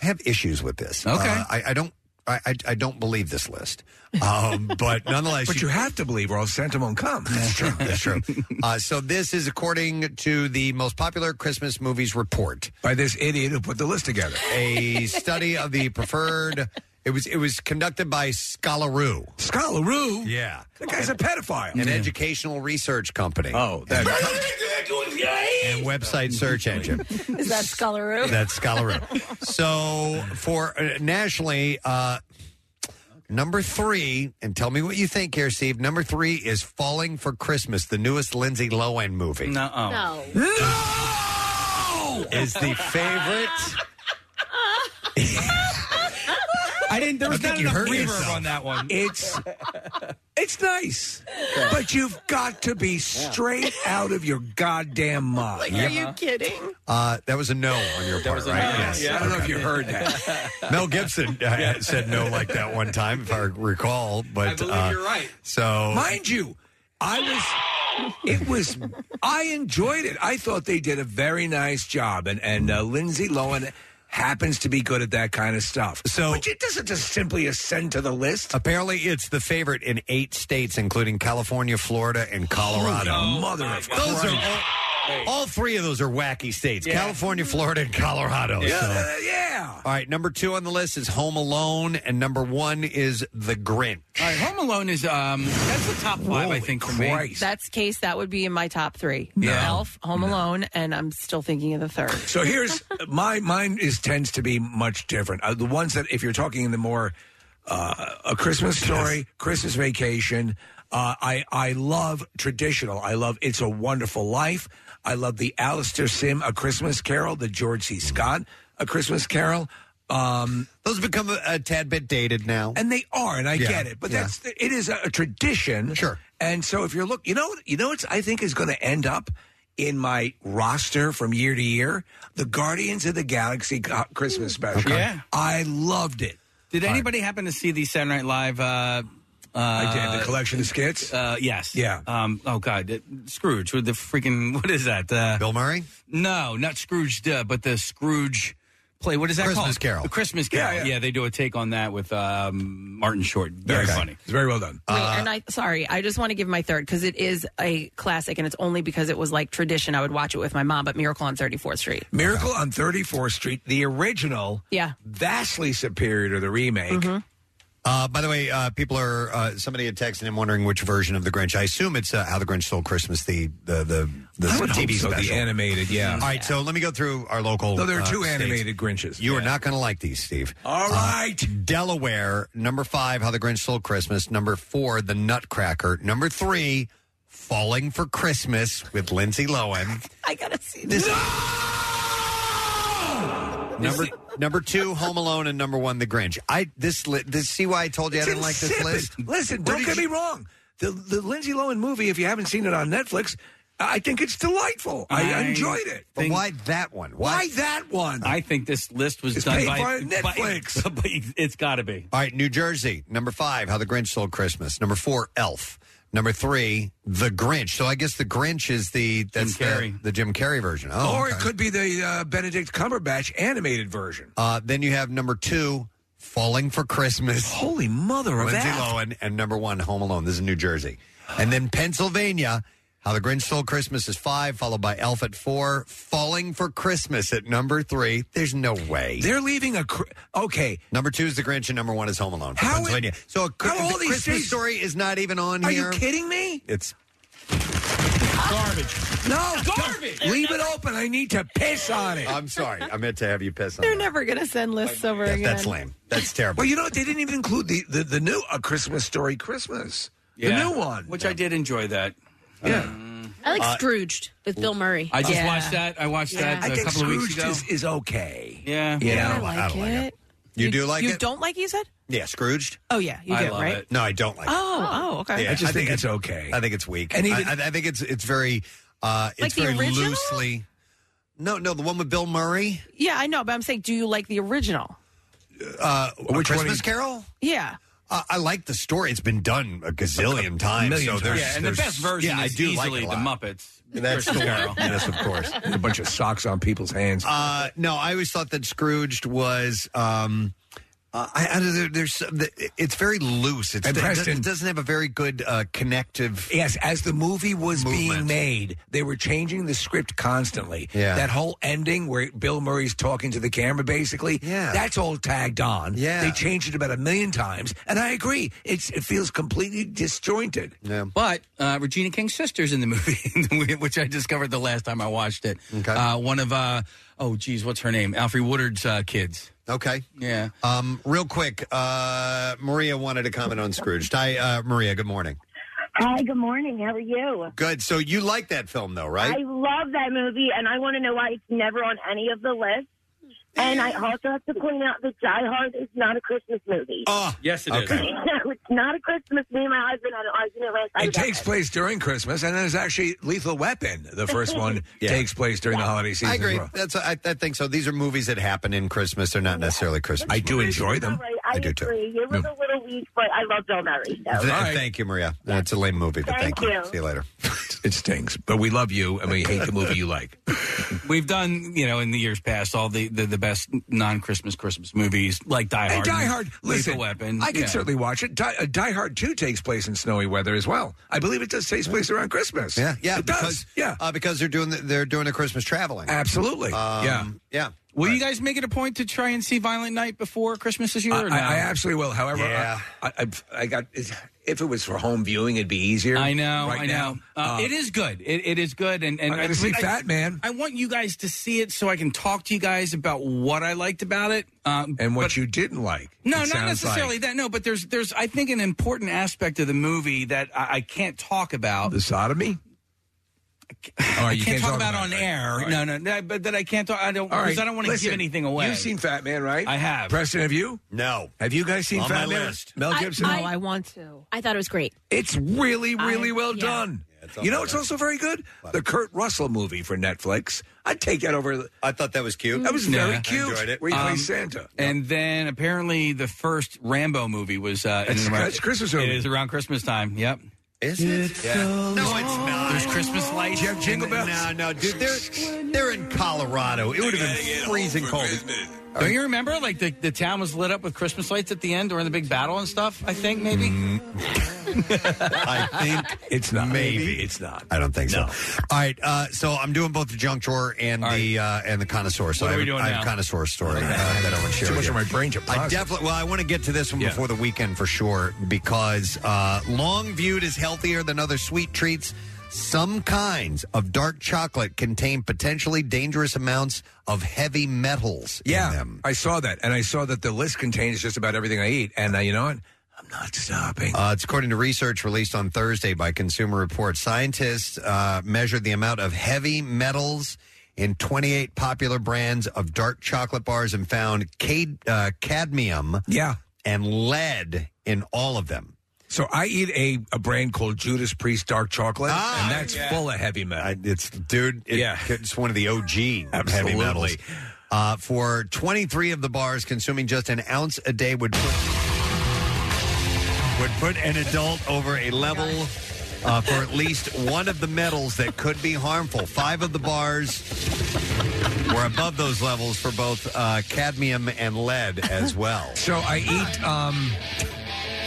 A: have issues with this.
C: Okay.
A: Uh, I, I don't. I, I, I don't believe this list, um, but nonetheless,
C: But you have to believe, or else Santa won't come.
A: That's true. That's true. Uh, so this is according to the most popular Christmas movies report
C: by this idiot who put the list together.
A: A study of the preferred. It was it was conducted by Scholaroo.
C: Scholaroo.
A: Yeah,
C: that guy's a pedophile.
A: An educational research company. Oh,
C: that-
A: and website search engine.
B: Is that Scullaroo?
A: That's Scholaroo. So for uh, nationally, uh, number three, and tell me what you think here, Steve. Number three is "Falling for Christmas," the newest Lindsay Lohan movie.
G: No.
A: no, is the favorite.
D: I didn't. There was
A: I think
D: not
A: you
D: enough
A: hurt
D: reverb
A: yourself.
D: on that one.
C: It's it's It's nice, but you've got to be straight out of your goddamn mind.
B: Are you kidding? Oh,
A: Uh, that was a no on your part,
C: was a
A: right?
C: no, yeah. I don't know if you heard that.
A: Mel Gibson uh, said no like that one time, if I recall. But I
C: believe you're right.
B: Oh.
A: So
C: Mind you, I was. It was. I enjoyed it. I thought they did a very nice job, and and uh, Lindsay Lohan happens to be good at that kind of stuff. So, but it doesn't just simply ascend to the list.
A: Apparently, it's the favorite in eight states, including California, Florida, and Colorado.
C: Holy mother of
A: Oh, those
C: Christ.
A: are all, all three of those are wacky states: California, Florida, and Colorado.
C: Yeah,
A: so-
C: uh, yeah.
A: All right, number two on the list is Home Alone, and number one is The Grinch.
D: All right, Home Alone is um that's the top five I think for me.
B: That's case that would be in my top three.
C: No.
B: Elf, Home Alone, and I'm still thinking of the third.
C: So here's my mine is tends to be much different. Uh, the ones that if you're talking in the more uh, a Christmas story, Christmas vacation, uh, I I love traditional. I love It's a Wonderful Life. I love the Alistair Sim A Christmas Carol, the George C. Scott A Christmas Carol. Um,
A: Those become a, a tad bit dated now,
C: and they are, and I
A: Yeah,
C: get it. But
A: yeah.
C: that's it is a, a tradition, sure. And so if you're look, you know, what- you know, what I think is going to end up in my roster from year to year, the Guardians of the Galaxy co- Christmas special.
D: Yeah.
C: I loved it.
D: Did anybody happen to see the Saturday Night Live? Uh, uh,
C: I did the collection of skits.
D: Uh, yes.
C: Yeah.
D: Um, oh God, it- Scrooge with the freaking what is that? Uh,
A: Bill Murray?
D: No, not Scrooge. Duh, but the Scrooge play. What is that
C: Christmas
D: called?
C: Carol.
D: The Christmas Carol.
C: Yeah,
D: Yeah,
C: yeah.
D: they do a take on that with um, Martin Short. Very
C: Yes.
D: funny.
C: It's very well done. Uh,
B: Wait, and
A: uh,
B: I sorry, I just want to give my third because it is a classic, and it's only because it was like tradition. I would watch it with my mom, but Miracle on 34th Street.
C: Miracle on 34th Street, the original,
B: Yeah.
C: vastly superior to the remake.
A: Uh, by the way, uh, people are uh, somebody had texted him wondering which version of the Grinch. I assume it's uh, How the Grinch Stole Christmas, the the the, the
C: I would hope
A: TV
C: so, the
A: special,
C: animated, yeah.
A: All right, so let me go through our local.
C: No, there are
A: uh,
C: two
A: states.
C: animated Grinches.
A: You are not going to like these, Steve. Uh,
C: All right.
A: Delaware, number five, How the Grinch Stole Christmas. Number four, The Nutcracker. Number three, Falling for Christmas with Lindsay Lohan.
B: I gotta see
A: this. Number number two, Home Alone, and number one, The Grinch. I this li- this see why I told you I
C: It's
A: didn't like this
C: insipid.
A: list.
C: Listen,
A: Where
C: don't
A: did
C: get
A: you-
C: me wrong. The the Lindsay Lohan movie, if you haven't seen it on Netflix, I think it's delightful. I,
D: I
C: enjoyed it.
D: But think- why
A: that one?
C: Why, that one?
D: I think this list was
C: It's
D: done
C: paid
D: by,
C: by Netflix.
D: by- but it's got to be.
A: All right, New Jersey, number five, How the Grinch Stole Christmas. Number four, Elf. Number three, The Grinch. So I guess The Grinch is the that's the-
C: Carrey.
A: The, Jim Carrey version. Oh,
C: or
A: okay.
C: it could be the uh, Benedict Cumberbatch animated version.
A: Uh, then you have number two, Falling for Christmas.
C: Holy mother of
A: Lindsay
C: F.
A: Lohan, and number one, Home Alone. This is New Jersey, and then Pennsylvania. How the Grinch Stole Christmas is five, followed by Elf at four. Falling for Christmas at number three. There's no way
C: They're leaving a cr- okay.
A: Number two is The Grinch, and number one is Home Alone. For
C: How
A: Pennsylvania. so a, cr-
C: how
A: the
C: all these
A: Christmas
C: states-
A: story is not even on
C: Are
A: here.
C: you kidding me?
A: It's
D: Garbage.
C: No, garbage. Leave it open. I need to piss on it.
A: I'm sorry. I meant to have you piss on.
B: They're never gonna send lists over
A: That,
B: again.
A: that's lame. That's terrible.
C: Well, you know what? They didn't even include the the, the new A Christmas Story Christmas.
D: Yeah.
C: The new one.
D: Which I did enjoy that.
C: Yeah.
G: I like
D: Uh,
G: Scrooged with Bill Murray.
D: I just watched that. I watched that
C: I
D: a
C: think
D: couple of weeks
C: Scrooge
D: ago.
C: is, is okay.
D: Yeah.
A: Yeah,
C: I
A: I
C: don't
A: like,
C: like- I don't like
A: it.
B: it.
A: You, do like
B: you
A: it?
B: don't like you said?
A: Yeah, Scrooged.
B: Oh yeah, you do right.
A: No, I don't like it.
B: Oh, oh, okay.
A: Yeah,
C: I just think it's okay.
A: I think it's weak.
C: And even-
A: I, I- I think it's it's very uh, it's
B: Like the
A: very
B: original?
A: loosely. No, no, the one with Bill Murray.
B: Yeah, I know, but I'm saying, do you like the original?
A: Uh,
C: Which
A: a
C: one
A: Christmas
C: you-
A: Carol?
B: Yeah.
A: Uh, I like the story. It's been done a gazillion times.
C: million
A: so there's,
D: yeah, and the
A: there's-
D: best version
A: yeah,
D: is
A: I do
D: easily
A: like it a
D: the
A: lot.
D: Muppets.
A: That's the
D: Christmas
A: one.
D: Carol.
A: yes, of course.
C: a bunch of socks on people's hands.
A: Uh, no, I always thought that Scrooged was. Um, uh, I, I don't know, there- there's the- it's very loose. It's,
C: And
A: it
C: Preston-
A: doesn't- it doesn't have a very good uh, connective.
C: Yes, as the movie was being made, they were changing the script constantly.
A: Yeah.
C: That whole ending where Bill Murray's talking to the camera, basically, yeah. that's all tagged on.
A: Yeah.
C: They changed it about a million times. And I agree. It's It feels completely disjointed.
A: Yeah.
D: But uh, Regina King's sister's in the movie, which I discovered the last time I watched it.
A: Okay.
D: Uh, one of uh, oh geez, what's her name? Alfred Woodard's uh, kids.
A: Okay.
D: Yeah.
A: Um, real quick, uh, Maria wanted to comment on Scrooged. Hi, uh, Maria. Good morning.
I: Hi, good morning. How are you?
A: Good. So you like that film, though, right?
I: I love that movie, and I want to know why it's never on any of the lists. And I also have to point out that Die Hard is not a Christmas movie.
A: Oh,
D: yes,
C: it is. okay.
I: no, it's not a Christmas. Me and my husband had an argument last night.
C: It takes place during Christmas, and there's actually Lethal Weapon. The first one takes place during the holiday season.
A: I agree.
C: as well.
A: That's I, I think so. These are movies that happen in Christmas. They're not necessarily Christmas. I do enjoy
I: All right, I,
A: do too.
I: agree. It was a little weak, but I love Bill Murray. So.
A: Th- Thank you, Maria. That's a lame movie, but thank,
I: Thank
A: you.
I: you.
A: See you later.
C: It stinks, but we love you and we hate the movie you like.
D: We've done, you know, in the years past, all the the, the best non Christmas Christmas movies like Die Hard,
C: And Die Hard,
D: Lethal
C: listen,
D: Weapon.
C: I can
D: yeah.
C: certainly watch it. Die, uh, Die Hard Two takes place in snowy weather as well. I believe it does take place around Christmas.
A: Yeah, yeah,
C: it
A: because
C: does. Yeah,
A: uh, because they're doing the, they're doing the Christmas traveling. Um,
C: Absolutely. Yeah.
A: yeah.
D: Will you guys make it a point to try and see Violent Night before Christmas this year?
C: I,
D: or
C: I-
D: no?
C: I absolutely will. However, uh,
D: Yeah.
C: I, I, I've- I got if it was for home viewing, it'd be easier.
D: I know,
C: right
D: I know.
C: now.
D: Uh, it is good. It, it is good, and and
C: I gotta see
D: I-
C: Fat Man.
D: I want you guys to see it so I can talk to you guys about what I liked about it. Um,
C: and what you didn't like. it
D: No, not
C: sounds
D: necessarily
C: like.
D: that. No, but there's there's I think an important aspect of the movie that I, I can't talk about.
C: The sodomy. All
D: I
C: right, you
D: can't, talk, about,
C: it,
D: on
C: right.
D: air.
C: All right.
D: No, no, no, but that I can't talk. I don't
C: All
D: because
C: right,
D: I don't want to
C: listen,
D: give anything away.
C: You've seen Fat Man, right?
D: I have.
C: Preston, have you?
A: No.
C: Have you guys seen
A: On
C: Fat
A: my
C: Man?
A: list.
C: Mel Gibson.
G: want to. I thought it was great.
C: It's really, really
G: I-
C: well
G: yeah.
C: done. you know, it's also very good. The Kurt Russell movie for Netflix. I'd take that over.
A: I thought that was cute.
C: That was
D: Yeah.
C: very
D: I
C: cute.
D: enjoyed it.
C: Where you play
D: Um,
C: Santa.
D: And then apparently the first Rambo movie was uh,
C: That's-
D: in around,
C: that's Christmas
D: It
C: movie.
D: is around Christmas time. Yep.
A: Is it? Yeah. No, it's not.
D: There's Christmas lights.
A: Do you have jingle bells? No, no, dude. They're they're in Colorado. It would have been freezing cold.
D: Don't you remember? Like the, the town was lit up with Christmas lights at the end during the big battle and stuff. I think maybe.
A: Mm. I think
C: it's not.
A: Maybe.
C: it's not.
A: I don't think so. All right, uh, so I'm doing both the junk drawer and the uh, and the connoisseur. So
C: What are
A: I,
C: we
A: have-
C: doing
A: I have
C: now?
A: a connoisseur story uh, that I want to share.
C: Too
A: with
C: much
A: you.
C: of my brain to
A: I
C: process.
A: definitely. Well, I want to get to this one
C: Yeah.
A: before the weekend for sure because uh, long viewed as healthier than other sweet treats, some kinds of dark chocolate contain potentially dangerous amounts of heavy metals.
C: Yeah,
A: um,
C: I saw that, and I saw that the list contains just about everything I eat. And uh, you know what? I'm not stopping.
A: Uh, it's according to research released on Thursday by Consumer Reports. Scientists uh, measured the amount of heavy metals in 28 popular brands of dark chocolate bars and found cad- uh, cadmium
C: yeah.
A: and lead in all of them.
C: So I eat a, a brand called Judas Priest Dark Chocolate,
A: Ah,
C: and that's
A: yeah.
C: full of heavy metal.
A: it's dude. It-
C: yeah,
A: it's one of the OG
C: Absolutely.
A: heavy metals. Uh, for 23 of the bars, consuming just an ounce a day would put would put an adult over a level uh, for at least one of the metals that could be harmful. Five of the bars were above those levels for both uh, cadmium and lead as well.
C: So I eat um,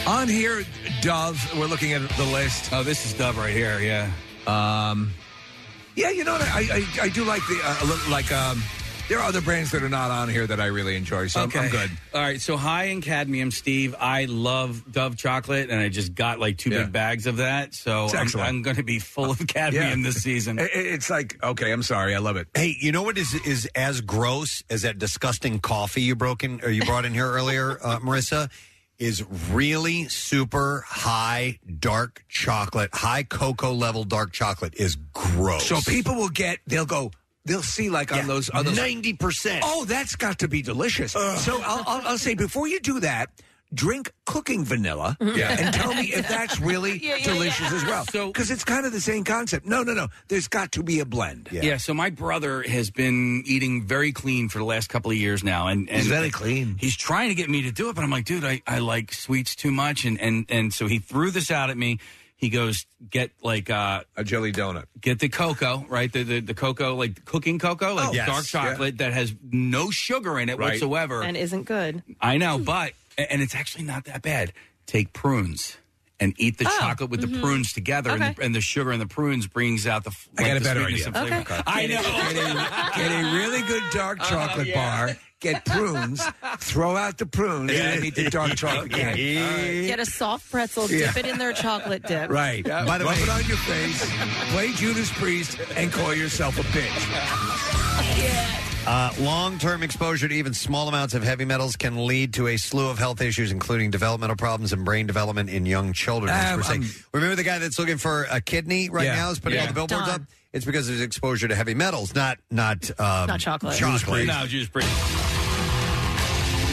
C: on here Dove. We're looking at the list.
D: Oh, this is Dove right here. Yeah.
C: Um, yeah, you know what? I I, I do like the uh, look- like um, there are other brands that are not on here that I really enjoy. So I'm- I'm good.
D: All right. So high in cadmium, Steve. I love Dove chocolate, and I just got like two big bags of that. So
C: It's
D: I'm,
C: excellent.
D: I'm going to be full of cadmium this season.
C: It- it- it's like okay, I'm sorry, I love it.
A: Hey, you know what is is as gross as that disgusting coffee you broke in or you brought in here earlier, uh, Marissa? Is really super high dark chocolate, high cocoa level dark chocolate is gross.
C: So people will get, they'll go, they'll see like on those other
A: ninety percent.
C: Oh, that's got to be delicious. So I'll, I'll, I'll say before you do that, drink cooking vanilla,
W: Yeah.
C: and tell me if that's really
W: Yeah, yeah,
C: delicious
W: yeah.
C: as well. Because it's kind of the same concept. No, no, no. There's got to be a blend.
D: Yeah. So my brother has been eating very clean for the last couple of years now, and, and
C: He's very clean.
D: He's trying to get me to do it, but I'm like, dude, I, I like sweets too much, and and and so he threw this out at me. He goes, get like uh,
C: a jelly donut.
D: Get the cocoa, right? The the, the cocoa, like cooking cocoa, like
B: Oh, yes.
D: dark chocolate that has no sugar in it
B: Right.
D: whatsoever.
B: and isn't good.
D: I know, but and it's actually not that bad. Take prunes and eat the
B: Oh,
D: chocolate with
B: mhm.
D: the prunes together, and, the,
B: Okay.
D: and the sugar in the prunes brings out the. f-
C: I
D: like,
C: got a
D: the
C: better
D: sweetness
C: idea.
D: and flavor.
C: Okay.
D: I know.
C: Get a really good dark
A: Uh-huh.
C: chocolate bar. Get prunes. Throw out the prunes and eat the dark chocolate. cake.
G: Get a soft pretzel,
C: Yeah.
G: dip it in their chocolate dip.
C: Right.
A: By the
C: Rub
A: way-
C: it on your face, play Judas Priest, and call yourself a bitch.
A: Uh, Long term exposure to even small amounts of heavy metals can lead to a slew of health issues, including developmental problems and brain development in young children. as
C: Um,
A: we're saying.
C: um,
A: Remember the guy that's looking for a kidney right
C: Yeah.
A: now is putting all
C: Yeah.
A: the billboards
C: Don.
A: up? It's because of his exposure to heavy metals, not not um,
D: Not chocolate.
A: Chocolate.
D: No, juice breeze.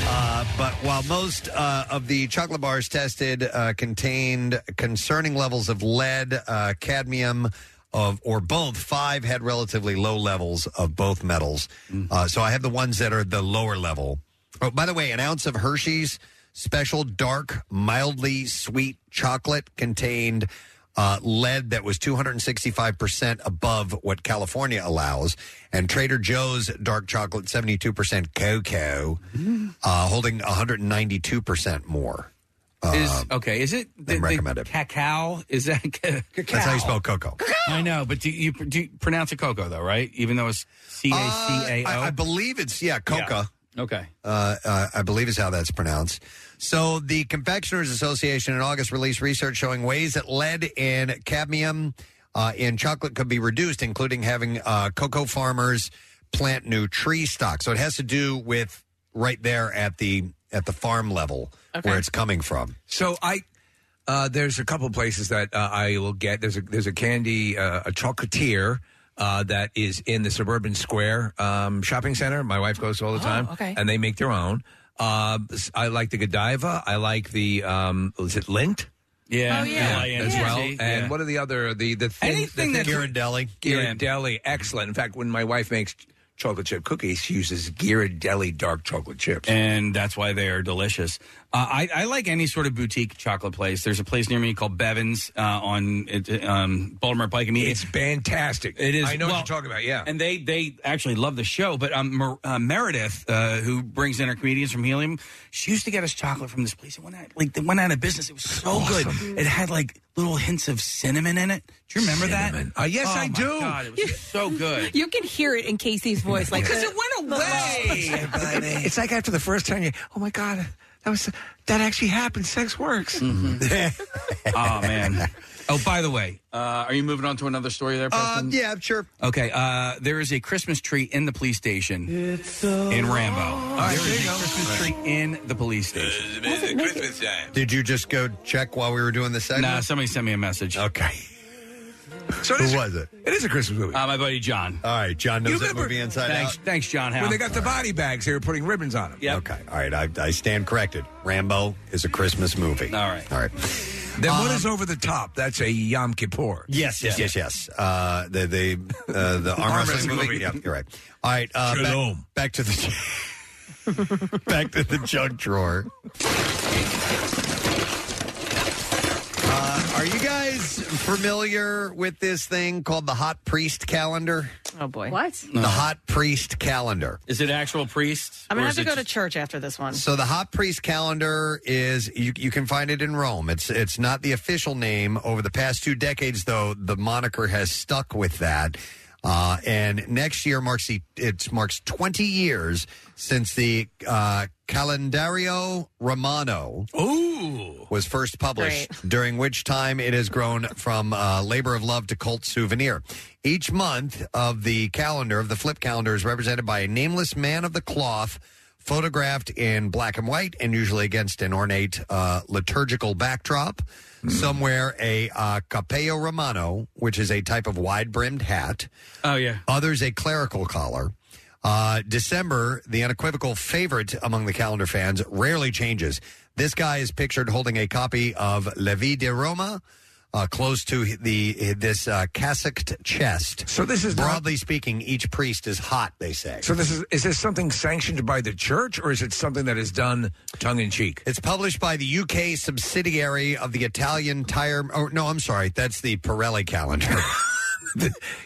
A: Uh, but while most uh, of the chocolate bars tested uh, contained concerning levels of lead, uh, cadmium, of or both, five had relatively low levels of both metals. Uh, so I have the ones that are the lower level. Oh, by the way, an ounce of Hershey's special dark, mildly sweet chocolate contained uh, lead that was 265% above what California allows, and Trader Joe's dark chocolate, 72% cocoa, uh, holding 192% more. um,
D: is okay? Is it the, recommended cacao? Is that cacao?
A: That's how you spell cocoa.
D: I know, but do you, do you pronounce it cocoa though, right? Even though it's C A C A
A: Uh,
D: O.
A: I- I believe it's, yeah, coca.
D: Okay.
A: Uh, uh, I believe is how that's pronounced. So, the Confectioners Association in August released research showing ways that lead in cadmium uh, in chocolate could be reduced, including having uh, cocoa farmers plant new tree stock. So, it has to do with right there at the at the farm level where it's coming from.
C: So I, uh, there's a couple places that uh, I will get. There's a there's a candy uh, a chocolatier. Uh, that is in the suburban square um, shopping center. My wife goes
D: Oh,
C: all the time,
J: okay.
C: and they make their own. Uh, s- I like the Godiva. I like the um, is it Lint?
D: Yeah, Oh, yeah.
C: as
D: L
C: well.
D: I N T,
C: And
D: yeah.
C: what are the other the the thin,
D: Anything
C: the
D: that's-
A: Ghirardelli.
C: Ghirardelli, excellent. In fact, when my wife makes chocolate chip cookies, she uses Ghirardelli dark chocolate chips.
D: And that's why they are delicious. Uh, I, I like any sort of boutique chocolate place. There's a place near me called Bevins uh, on it, um, Baltimore Pike. I mean, it's
C: fantastic.
D: It is.
C: I know what
D: well,
C: you're talking about. Yeah.
D: And they they actually love the show. But um, Mer- uh, Meredith, uh, who brings in her comedians from Helium, she used to get us chocolate from this place. It went out like they went out of business. It was so good. It had like little hints of cinnamon in it. Do you remember that?
C: Uh, yes,
D: Oh, my
C: I do.
D: God, it was so good.
U: You can hear it in Casey's voice, like
D: Because
U: it went away.
C: It's like after the first time, you oh my god, that was that actually happened. Sex works.
A: Mm-hmm.
D: oh man. Oh, by the way, uh, are you moving on to another story there, Preston?
A: yeah, sure.
D: Okay, uh, there is a Christmas tree in the police station in Rambo. Oh. Uh, there is a Christmas tree in the police station.
C: Christmas time.
A: Did you just go check while we were doing this segment?
D: Nah, somebody sent me a message.
A: Okay.
C: So
A: Who was it?
C: It is a Christmas movie.
D: Uh, my buddy John.
A: All right, John knows
C: You
A: that
C: remember-
A: movie inside
D: Thanks,
A: out.
D: thanks, John. Howe.
C: When they got the body bags, they were putting ribbons on them.
D: Yeah.
A: Okay. All right. I, I stand corrected. Rambo is a Christmas movie. All
D: right.
A: All right.
C: Then what is over the top? That's a Yom Kippur.
A: Um, Yes, yes, yes, yes. Uh, the the uh, the arm wrestling movie. Yeah, you're right. All right. Uh, back-
C: Shalom.
A: Back, to the back to the junk drawer. Uh, are you guys familiar with this thing called the Hot Priest Calendar?
B: Oh boy,
U: what
A: The Hot Priest Calendar.
D: Is it actual priests?
B: I'm gonna
D: or
B: have
D: is
B: to
D: it
B: go to
D: just-
B: church after this one.
A: So the hot priest calendar is you, you can find it in Rome. It's it's not the official name. Over the past two decades, though, the moniker has stuck with that. Uh, and next year marks the it marks 20 years since the uh, Calendario Romano was first published, during which time it has grown from uh, labor of love to cult souvenir. Each month of the calendar, of the flip calendar, is represented by a nameless man of the cloth photographed in black and white and usually against an ornate uh, liturgical backdrop. Somewhere, a uh, capello romano, which is a type of wide brimmed hat.
D: Oh, yeah.
A: Others, a clerical collar. Uh, December, the unequivocal favorite among the calendar fans, rarely changes. This guy is pictured holding a copy of La Vie de Roma, uh, close to the this uh, cassocked chest.
C: So this is not-
A: broadly speaking, each priest is hot. They say.
C: So this is is this something sanctioned by the church, or is it something that is done tongue in cheek?
A: It's published by the UK subsidiary of the Italian tire. Oh no, I'm sorry, that's the Pirelli calendar.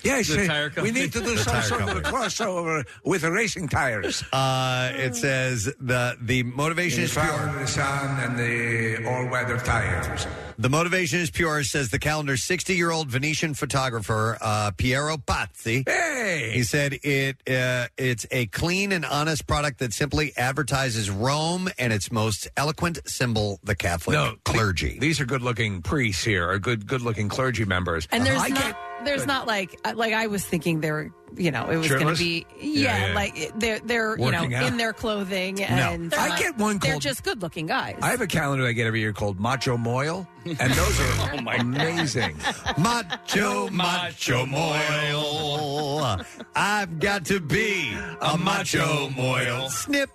C: Yeah,
A: The
C: so
A: tire
C: we
A: company.
C: need to do
A: The
C: some
A: tire
C: sort of a
A: company.
C: crossover with the racing tires.
A: Uh, it says the the motivation is pure.
C: The sun and the all-weather tires.
A: The motivation is pure, says the calendar's 60 year old Venetian photographer, uh, Piero Pazzi.
C: Hey!
A: He said it uh, it's a clean and honest product that simply advertises Rome and its most eloquent symbol, the Catholic
C: No,
A: clergy.
C: These are good-looking priests here, or good good-looking clergy members.
U: And there's
C: I
U: not
C: get-
B: there's not like uh, like I was thinking they were you know it was going
C: Shirtless?
B: to be
C: Yeah,
B: yeah,
C: yeah.
B: like it- they're they're you
C: Working
B: know
C: out.
B: in their clothing and they're
C: I
B: not-
C: get one
B: they're
C: called-
B: just good looking guys.
C: I have a calendar I get every year called Macho Moil, and those are
U: Oh
C: amazing.
B: Oh,
A: Macho, macho moil. I've got to be a macho moil. Snip.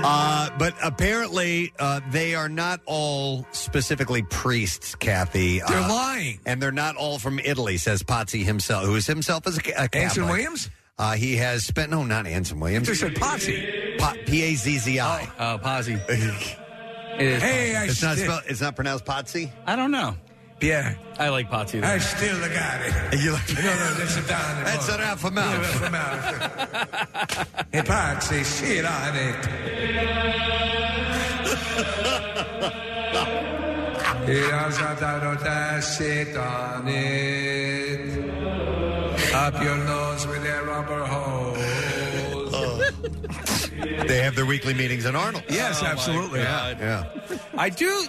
A: Uh, but apparently, uh, they are not all specifically priests, Kathy. They're lying, and they're not all from Italy. Says Potsy himself, who is himself as a, ca- a Catholic.
C: Anson Williams?
A: Uh, he has spent no, not Anson Williams.
C: They said Potsy.
A: P a z z i.
D: Oh, Potsy.
A: It's,
D: Hey, I
A: not
D: did-
A: spelled, it's not pronounced Potsy.
D: I don't know.
C: Yeah.
D: I like Potsy. though.
C: I still got it.
A: You
C: no, no, that's a down.
A: That's an alpha mouth.
C: Alpha mouth. hey, Potsy, shit on it. He doesn't have that shit on it. Up your nose with a rubber hose.
U: Oh.
A: They have their weekly meetings in Arnold.
D: Oh, my God. I do.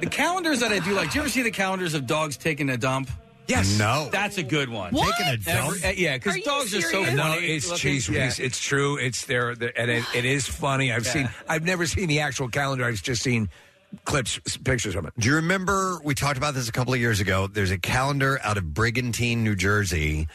D: The calendars that I do like. Do you ever see the calendars of dogs taking a dump?
A: Yes. No.
D: That's a good one.
C: What? Taking a dump?
D: Every- uh, yeah,
C: Are
D: because
C: you
D: dogs are so
C: serious?
D: funny.
C: No, it's
D: looking.
C: cheese. It's,
D: Yeah.
C: it's true. It's there, there- and it, it is funny. I've
D: Yeah.
C: seen. I've never seen the actual calendar. I've just seen clips, s- pictures of it.
A: Do you remember we talked about this a couple of years ago? There's a calendar out of Brigantine, New Jersey.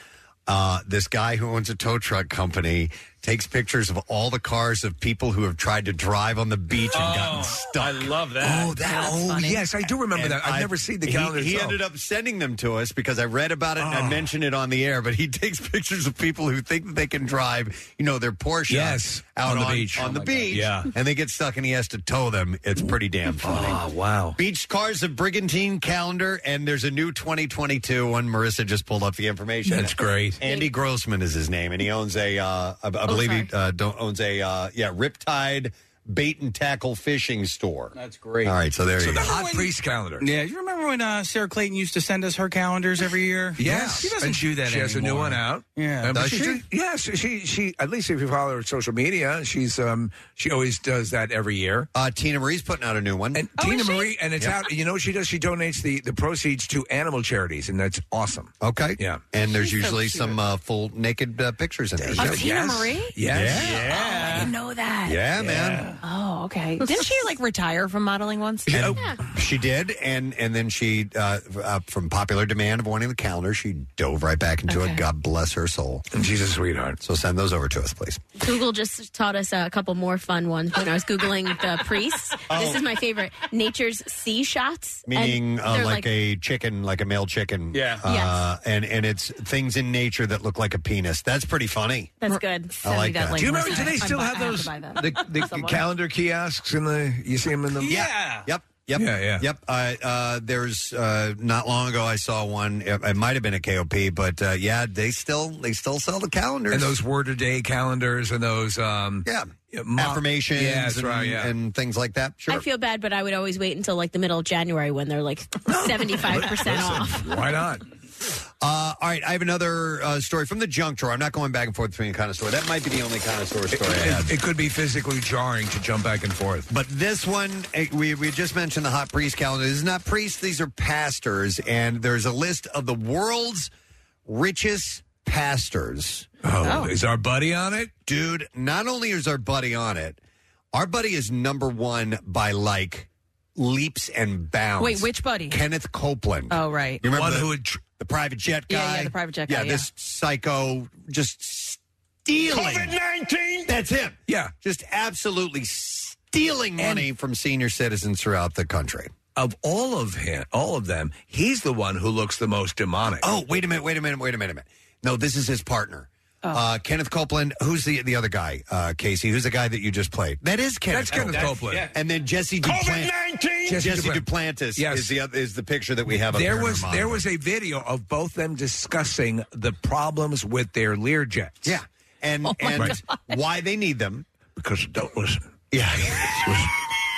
A: Uh, this guy who owns a tow truck company takes pictures of all the cars of people who have tried to drive on the beach and gotten stuck. I
D: love
C: Oh, that. Oh, yes, I do remember
A: And
C: that. I've
A: I-
C: never seen the
A: he-
C: calendar.
A: He,
C: itself.
A: ended up sending them to us because I read about it and I
C: Oh.
A: mentioned it on the air. But he takes pictures of people who think that they can drive, you know, their Porsche
C: Yes,
A: out
C: on the beach.
A: on
C: Oh
A: the
C: my God.
A: beach,
C: Yeah.
A: and they get stuck and he has to tow them. It's pretty damn funny.
C: Oh, wow.
A: Beach cars of Brigantine calendar, and there's a new 2022 one. Marissa just pulled up the information.
C: That's great.
A: Andy Grossman is his name, and he owns a, uh, I, I believe he uh, don't, owns a, uh, yeah, Riptide bait and tackle fishing store. That's
D: great.
A: All right, so there you go.
C: priest calendar.
D: Yeah, you remember when uh, Sarah Clayton used to send us her calendars every year?
C: Yes,
D: she doesn't
C: And
D: do that.
C: She has a new
D: anymore.
C: one out.
D: Yeah,
C: Uh, but do- yes, she she at least if you follow her on social media, she's um she always does that every year.
A: Uh, Tina Marie's putting out a new one.
D: Oh,
C: And Tina Marie, and it's
A: Yeah.
C: out. You know what she does? She donates the the proceeds to animal charities, and that's awesome.
A: Okay.
C: Yeah.
A: And there's
C: She's so
A: usually some uh, full naked uh, pictures in there.
C: Of Tina Yes. Marie? Yes.
A: Yeah.
C: Yeah.
B: I didn't know that.
A: Yeah, man.
B: Oh, okay. Didn't she like retire from modeling once?
A: Yeah. She did, and and then she, uh, uh, from popular demand of wanting the calendar, she dove right back into it. God bless her soul.
C: And she's a sweetheart.
A: So send those over to us, please.
G: Google just taught us uh, a couple more fun ones when I was Googling the priests. This
C: Oh.
G: is my favorite. Nature's sea shots. And
A: Meaning uh,
G: they're
A: like, a chicken, like a male chicken. Yeah. Uh, And and it's things in nature that look like a penis. That's pretty funny.
G: That's good.
A: I like that.
C: Do you remember? Do they still have those the, the calendar kiosks in the? You see them in the?
A: Yeah. Yep. Yep.
C: Yeah, yeah.
A: Yep. I, uh, there's uh, not long ago I saw one. It, it might have been a KOP, but uh, yeah, they still they still sell the calendars
C: And those word a day calendars and those um
A: yeah
C: mo-
A: affirmations
C: Yeah, that's
A: and,
C: right. Yeah.
A: and things like that. Sure.
G: I feel bad, but I would always wait until like the middle of January when they're like 75% off.
C: Why not?
A: Uh, all right, I have another uh, story from the junk drawer. I'm not going back and forth between the connoisseur. That might be the only connoisseur story I have.
C: It, it could be physically jarring to jump back and forth.
A: But this one, eh, we, we just mentioned the hot priest calendar. This is not priests, these are pastors. And there's a list of the world's richest pastors.
C: Oh, is our buddy on it?
A: Dude, not only is our buddy on it, our buddy is number one by like leaps and bounds.
B: Wait, which buddy?
A: Kenneth Copeland.
B: Oh, right.
A: You remember
B: One
A: the,
B: who
A: the private jet guy?
B: Yeah, yeah, the private jet
A: Yeah,
B: guy,
A: this
B: yeah.
A: psycho just stealing. COVID-19? That's him.
C: Yeah.
A: Just absolutely stealing money from senior citizens throughout the country.
C: Of all of him, all of them, he's the one who looks the most demonic.
A: Oh, wait a minute, wait a minute, wait a minute. No, this is his partner.
B: Oh.
A: Uh, Kenneth Copeland. Who's the the other guy, uh, Casey? Who's the guy that you just played? That is Kenneth.
C: That's Kenneth Copeland. That's- yeah.
A: And then Jesse Duplantis.
C: COVID-19?
A: Jesse,
C: Jesse
A: Duplantis,
C: Yes.
A: is the oth- is the picture that we have. Up
C: There
A: here on our
C: was
A: monitor.
C: there was a video of both them discussing the problems with their Learjets.
A: Yeah, and and why they need them
C: because don't listen.
A: Yeah,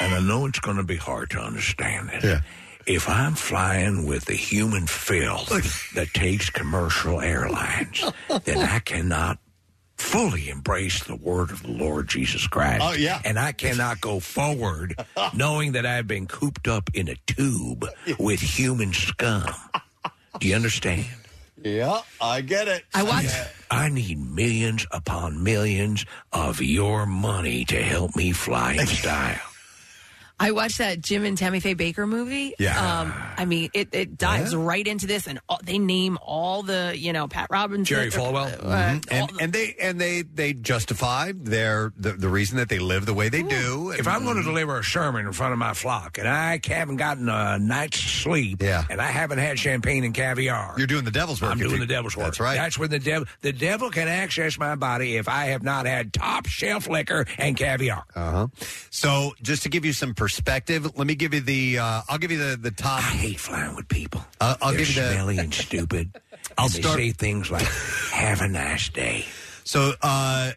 C: and I know it's going to be hard to understand it.
A: Yeah.
C: If I'm flying with the human filth that takes commercial airlines, then I cannot fully embrace the word of the Lord Jesus Christ.
A: Oh, yeah.
C: And I cannot go forward knowing that I've been cooped up in a tube with human scum. Do you understand? Yeah, I get it.
B: I watched.
C: I need millions upon millions of your money to help me fly in style.
B: I watched that Jim and Tammy Faye Baker movie.
C: Yeah.
B: Um, I mean, it, it dives right into this, and all, they name all the, you know, Pat Robbins.
A: Jerry
B: uh,
A: Falwell, Mm-hmm.
B: uh, uh,
A: and, and they and they they justify their the, the reason that they live the way they do.
C: If I'm going to deliver a sermon in front of my flock and I haven't gotten a night's sleep and I haven't had champagne and caviar,
A: you're doing the devil's work.
C: I'm
A: if
C: doing
A: you-
C: the devil's work.
A: That's right.
C: That's when the devil the devil can access my body if I have not had top shelf liquor and caviar.
A: Uh huh. So just to give you some perspective, let me give you the. Uh, I'll give you the the top. I
C: hate flying with people.
A: Uh, I'll
C: They're
A: give you the
C: smelly and stupid.
A: I'll
C: And they
A: start
C: say things like "Have a nice day."
A: So, uh,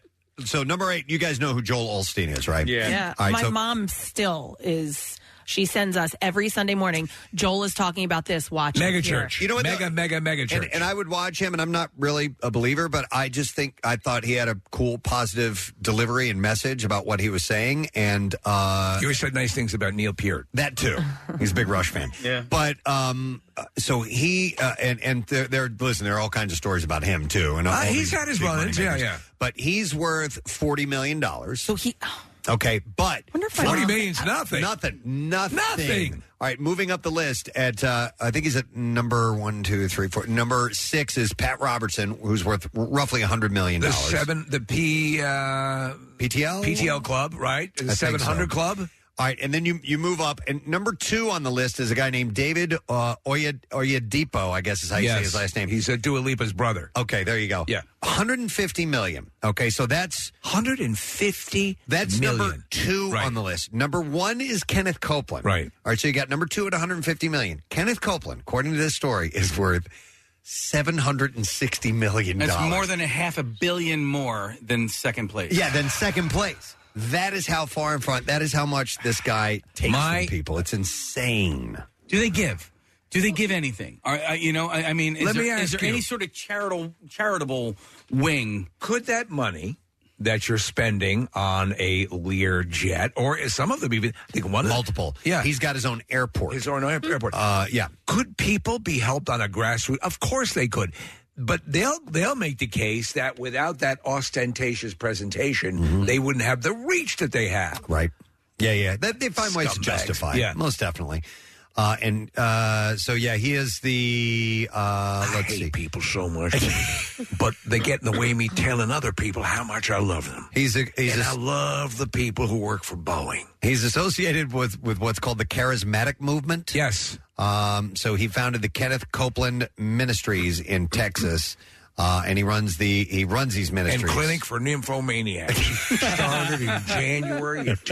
A: so number eight, you guys know who Joel Olstein is, right?
B: Yeah.
A: All right,
B: My
A: so-
B: mom still is. She sends us every Sunday morning. Joel is talking about this. Watch it here.
A: You know what?
C: Mega, mega, mega
A: church. And, and I would watch him, and I'm not really a believer, but I just think I thought he had a cool, positive delivery and message about what he was saying. And uh,
C: You always said nice things about Neil Peart.
A: That too. He's a big Rush fan.
C: Yeah.
A: But um, uh, so he uh, and and there, there. Listen, there are all kinds of stories about him too. And
C: Uh,
A: all
C: he's
A: these
C: had his
A: big
C: moments,
A: moneymakers.
C: yeah, yeah.
A: But he's worth forty million dollars. So
B: he. oh.
A: Okay, but
C: I- 40 million's nothing.
A: Nothing. Nothing.
C: Nothing.
A: All right, moving up the list at uh, I think he's at number one, two, three, four. Number six is Pat Robertson, who's worth r- roughly hundred million
C: The
A: dollars.
C: seven, the P uh,
A: PTL
C: PTL Club, right? The Seven hundred Club.
A: All right, and then you you move up, and number two on the list is a guy named David uh, Oya Oyedipo. I guess is how you say
C: Yes.
A: his last name.
C: He's a Dua Lipa's brother.
A: Okay, there you go.
C: Yeah.
A: 150 million. Okay, so that's
C: 150.
A: That's number
C: million.
A: two on the list. Number one is Kenneth Copeland. Right. All right, so you got number two at 150 million. Kenneth Copeland, according to this story, is worth 760 million
D: That's
A: dollars.
D: more than a half a billion more than second place.
A: Yeah, then second place. That is how far in front. That is how much this guy takes
D: My-
A: from people. It's insane.
D: Do they give? Do they give anything? Are, uh, you know, I, I mean, is
C: Let
D: there,
C: me
D: is
C: ask
D: there
C: you.
D: any sort of charitable charitable wing?
C: Could that money that you're spending on a Lear jet, or is some of them even, I think one
A: multiple.
C: Yeah,
A: he's got his own airport.
C: His own air- airport.
A: Uh, yeah.
C: Could people be helped on a grassroots? Of course they could. But they'll they'll make the case that without that ostentatious presentation, they wouldn't have the reach that they have.
A: Mm-hmm. Right. Yeah, yeah. They, they find ways to
C: Scumbags.
A: justify
C: Yeah.
A: it, most definitely. Uh, and uh, so, yeah, he is the. Uh, let's see.
C: people so much, but they get in the way of me telling other people how much I love them.
A: He's a he's
C: and
A: a-
C: I love the people who work for Boeing.
A: He's associated with with what's called the charismatic movement.
C: Yes.
A: Um, so he founded the Kenneth Copeland Ministries in Texas, uh, and he runs the he runs these
C: And
A: ministries.
C: Clinic for Nymphomaniacs started in January of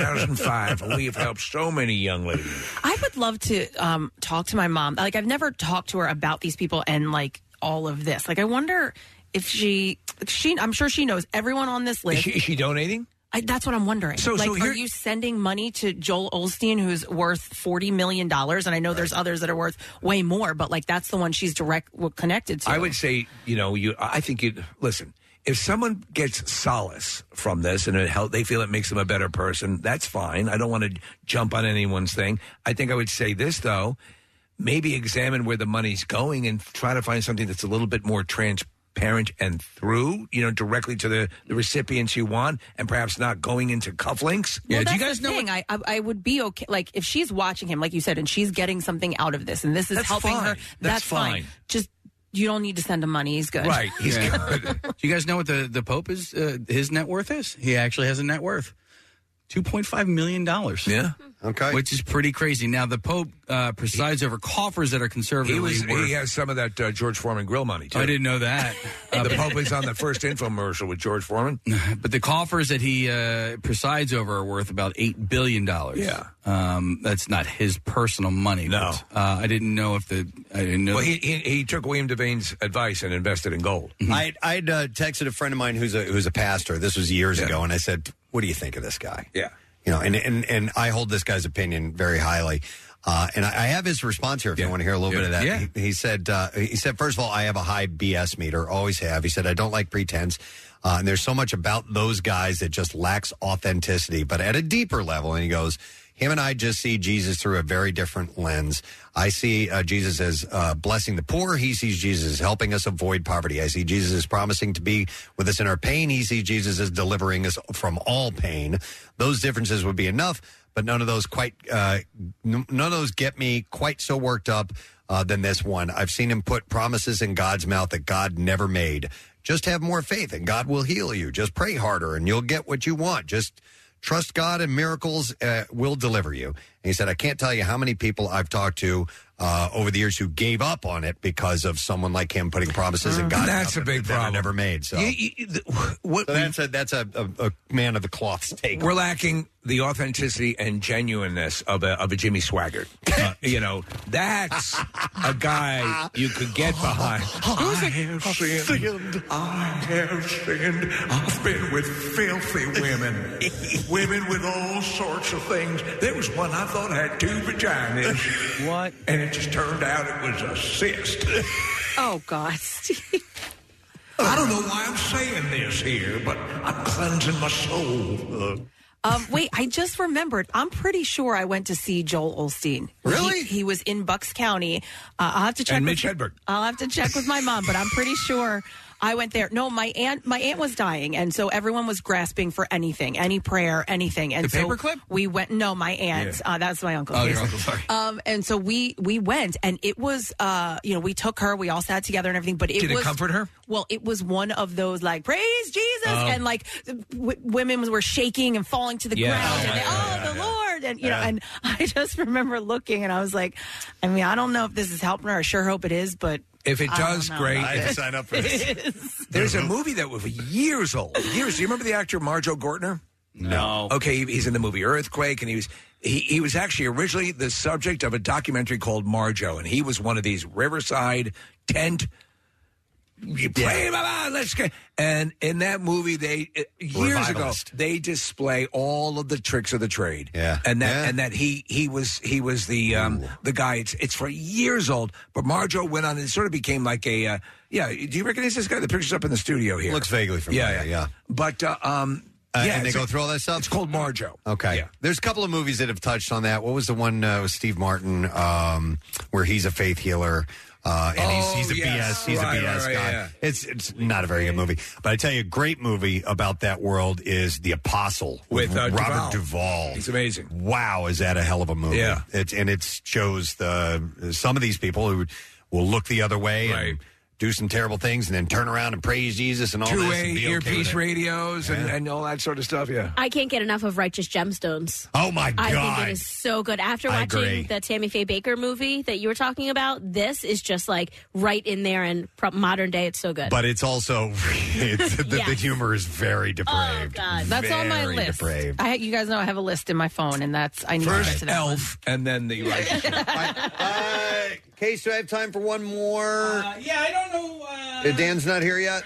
C: 2005. We have helped so many young ladies.
B: I would love to um, talk to my mom. Like, I've never talked to her about these people and like all of this. Like, I wonder if she, she, I'm sure she knows everyone on this
C: Is
B: list.
C: she, is she donating?
B: I, that's what I'm wondering.
C: So-
B: like,
C: so here-
B: are you sending money to Joel Olstein, who's worth forty million dollars? And I know there's others that are worth way more, but like that's the one she's direct well, connected to.
C: I would say, you know, you. I think you listen. If someone gets solace from this and it help, they feel it makes them a better person, that's fine. I don't want to jump on anyone's thing. I think I would say this though: maybe examine where the money's going and try to find something that's a little bit more transparent and through, you know, directly to the, the recipients you want, and perhaps not going into cufflinks.
B: Well, that's the thing. I, I I would be okay. Like if she's watching him, like you said, and she's getting something out of this, and this is
C: That's
B: helping her.
C: fine.
B: That's,
C: That's
B: fine.
C: fine.
B: Just you don't need to send him money. He's good.
D: Yeah. Do you guys know what the the Pope is? Uh, his net worth is? He actually has a net worth. Two point five million dollars.
C: Yeah.
A: Okay.
D: Which is pretty crazy. Now the Pope uh, presides over coffers that are conservatively
C: He was.
D: worth-
C: He has some of that uh, George Foreman grill money too.
D: I didn't know that.
C: Uh, the
D: but-
C: Pope was on the first infomercial with George Foreman.
D: But the coffers that he uh, presides over are worth about eight billion dollars. Yeah, um, that's not his personal money. No, but, uh, I didn't know if the I didn't know.
C: Well, he, he he took William Devane's advice and invested in gold.
A: I I'd uh, texted a friend of mine who's a who's a pastor. This was years ago, and I said, "What do you think of this guy?"
C: Yeah,
A: you know, and and and I hold this guy's opinion very highly. Uh, and I, I have his response here if you want to hear a little bit of that.
D: Yeah.
A: He, he said, uh, he said, first of all, I have a high BS meter, always have. He said, I don't like pretense. Uh, and there's so much about those guys that just lacks authenticity. But at a deeper level, and he goes, Him and I just see Jesus through a very different lens. I see uh, Jesus as uh, blessing the poor. He sees Jesus as helping us avoid poverty. I see Jesus as promising to be with us in our pain. He sees Jesus as delivering us from all pain. Those differences would be enough, but none of those quite uh, n- none of those get me quite so worked up uh, than this one. I've seen him put promises in God's mouth that God never made. Just have more faith and God will heal you. Just pray harder and you'll get what you want. Just trust God and miracles uh, will deliver you. And he said, I can't tell you how many people I've talked to uh, over the years who gave up on it because of someone like him putting promises in God's
C: Mm. That's
A: mouth
C: a big
A: that are
C: problem.
A: never made. So,
C: You- you- the- what
A: So
C: we-
A: that's a that's a, a, a man of the cloth's take.
C: We're lacking the authenticity and genuineness of a of a Jimmy Swaggart. Uh, you know, that's a guy you could get behind.
W: Who's I have sinned. I have sinned. I've been with filthy women. women with all sorts of things. There was one I thought had two vaginas.
C: What?
W: And it just turned out it was a cyst.
U: Oh, God.
W: I don't know why I'm saying this here, but I'm cleansing my soul.
C: Uh.
U: Um, wait, I just remembered. I'm pretty sure I went to see Joel Olstein. Really? He, he was in Bucks County. Uh, I'll have to check.
C: And
U: with-
C: Mitch Hedberg.
U: I'll have to check with my mom, but I'm pretty sure I went there. No, my aunt, my aunt was dying, and so everyone was grasping for anything, any prayer, anything. And
D: The
U: so
D: paperclip?
U: we went. No, my aunt.
D: Yeah.
U: Uh, that's my uncle.
D: Oh, your
U: Yes.
D: uncle, sorry.
U: Um, and so we we went, and it was, uh, you know, we took her. We all sat together and everything. But it
C: Did it
U: was
C: comfort her?
U: Well, it was one of those like praise Jesus,
C: Oh.
U: and like w- women were shaking and falling to the
C: Yeah.
U: ground.
C: Oh,
U: and they,
C: yeah,
U: oh the Lord, and you know, and I just remember looking, and I was like, I mean, I don't know if this is helping her. I sure hope it is, but
C: If it
U: I don't
C: does,
U: know.
C: great. There's a movie that was years old. Years. Do you remember the actor Marjo Gortner?
D: No.
C: Okay, he- he's in the movie Earthquake, and he was he, he was actually originally the subject of a documentary called Marjo, and he was one of these riverside tent. You play blah, blah, let's get. And in that movie, they uh, years ago
A: Revivalist.
C: they display all of the tricks of the trade.
A: Yeah.
C: and that
A: Yeah.
C: and that he he was he was the um, the guy. It's it's for years old, but Marjo went on and sort of became like a uh, yeah. Do you recognize this guy? The picture's up in the studio here.
A: Looks vaguely familiar,
C: Yeah, yeah,
A: yeah.
C: But uh, um,
A: Uh,
C: yeah,
A: and they
C: it's a-
A: go through all that stuff.
C: It's called Marjo.
A: Okay. There's a couple of movies that have touched on that. What was the one uh, with Steve Martin um, where he's a faith healer? Uh, and he's,
C: Oh,
A: he's a
W: yes.
A: BS. He's
W: Right,
A: a BS
W: right, right,
A: guy.
W: yeah.
A: It's it's not a very good movie, but I tell you, a great movie about that world is The Apostle
C: With, uh, Duvall.
A: Robert Duvall.
C: It's amazing.
A: Wow, is that a hell of a movie?
C: Yeah.
A: It, and it shows the some of these people who will look the other way and do some terrible things, and then turn around and praise Jesus and all
C: Two
A: this. and
C: way
A: be okay with
C: earpiece
A: it.
C: radios and,
A: Yeah.
C: and all that sort of stuff. Yeah.
G: I can't get enough of Righteous Gemstones.
A: Oh my
G: I think
A: God.
G: it is so good. After
A: I agree.
G: watching the Tammy Faye Baker movie that you were talking about, this is just like right in there and pro- modern day. It's so good.
A: But it's also it's, the, the
G: Yes.
A: humor is very depraved.
G: God.
B: Uh, That's on my
A: Very
B: list.
A: depraved.
B: I, you guys know I have a list in my phone, and that's I need to get
C: First
B: to that.
C: elf, and then the right.
A: Case, do I have time for one more?
D: yeah, I don't know. Uh,
A: Dan's not here yet.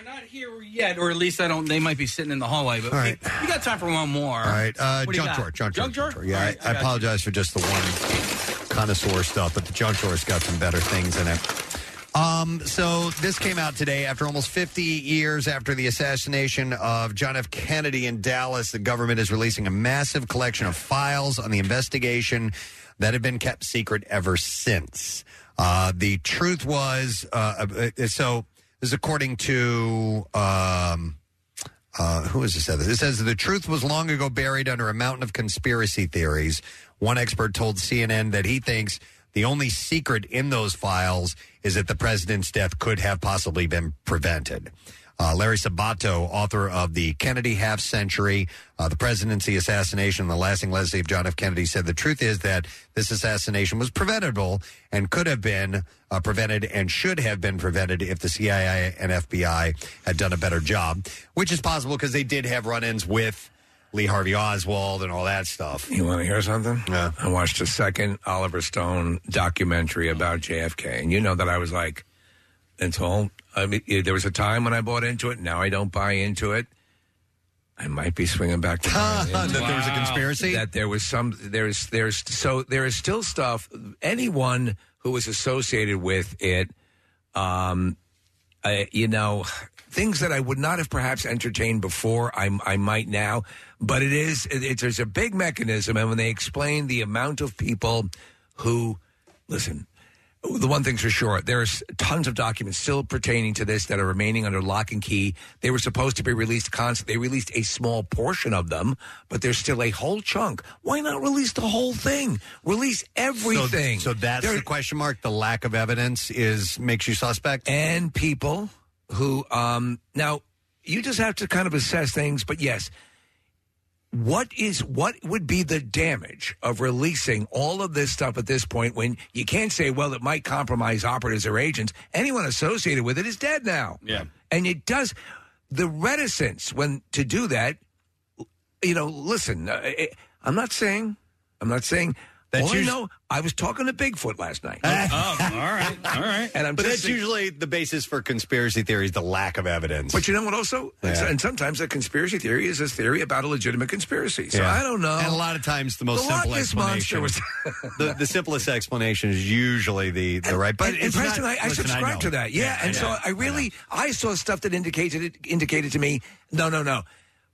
D: yet, or at least I don't. They might be sitting in the hallway. But
A: All right.
D: we, we got time for one more.
A: All right, uh,
D: What do you
A: junk
D: got?
A: drawer, junk drawer,
D: Junk drawer?
A: Yeah,
D: All right,
A: I,
D: I
A: I
D: got
A: apologize for just the one connoisseur stuff, but the junk drawer's got some better things in it. Um, so this came out today after almost 50 years after the assassination of John F. Kennedy in Dallas. The government is releasing a massive collection of files on the investigation that have been kept secret ever since. Uh, the truth was, uh, uh, so this is according to. Um, uh, who is this other? It says the truth was long ago buried under a mountain of conspiracy theories. One expert told CNN that he thinks the only secret in those files is that the president's death could have possibly been prevented. Uh, Larry Sabato, author of The Kennedy Half Century, uh, The Presidency Assassination, and The Lasting Legacy of John F. Kennedy, said the truth is that this assassination was preventable and could have been uh, prevented and should have been prevented if the CIA and FBI had done a better job, which is possible because they did have run ins with Lee Harvey Oswald and all that stuff.
C: You want to hear something? Yeah. I watched a second Oliver Stone documentary about JFK, and you know that I was like, it's all. I mean, yeah, there was a time when I bought into it. Now I don't buy into it. I might be swinging back to buying
A: That
C: into it.
A: there was a conspiracy?
C: That there was some. There's there's so there is still stuff. Anyone who was associated with it, um, I, you know, things that I would not have perhaps entertained before. I, I might now, but it is it, it's there's a big mechanism, and when they explain the amount of people who listen. The one thing's for sure, there's tons of documents still pertaining to this that are remaining under lock and key. They were supposed to be released constantly. They released a small portion of them, but there's still a whole chunk. Why not release the whole thing? Release everything.
A: So, so that's
C: There-
A: the question mark. The lack of evidence is makes you suspect.
C: And people who
A: uh,
C: um now you just have to kind of assess things, but yes, what is what would be the damage of releasing all of this stuff at this point when you can't say well it might compromise operatives or agents anyone associated with it is dead now
D: Yeah.
C: and it does the reticence when to do that you know listen uh, it, i'm not saying i'm not saying
A: That's
C: all
A: usu-
C: i know i was talking to bigfoot last night
A: Oh,
D: all right, all right.
C: and i'm
A: but
C: just
A: that's usually the basis for conspiracy theories: the lack of evidence.
C: but you know what? Also,
A: Yeah.
C: and sometimes a conspiracy theory is a theory about a legitimate conspiracy. So
A: Yeah.
C: I don't know.
A: And a lot of times, the most
C: The Loch
A: simple
C: Ness Monster
A: explanation. the, the simplest explanation is usually the, the right. But
C: and, and
A: it's
C: Preston,
A: not-
C: I, I
A: listen,
C: subscribe
A: know.
C: to that. Yeah, and so
A: know.
C: I really I, saw stuff that indicated it indicated to me, no, no, no.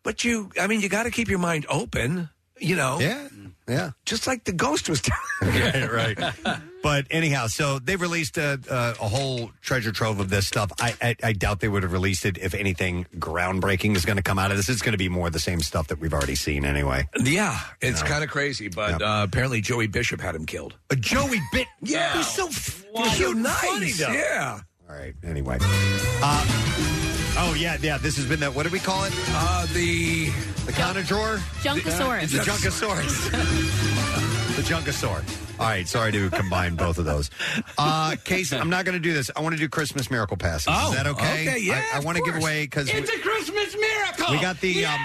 C: But you, I mean, you got to keep your mind open. You know.
A: Yeah. Yeah.
C: Just like the ghost was telling.
A: right, right. But anyhow, so they've released a, a, a whole treasure trove of this stuff. I, I, I doubt they would have released it if anything groundbreaking is going to come out of this. It's going to be more of the same stuff that we've already seen anyway.
C: Yeah, it's kind of crazy, but uh, apparently Joey Bishop had him killed.
A: A Joey bit.
C: Yeah,
A: He's so
C: so nice.
A: funny, though.
C: yeah.
A: All right. Anyway. Uh, oh yeah, yeah. This has been that. What do we call it?
C: Uh, the
A: the counter drawer.
G: Junkosaurus.
E: uh,
A: It's the Junkosaurus. the Junkosaur. All right. Sorry to combine both of those. Uh, Case, I'm not going to do this. I want to do Christmas miracle passes.
F: Oh,
A: is that okay?
F: okay, yeah,
A: I, I
F: of
A: want to give
F: course.
A: away because
F: It's a Christmas miracle.
A: we got the. Um,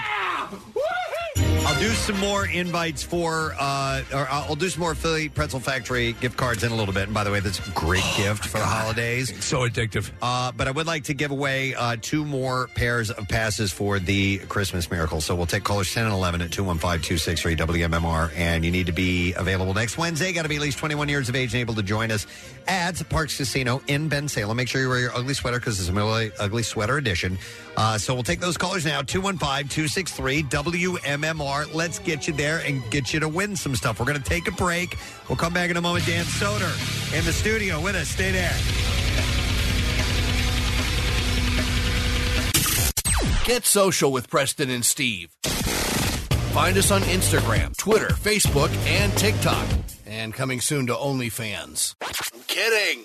A: I'll do some more invites for, uh, or I'll I'll do some more Philly Pretzel Factory gift cards in a little bit. And by the way, that's a great
C: Oh
A: gift for the holidays.
C: so addictive.
A: Uh, but I would like to give away uh, two more pairs of passes for the Christmas Miracle. So we'll take callers 10 and 11 at 215 263 WMMR. And you need to be available next Wednesday. Got to be at least 21 years of age and able to join us at Parks Casino in Ben Salem. Make sure you wear your ugly sweater because it's a really ugly sweater edition. Uh, so we'll take those callers now 215 263 WMMR. Let's get you there and get you to win some stuff. We're going to take a break. We'll come back in a moment. Dan Soder in the studio with us. Stay there.
H: Get social with Preston and Steve. Find us on Instagram, Twitter, Facebook, and TikTok. And coming soon to OnlyFans. I'm kidding.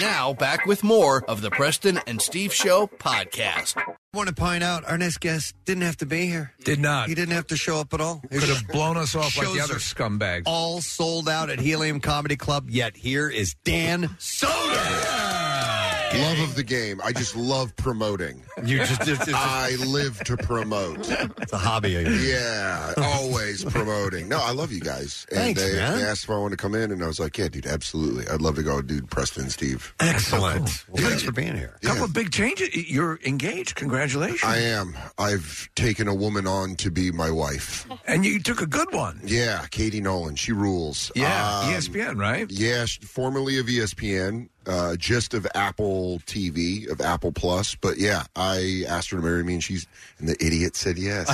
H: Now, back with more of the Preston and Steve Show podcast.
A: want to point out our next guest didn't have to be here.
C: Did not.
A: He didn't have to show up at all.
C: Could have blown us off like the
A: Shows
C: other
A: are
C: scumbag.
A: All sold out at Helium Comedy Club. Yet here is Dan Soder.
L: Love of the game. I just love promoting.
A: You just- it's- it's-
L: I live to promote.
A: It's a hobby. Of yours.
L: Yeah, always promoting. No, I love you guys. And
A: Thanks,
L: they,
A: man.
L: they asked if I wanted to come in, and I was like, "Yeah, dude, absolutely. I'd love to go, dude. Preston, and Steve.
A: Excellent. Well, thanks for being here.
L: Couple
C: of big changes. You're engaged. Congratulations.
L: I am. I've taken a woman on to be my wife.
C: And you took a good one.
L: Yeah, Katie Nolan. She rules.
C: Yeah,
L: Um,
C: ESPN, right?
L: Yeah, she- formerly of E ESPN, uh, just of Apple TV, of Apple Plus. But yeah, I asked her to marry me, and she's and the idiot said yes.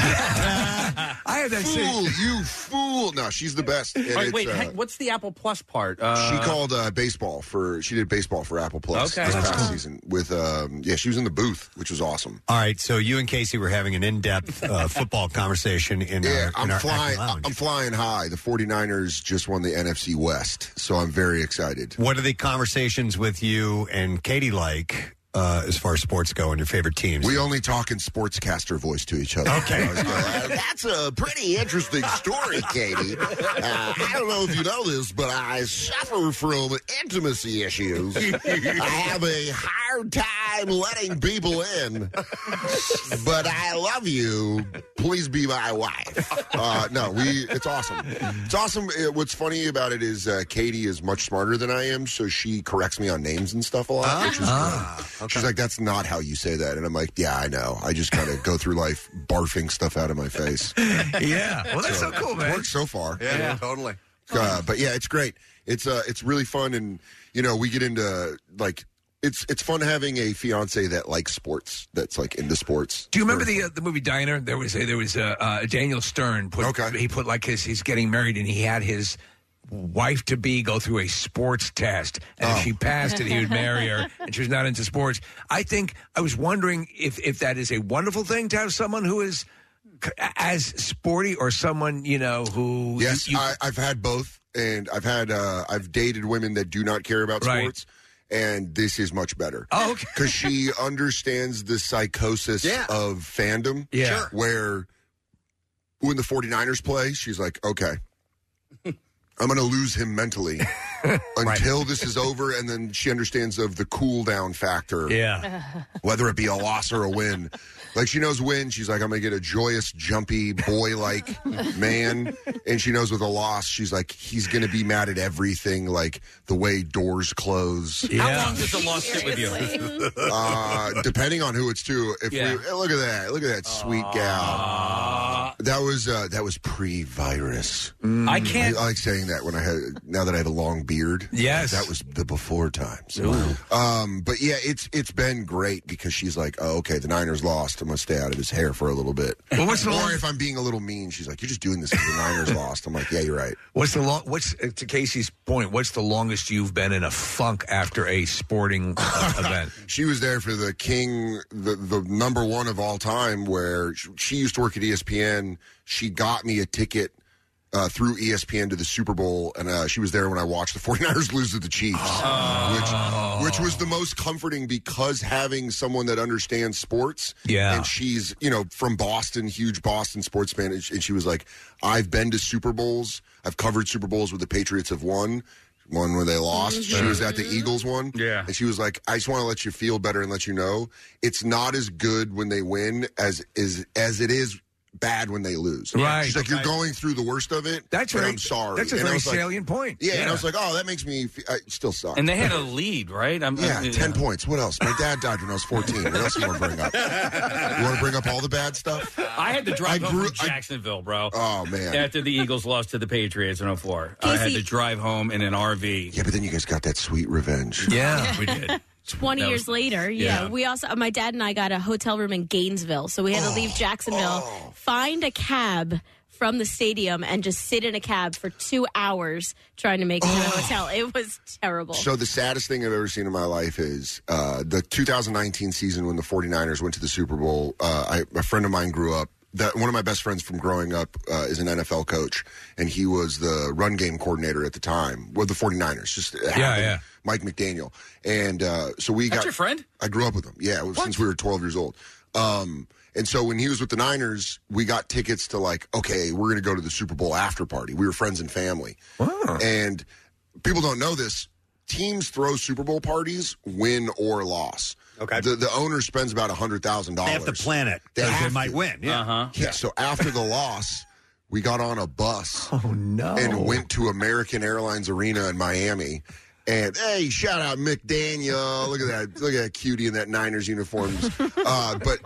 C: I have that
L: fool, you fool. No, she's the best. And
D: All right,
L: it's,
D: wait,
L: uh,
D: hang- what's the Apple Plus part?
L: she called uh, baseball for she did baseball for Apple Plus
D: Okay.
L: this
D: That's
L: past
D: cool.
L: season with um, yeah she was in the booth which was awesome.
A: All right, so you and Casey were having an in-depth uh, football conversation in our,
L: Yeah,
A: in
L: I'm
A: our
L: flying.
A: acting lounge.
L: I'm flying high. The 49ers just won the NFC West, so I'm very excited.
A: What are the conversations with you and Katie like uh, as far as sports go and your favorite teams?
L: We only talk in sportscaster voice to each other.
A: Okay.
L: Uh, That's a pretty interesting story, Katie. Uh, I don't know if you know this, but I suffer from intimacy issues. I have a hard time letting people in, but I love you. Please be my wife. Uh, no, we. It's awesome. It's awesome. Uh, What's funny about it is uh, Katie is much smarter than I am, so she corrects me on names and stuff a lot. which is
C: Ah,
L: great. She's like, "That's not how you say that," and I'm like, "Yeah, I know. I just kind of go through life barfing stuff out of my face."
C: yeah. Well, that's so, cool, man.
L: Worked so far.
A: totally.
L: Uh, but yeah, it's great. It's uh, it's really fun, and you know, we get into like it's it's fun having a fiance that likes sports, that's like into sports.
C: Do you remember the uh, the movie Diner? There was a, there was a, uh, Daniel Stern. Put, okay. He put like his he's getting married and he had his wife to be go through a sports test and
L: Oh.
C: if she passed it he would marry her and she was not into sports. I think I was wondering if if that is a wonderful thing to have someone who is c- as sporty or someone you know who
L: Yes, I, I've had both, and I've had uh, I've dated women that do not care about
C: Right.
L: sports, and this is much better.
C: Oh,
L: because she understands the psychosis
C: Yeah.
L: of fandom.
C: Yeah. Sure.
L: where when the 49ers play, she's like, okay. I'm going to lose him mentally until this is over, and then she understands of the cool down factor. whether it be a loss or a win. Like she knows win, she's like, I'm gonna get a joyous, jumpy, boy like man. And she knows with a loss, she's like, he's gonna be mad at everything, like the way doors close.
M: How long does the loss sit with you?
L: uh, depending on who it's to, if
M: Yeah.
L: we eh, look at that, look at that sweet gal. That was uh, that was pre-virus.
M: Mm. I can't-
L: I, like saying that when I had now that I have a long beard.
C: Yes.
L: that was the before times. Um, but yeah, it's it's been great because she's like, oh, okay, the Niners lost. I'm gonna stay out of his hair for a little bit.
C: Well, what's the
L: or
C: long-
L: if I'm being a little mean, she's like, you're just doing this because the Niners lost. I'm like, yeah, you're right.
C: What's the long? What's uh, to Casey's point? What's the longest you've been in a funk after a sporting uh, event?
L: She was there for the king, the, the number one of all time, where sh- she used to work at E ESPN. She got me a ticket uh, through ESPN to the Super Bowl, and uh, she was there when I watched the 49ers lose to the Chiefs,
C: Uh,
L: which, which was the most comforting because having someone that understands sports.
C: Yeah.
L: And she's, you know, from Boston, huge Boston sports fan. And she, and she was like, I've been to Super Bowls, I've covered Super Bowls where the Patriots have won. One where they lost. She was at the
D: Mm-hmm.
L: Eagles one. Yeah. And she was like, I just want to let you feel better and let you know it's not as good when they win as is as it is bad when they lose.
C: Right.
L: She's like, You're
C: Okay.
L: going through the worst of it.
C: That's
L: and
C: very-
L: I'm sorry.
C: that's a
L: And I
C: very
L: was like-
C: salient point.
L: Yeah, And
C: Yeah.
L: I was like, Oh, that makes me fe- I it still suck.
D: And they had a lead, right? I'm,
L: yeah,
D: I'm-
L: ten points. What else? My dad died when I was fourteen. What else you want to bring up? You want to bring up all the bad stuff?
D: I had to drive
L: I
D: home
L: grew-
D: from Jacksonville, bro.
L: Oh man!
D: After the Eagles lost to the Patriots in 04. I had to drive home in an RV.
L: Yeah, but then you guys got that sweet revenge.
C: Yeah,
D: we did.
G: 20
D: That
G: years
D: was-
G: later, yeah,
L: yeah.
G: We also, my dad and I got a hotel room in Gainesville. So we had to leave Jacksonville, find a cab from the stadium, and just sit in a cab for two hours trying to make it to the hotel. It was terrible.
L: So the saddest thing I've ever seen in my life is uh, the 2019 season when the 49ers went to the Super Bowl. Uh, I, a friend of mine grew up. That one of my best friends from growing up uh, is an NFL coach, and he was the run game coordinator at the time with the 49ers. Just it happened.
C: yeah.
L: Mike McDaniel, and uh, so we
D: That's
L: got
D: your friend?
L: I grew up with him. Yeah, it was since we were 12 years old. Um, and so when he was with the Niners, we got tickets to like, okay, we're going to go to the Super Bowl after party. We were friends and family. And people don't know this. Teams throw Super Bowl parties, win or loss. Okay. The, the owner spends about hundred thousand dollars.
A: They have to plan it, 'cause they might win, yeah. Uh-huh.
L: yeah. So after the loss, we got on a bus.
C: Oh no!
L: And went to American Airlines Arena in Miami. And hey, shout out McDaniel. Look at that. Look at that cutie in that Niners uniforms. Uh, but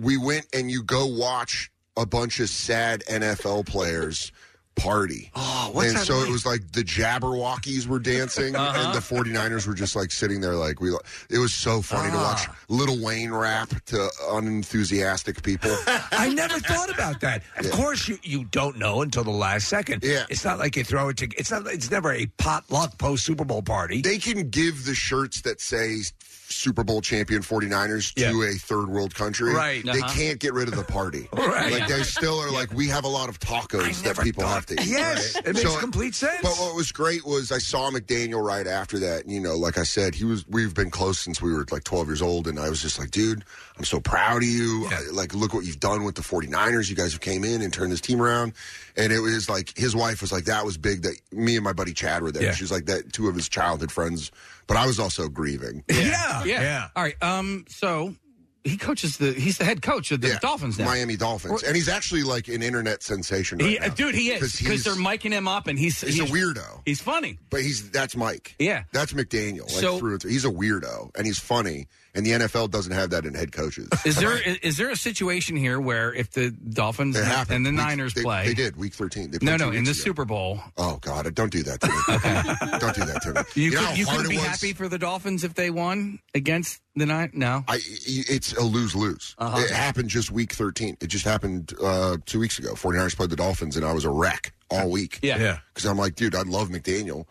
L: we went and you go watch a bunch of sad NFL players party. Oh,
M: what's
L: and
M: that
L: so
M: like?
L: it was like the Jabberwockies were dancing
M: Uh-huh.
L: and the 49ers were just like sitting there like we lo- it was so funny to watch
M: Ah.
L: Little Wayne rap to unenthusiastic people.
C: I never thought about that. Of course, you, you don't know until the last second. Yeah, it's not like you throw it to. It's not. It's never a potluck post Super Bowl party.
L: They can give the shirts that say Super Bowl champion 49ers to a third world country.
C: Right.
L: They
C: Uh-huh.
L: can't get rid of the party.
C: Right.
L: Like they still are like, we have a lot of tacos that people have lefty.
C: Yes, it makes complete sense.
L: But what was great was I saw McDaniel right after that. And, you know, like I said, he was. We've been close since we were like 12 years old, and I was just like, dude, I'm so proud of you. I- like, look what you've done with the 49ers. You guys have came in and turned this team around. And it was like his wife was like, that was big. That me and my buddy Chad were there.
D: Yeah.
L: She was like that. Two of his childhood friends, but I was also grieving.
D: Yeah. yeah. All right. Um. So he coaches the. He's the head coach of the Dolphins now.
L: Miami Dolphins, and he's actually like an internet sensation. Right
D: He,
L: now.
D: dude, he is because
L: he's-
D: they're miking him up, and he's
L: He's a weirdo.
D: He's funny,
L: but he's that's Mike.
D: Yeah,
L: that's McDaniel. Like
D: So-
L: through and through. he's a weirdo and he's funny, and the NFL doesn't have that in head coaches.
D: Is there is, there a situation here where if the Dolphins
L: It
D: and,
L: happened.
D: the
L: Week-
D: Niners
L: they-
D: play,
L: They did week thirteen. They
D: no,
L: played two
D: no, in
L: weeks
D: the
L: ago.
D: Super Bowl,
L: Oh God, don't do that to me! don't do that to me.
D: you,
L: know how
D: could, you
L: hard
D: could
L: it
D: be
L: was?
D: happy for the Dolphins if they won against the Niners. No,
L: I, it's a lose lose.
D: Uh-huh.
L: It happened just week 13. It just happened uh, two weeks ago. 49ers played the Dolphins, and I was a wreck all week.
D: Yeah. Yeah.
L: Because I'm like, dude, I love McDaniel.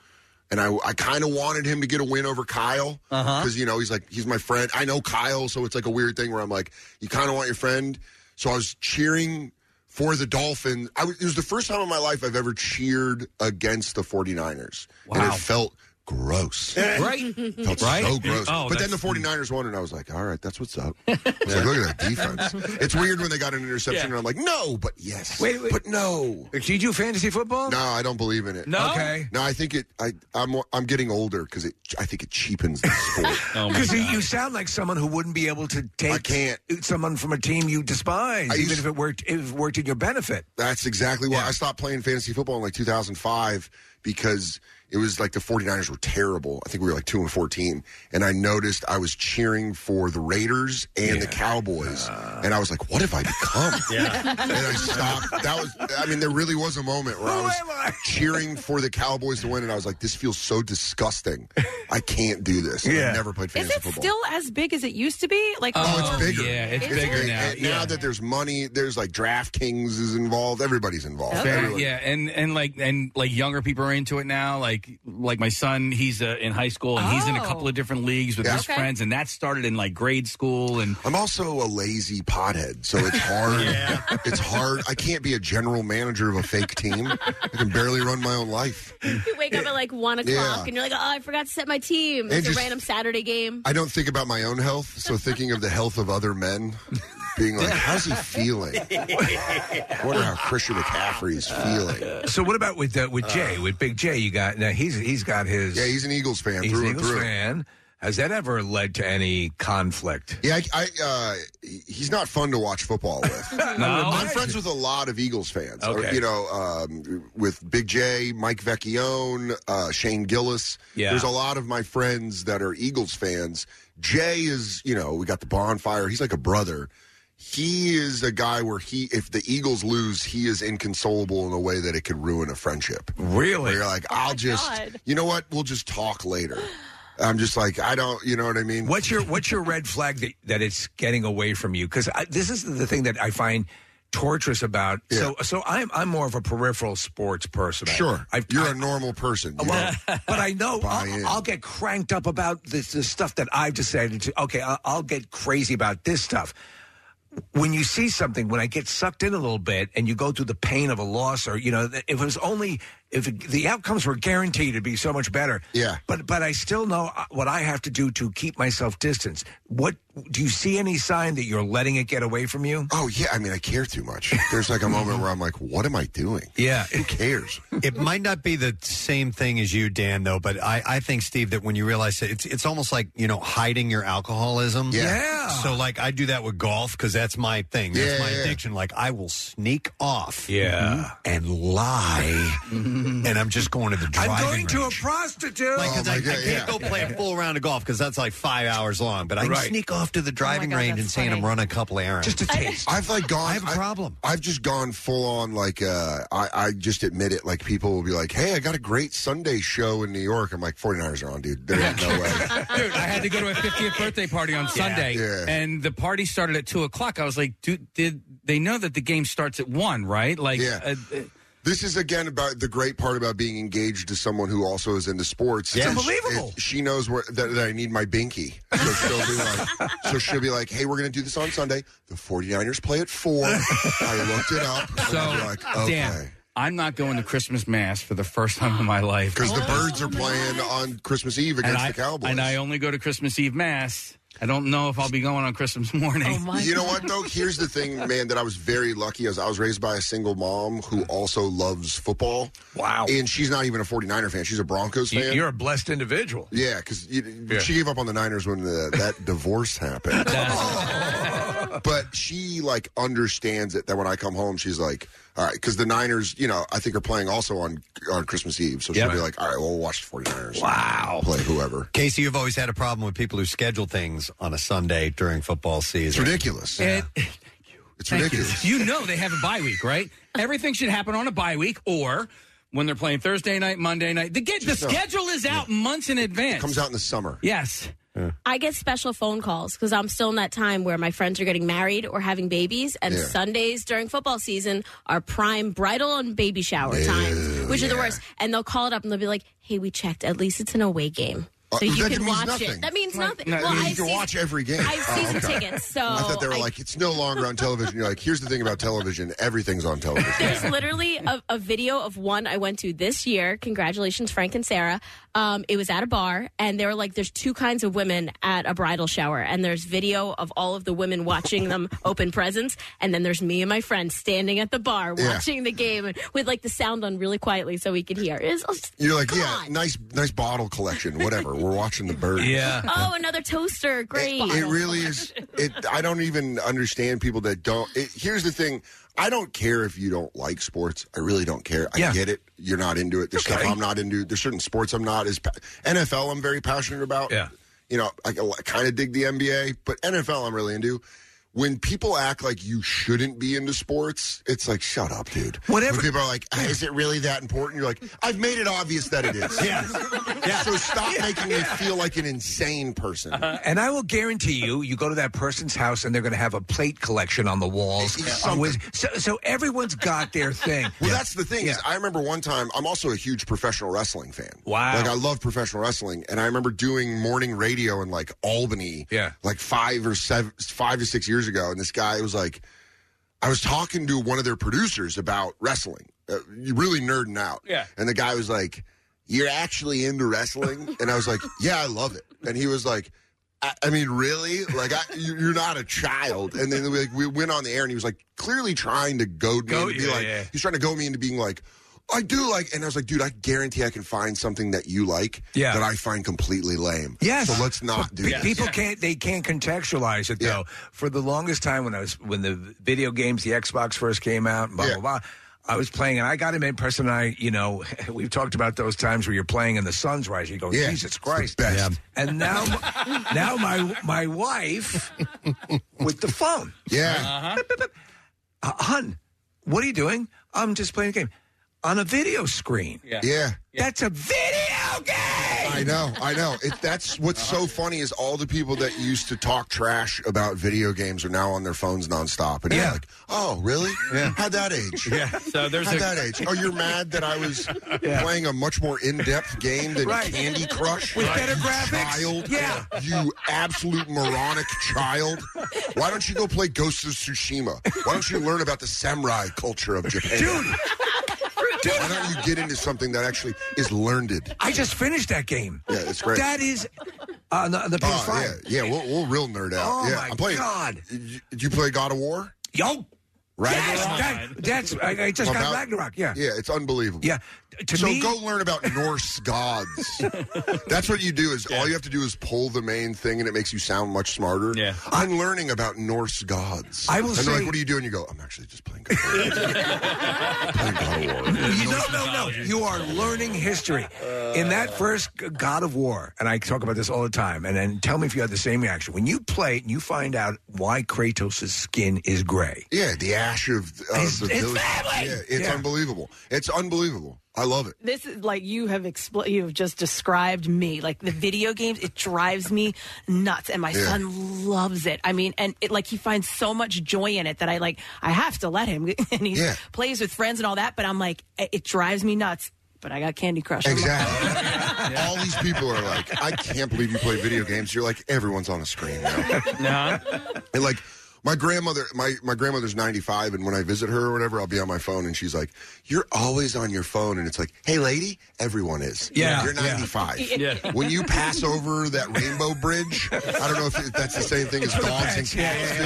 L: And I, I kind of wanted him to get a win over Kyle.
D: Uh-huh.
L: Because, you know, he's like, he's my friend. I know Kyle, so it's like a weird thing where I'm like, you kind of want your friend. So I was cheering for the Dolphins. I was, it was the first time in my life I've ever cheered against the 49ers. And
D: Wow.
L: it felt gross.
D: Right?
L: Felt
D: Right?
L: so gross.
D: Oh,
L: but then the
D: that's-
L: 49ers won, and I was like, all right, that's what's up. I was like, look at that defense. It's weird when they got an interception,
C: Yeah.
L: and I'm like, no, but yes.
C: Wait, wait.
L: But no.
C: Do you do fantasy football?
L: No, I don't believe in it.
C: No? Okay.
L: No, I think it. I, I'm I'm getting older because it. I think it cheapens the sport.
C: Because you you sound like someone who wouldn't be able to take someone from a team you despise,
L: I
C: even
L: used-
C: if it worked if it worked in your benefit.
L: That's exactly why I stopped playing fantasy football in like 2005 because it was like the 49ers were terrible. I think we were like 2 and 14 and I noticed I was cheering for the Raiders and the Cowboys and I was like what have I become?
M: Yeah.
L: And I stopped. That was I mean there really was a moment where I was cheering for the Cowboys to win and I was like this feels so disgusting. I can't do this. And I've never played
B: Is
L: fantasy
B: it
L: football.
B: still as big as it used to be? Like,
L: oh, it's bigger.
B: Is it?
L: And Now that there's money, there's like DraftKings is involved. Everybody's involved.
D: Fair,
L: Everyone-
D: yeah, and and like and like younger people are into it now. Like like my son, he's uh, in high school and he's in a couple of different leagues with
L: Yeah.
D: his
L: Okay.
D: friends, and that started in like grade school. And
L: I'm also a lazy pothead, so it's hard. It's hard. I can't be a general manager of a fake team. I can barely run my own life.
G: You wake up at like one o'clock
L: Yeah.
G: and you're like, oh, I forgot to set my team. It's
L: And
G: a
L: just-
G: random Saturday game.
L: I don't think about my own health, so thinking of the health of other men, being like, how's he feeling? I wonder how Christian McCaffrey is feeling.
C: So what about with uh, with Jay, with Big Jay? You got now he's he's got his yeah
L: he's an Eagles fan
C: he's
L: through
C: an
L: and
C: Eagles
L: through.
C: fan. Has that ever led to any conflict?
L: Yeah, I, I uh, he's not fun to watch football with. I'm friends with a lot of Eagles fans. Uh,
C: Okay.
L: You know, um, with Big J, Mike Vecchione, uh, Shane Gillis.
C: Yeah.
L: There's a lot of my friends that are Eagles fans. Jay is, you know, we got the bonfire. He's like a brother. He is a guy where he, if the Eagles lose, he is inconsolable in a way that it could ruin a friendship.
C: Really?
L: Where you're like, I'll just, you know what? We'll just talk later. I'm just like, I don't, you know what I mean?
C: What's your what's your red flag that, that it's getting away from you? Because this is the thing that I find torturous about. So so I'm I'm more of a peripheral sports person.
L: Sure.
C: I've,
L: You're a normal person. You
C: Well,
L: know?
C: but I know
L: in.
C: I'll, I'll get cranked up about this, the stuff that I've decided to. Okay, I'll, I'll get crazy about this stuff. When you see something, when I get sucked in a little bit, and you go through the pain of a loss, or you know, if it was only if it, the outcomes were guaranteed to be so much better.
L: Yeah.
C: But but I still know uh, what I have to do to keep myself distance. What do you see any sign that you're letting it get away from you?
L: Oh yeah, I mean I care too much. There's like a moment where I'm like, what am I doing?
C: Yeah.
L: Who cares?
J: It might not be the same thing as you, Dan, though, but I, I think, Steve, that when you realize that it's, it's almost like, you know, hiding your alcoholism.
L: Yeah. Yeah.
J: So, like, I do that with golf because that's my thing. That's
L: Yeah,
J: my
L: yeah, yeah.
J: addiction. Like, I will sneak off.
C: Yeah.
J: And lie. and I'm just going to the driving
C: I'm going
J: range.
C: to a
L: Oh,
C: prostitute.
J: Like, 'cause I, I can't go play a full round of golf because that's like five hours long. But I can
L: Right.
J: sneak off to the driving range and saying I'm running a couple errands.
C: Just a taste.
L: I've like gone. I
J: have a problem.
L: I've just gone full on like uh, I, I just admit it. Like people will be like, "Hey, I got a great Sunday show in New York." I'm like, "49ers are on, dude. There ain't no way."
D: dude, I had to go to a 50th birthday party on Sunday, and the party started at two o'clock. I was like, dude, did they know that the game starts at one? Right? Like,
L: Yeah.
D: uh, uh,
L: This is again about the great part about being engaged to someone who also is into sports.
D: It's
L: Is
D: unbelievable.
L: it- she knows where that, that I need my binky. So she'll be like, so she'll be like, "Hey, we're going to do this on Sunday. The 49ers play at 4. I looked it up. and
D: so
L: I'll be like, okay.
D: Dan, uh, I'm not going to Christmas mass for the first time in my life Oh,
L: Because the birds are playing on Christmas Eve
D: and
L: against
D: I,
L: the Cowboys.
D: and I only go to Christmas Eve mass. I don't know if I'll be going on Christmas morning.
L: you know what though? Here's the thing, man, that I was very lucky as I was raised by a single mom who also loves football. Wow. And she's not even a 49er fan. She's a Broncos
C: You-
L: fan.
C: You're a blessed individual.
L: yeah, because
C: Yeah.
L: she gave up on the Niners when the, that divorce happened. but she like understands it that when I come home, she's like, all right, because the Niners, you know, I think are playing also on on Christmas Eve. So she'll
A: Yep.
L: be like, all right, well, we'll watch the 49ers. Wow. Play whoever.
A: Casey, you've always had a problem with people who schedule things on a Sunday during football season.
L: It's ridiculous.
D: It's
A: ridiculous.
D: You. know they have a bye week, right? Everything should happen on a bye week or when they're playing Thursday night, Monday night. The, get, the
L: Just, uh,
D: schedule is out months in advance.
L: Comes out in the summer.
D: Yes.
G: I get special phone calls because I'm still in that time where my friends are getting married or having babies, and
L: Yeah.
G: Sundays during football season are prime bridal and baby shower times, which are the worst. And they'll call it up and they'll be like, "Hey, we checked. At least it's an away game,
L: Uh,
G: so you
L: that
G: can
L: means
G: watch
L: nothing.
G: it. That means nothing.
L: No,
G: well,
L: you
G: I've
L: can
G: seen-
L: watch every game.
G: I've
L: Oh,
G: season
L: okay.
G: tickets, so
L: I thought they were
G: I-
L: like, it's no longer on television. You're like, here's the thing about television, everything's on television.
G: There's literally a, a video of one I went to this year. Congratulations, Frank and Sarah. Um, it was at a bar, and they were like, "There's two kinds of women at a bridal shower, and there's video of all of the women watching them open presents, and then there's me and my friend standing at the bar
L: Yeah.
G: watching the game with like the sound on really quietly so we could hear." It's-
L: You're like, yeah, nice, nice bottle collection, whatever. We're watching the birds.
G: oh, another toaster. Great.
L: It really is. It. I don't even understand people that don't. It, here's the thing. I don't care if you don't like sports. I really don't care. I get it. You're not into it. There's stuff I'm not into. There's certain sports I'm not as pa- NFL. I'm very passionate about. Yeah. You know, I, kind of dig the NBA, but NFL I'm really into. When people act like you shouldn't be into sports, it's like shut up, dude. Whatever. people are like, "Ah, is it really that important? You're like, I've made it obvious that it is.
C: Yeah. Uh-huh.
L: So stop making me feel like an insane person.
C: And I will guarantee you, you go to that person's house and they're going to have a plate collection on the walls.
L: Something.
C: Always- so, so everyone's got their thing.
L: Well, that's the thing. Is I remember one time. I'm also a huge professional wrestling fan. Wow. Like I love professional wrestling, and I remember doing morning radio in like Albany.
C: Yeah.
L: Like five or seven, five to six years ago, and this guy was like, I was talking to one of their producers about wrestling, uh, really nerding out.
E: Yeah.
L: And the guy was like, "You're actually into wrestling?" and I was like, "Yeah, I love it." And he was like. I I mean, really? Like, I, you- you're not a child. And then we, like, we went on the air, and he was like clearly trying to goad me
C: Goat
L: into
C: you,
L: be like,
C: yeah.
L: he's trying to goad me into being like, I do like, and I was like, dude, I guarantee I can find something that you like
C: Yeah.
L: that I find completely lame.
C: Yes.
L: So let's not do
C: Pe-
L: that.
C: People can't they can't contextualize it though. For the longest time when I was when the video games, the Xbox first came out, blah blah blah. I was playing and I got him in person and I, you know, we've talked about those times where you're playing and the sun's rising, you go,
L: Yeah, it's
C: Oh, Jesus
L: the
C: Christ.
L: best.
C: And now now my my wife with the phone.
L: Yeah.
C: Uh, hun, what are you doing? I'm just playing a game. On a video screen.
L: Yeah. Yeah.
C: That's a video game.
L: I know, I know. It, that's what's
C: Uh-huh.
L: so funny is all the people that used to talk trash about video games are now on their phones nonstop. And yeah. like, oh, really? Yeah. How'd that age? Yeah.
D: So there's
L: How'd
D: a-
L: that age? Oh, you're mad that I was playing a much more in-depth game than
C: Right.
L: Candy Crush?
C: With
L: Right.
C: better
L: You
C: graphics?
L: Child.
C: Yeah.
L: You absolute moronic child. Why don't you go play Ghost of Tsushima? Why don't you learn about the samurai culture of Japan? Dude! Why don't you get into something that actually is learned?
C: I just finished that game.
L: Yeah, it's great.
C: That is on Uh, the, on the
L: Oh,
C: PS5.
L: yeah, yeah, we'll, we'll real nerd out.
C: Oh,
L: yeah,
C: my
L: I'm playing,
C: God.
L: Did you play God of War?
C: Yo.
L: Ragnarok.
C: Yes, that- that's I, I just got
L: About-
C: Ragnarok. Yeah.
L: Yeah, it's unbelievable.
C: Yeah. To
L: so
C: me-
L: go learn about Norse gods. That's what you do is all you have to do is pull the main thing and it makes you sound much smarter. Yeah. I'm learning about Norse gods.
C: I will
L: and they're
C: say-
L: like, what are you doing? You go, I'm actually just playing God of War. Playing God of War.
C: You, no, no, no. You are learning history. In that first G- God of War, and I talk about this all the time, and then tell me if you had the same reaction. When you play it and you find out why Kratos' skin is gray.
L: Yeah, the ash of, of
C: It's-
L: the
C: it's
L: village.
C: family!
L: Yeah, it's
C: Yeah.
L: unbelievable. It's unbelievable. I love it.
B: This is like you have expl- you have just described me. Like the video games, it drives me nuts, and my
L: Yeah.
B: son loves it. I mean, and it like he finds so much joy in it that I like. I have to let him, and he
L: Yeah.
B: plays with friends and all that. But I'm like, it it drives me nuts. But I got Candy Crush. on my-
L: Exactly. All these people are like, I can't believe you play video games. You're like, everyone's on a screen now.
D: No.
L: And like, My grandmother, my, my grandmother's 95, and when I visit her or whatever, I'll be on my phone, and she's like, "You're always on your phone," and it's like, "Hey, lady, everyone is.
M: Yeah,
L: you're
M: yeah.
L: 95.
M: Yeah.
L: When you pass over that rainbow bridge, I don't know if it- that's the same thing as dogs and cats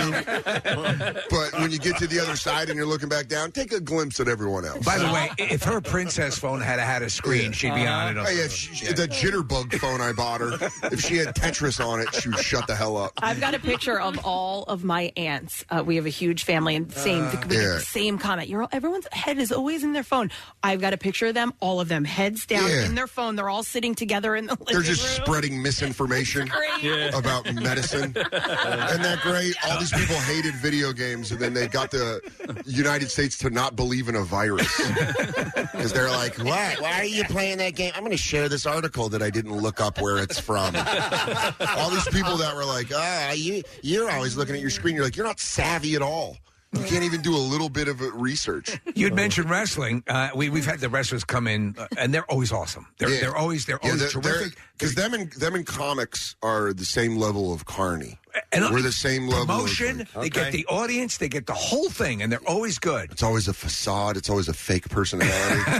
L: do, but when you get to the other side and you're looking back down, take a glimpse at everyone else.
C: By the way, if her princess phone had had a screen, she'd be on it.
L: Oh, yeah, if she, That jitterbug phone I bought her, if she had Tetris on it, she would shut the hell up.
B: I've got a picture of all of my aunts. Uh, we have a huge family, and same
L: Uh,
B: we get
L: yeah.
B: the same comment. You're all, everyone's head is always in their phone. I've got a picture of them, all of them, heads down
L: Yeah.
B: in their phone. They're all sitting together in the living
L: They're just
B: room.
L: spreading misinformation
B: Yeah.
L: about medicine. Isn't that great? All these people hated video games, and then they got the United States to not believe in a virus. Because they're like, why? Why are you playing that game? I'm going to share this article that I didn't look up where it's from. all these people that were like, ah, you, you're always looking at your screen. You're like, you're not savvy at all. You can't even do a little bit of uh, research.
C: You'd mentioned wrestling. Uh, we, we've had the wrestlers come in, uh, and they're always awesome. They're,
L: Yeah.
C: they're always they're
L: Yeah,
C: always
L: they're-
C: terrific.
L: Because them and them and comics are the same level of carny.
C: And
L: We're the same level
C: promotion.
L: Of,
C: They get the audience. They get the whole thing, and they're always good.
L: It's always a facade. It's always a fake personality.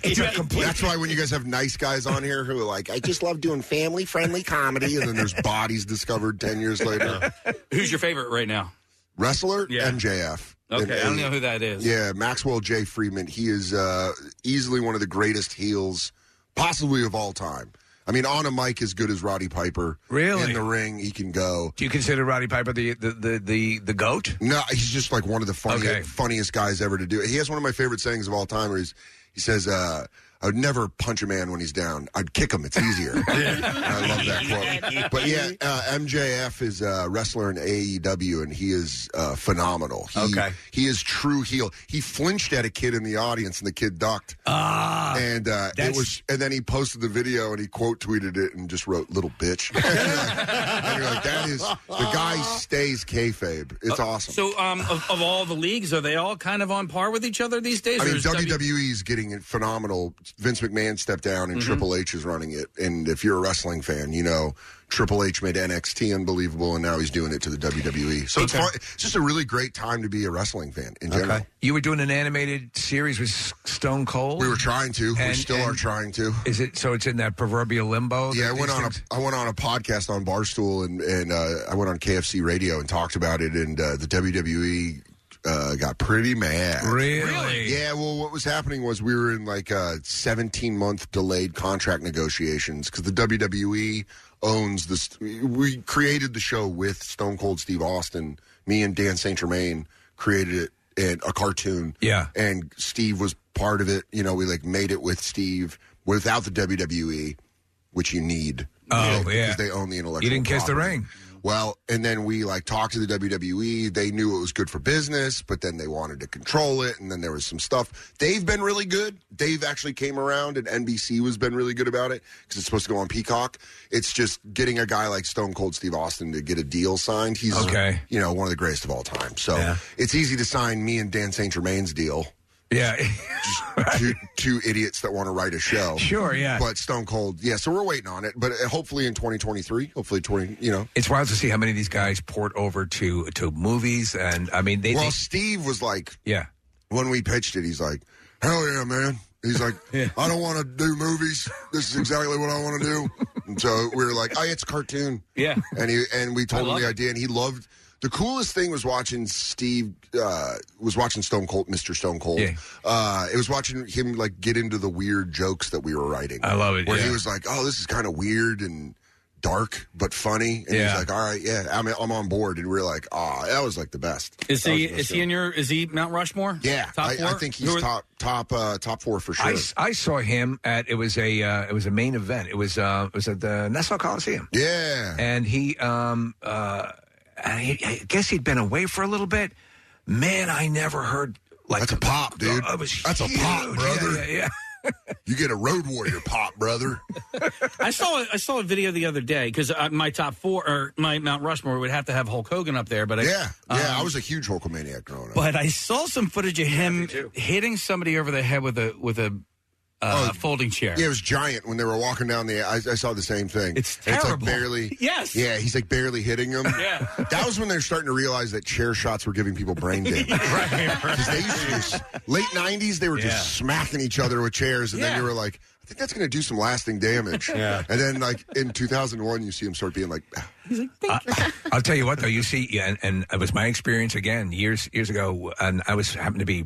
L: That's why when you guys have nice guys on here who are like, I just love doing family friendly comedy, and then there's bodies discovered ten years later.
D: Who's your favorite right now?
L: Wrestler MJF.
D: Okay,
L: And-
D: I don't know who that is.
L: Yeah, Maxwell J. Friedman. He is uh, easily one of the greatest heels, possibly of all time. I mean, on a mic as good as Roddy Piper.
C: Really?
L: In the ring, he can go.
C: Do you consider Roddy Piper the the the the, the goat?
L: No, he's just like one of the funniest,
C: Okay.
L: funniest guys ever to do it. He has one of my favorite sayings of all time where he's, he says, uh, I would never punch a man when he's down. I'd kick him. It's easier. And I love that quote. But yeah, uh, MJF is a wrestler in AEW, and he is uh, phenomenal. He,
C: Okay.
L: He is true heel. He flinched at a kid in the audience, and the kid ducked. Ah. And uh, it
C: that's-
L: was, and then he posted the video, and he quote tweeted it, and just wrote "little bitch." and you're like, that is the guy stays kayfabe. It's
C: Uh,
L: awesome.
D: So, um, of, of all the leagues, are they all kind of on par with each other these days?
L: I mean, E
D: There's
L: WWE's getting it phenomenal. Vince McMahon stepped down, and
D: Mhm.
L: Triple H is running it. And if you're a wrestling fan, you know Triple H made NXT unbelievable, and now he's doing it to the WWE. So it's
C: Okay.
L: fun. it's just a really great time to be a wrestling fan in general.
C: You were doing an animated series with S- Stone Cold. We were
L: trying to. We still are trying to.
C: Is it so? It's in that proverbial limbo.
L: Yeah,
C: that
L: I went
C: these
L: on a
C: things-
L: I went on a podcast on Barstool, and and uh, I went on KFC Radio and talked about it, and uh, the WWE. Uh, got pretty mad.
C: Really?
L: Yeah. Well, what was happening was we were in like a 17 month delayed contract negotiations because the WWE owns this. We created the show with Stone Cold Steve Austin. Me and Dan St. Germain created it and a cartoon.
C: Yeah.
L: And Steve was part of it. You know, we like made it with Steve without the WWE, which you need.
C: Oh,
L: Because
C: yeah.
L: they own the intellectual.
C: You didn't kiss the
L: property.
C: ring.
L: Well, and then we like talked to the WWE. They knew it was good for business, but then they wanted to control it. And then there was some stuff. They've been really good. They've actually came around, and NBC was been really good about it because it's supposed to go on Peacock. It's just getting a guy like Stone Cold Steve Austin to get a deal signed. He's
C: Okay.
L: you know one of the greatest of all time. So it's easy to sign me and Dan St. Germain's deal.
C: Yeah.
L: two, two idiots that want to write a show.
C: Sure, yeah.
L: But Stone Cold, yeah. So we're waiting on it, but uh, hopefully in 2023, hopefully 20, you know,
C: It's wild to see how many of these guys port over to to movies, and I mean, they.
L: well,
C: they-
L: Steve was like,
C: yeah.
L: when we pitched it, he's like, hell yeah, man. He's like, I don't want to do movies. This is exactly what I want to do. And so we were like, oh, it's a cartoon.
D: Yeah.
L: And he and we
D: I
L: told him
D: love
L: the
D: it.
L: idea, and he loved. The coolest thing was watching Steve uh, was watching Stone Cold, Mr. Stone Cold.
C: Yeah.
L: Uh, it was watching him like get into the weird jokes that we were writing.
C: I love it,
L: Where he
C: yeah.
L: was like, "Oh, this is kind of weird and dark, but funny." And
D: Yeah.
L: he's like, "All right, yeah, I'm I'm on board." And we were like, "Ah, that was like the best."
D: Is
L: That was
D: he
L: the best
D: is he in your is he Mount Rushmore? Yeah, top
L: I,
D: four?
L: I think he's
D: Who are-
L: top top uh, top four for sure.
C: I, I saw him at it was a uh, it was a main event. It was uh, it was at the Nassau Coliseum.
L: Yeah,
C: and he um uh I, I guess he'd been away for a little bit. Man, I never heard like that's a
L: pop, dude.
C: It was
L: That's a pop,
C: huge.
L: brother.
C: Yeah, yeah,
L: you get a road warrior pop, brother.
D: I saw I saw a video the other day because my top four or my Mount Rushmore would have to have Hulk Hogan up there. But I,
L: yeah, yeah.
D: um,
L: I was a huge Hulkamaniac growing up.
D: But I saw some footage of him hitting somebody over the head with a with a uh, folding chair.
L: Oh, Yeah, it was giant when they were walking down the. I, I saw the same thing. It's
D: terrible.
L: like barely.
D: Yes.
L: Yeah, he's like barely hitting them. Yeah. That was when they're starting to realize that chair shots were giving people brain damage. right. They used to just, late '90s, they were
E: Yeah.
L: just smacking each other with chairs, and then you were like. I think that's going to do some lasting damage.
C: Yeah.
L: And then, like in 2001, you see him start being like, "Ah,
C: I'll tell you what, though. You see, yeah, and, and it was my experience again years years ago, and I was happened to be.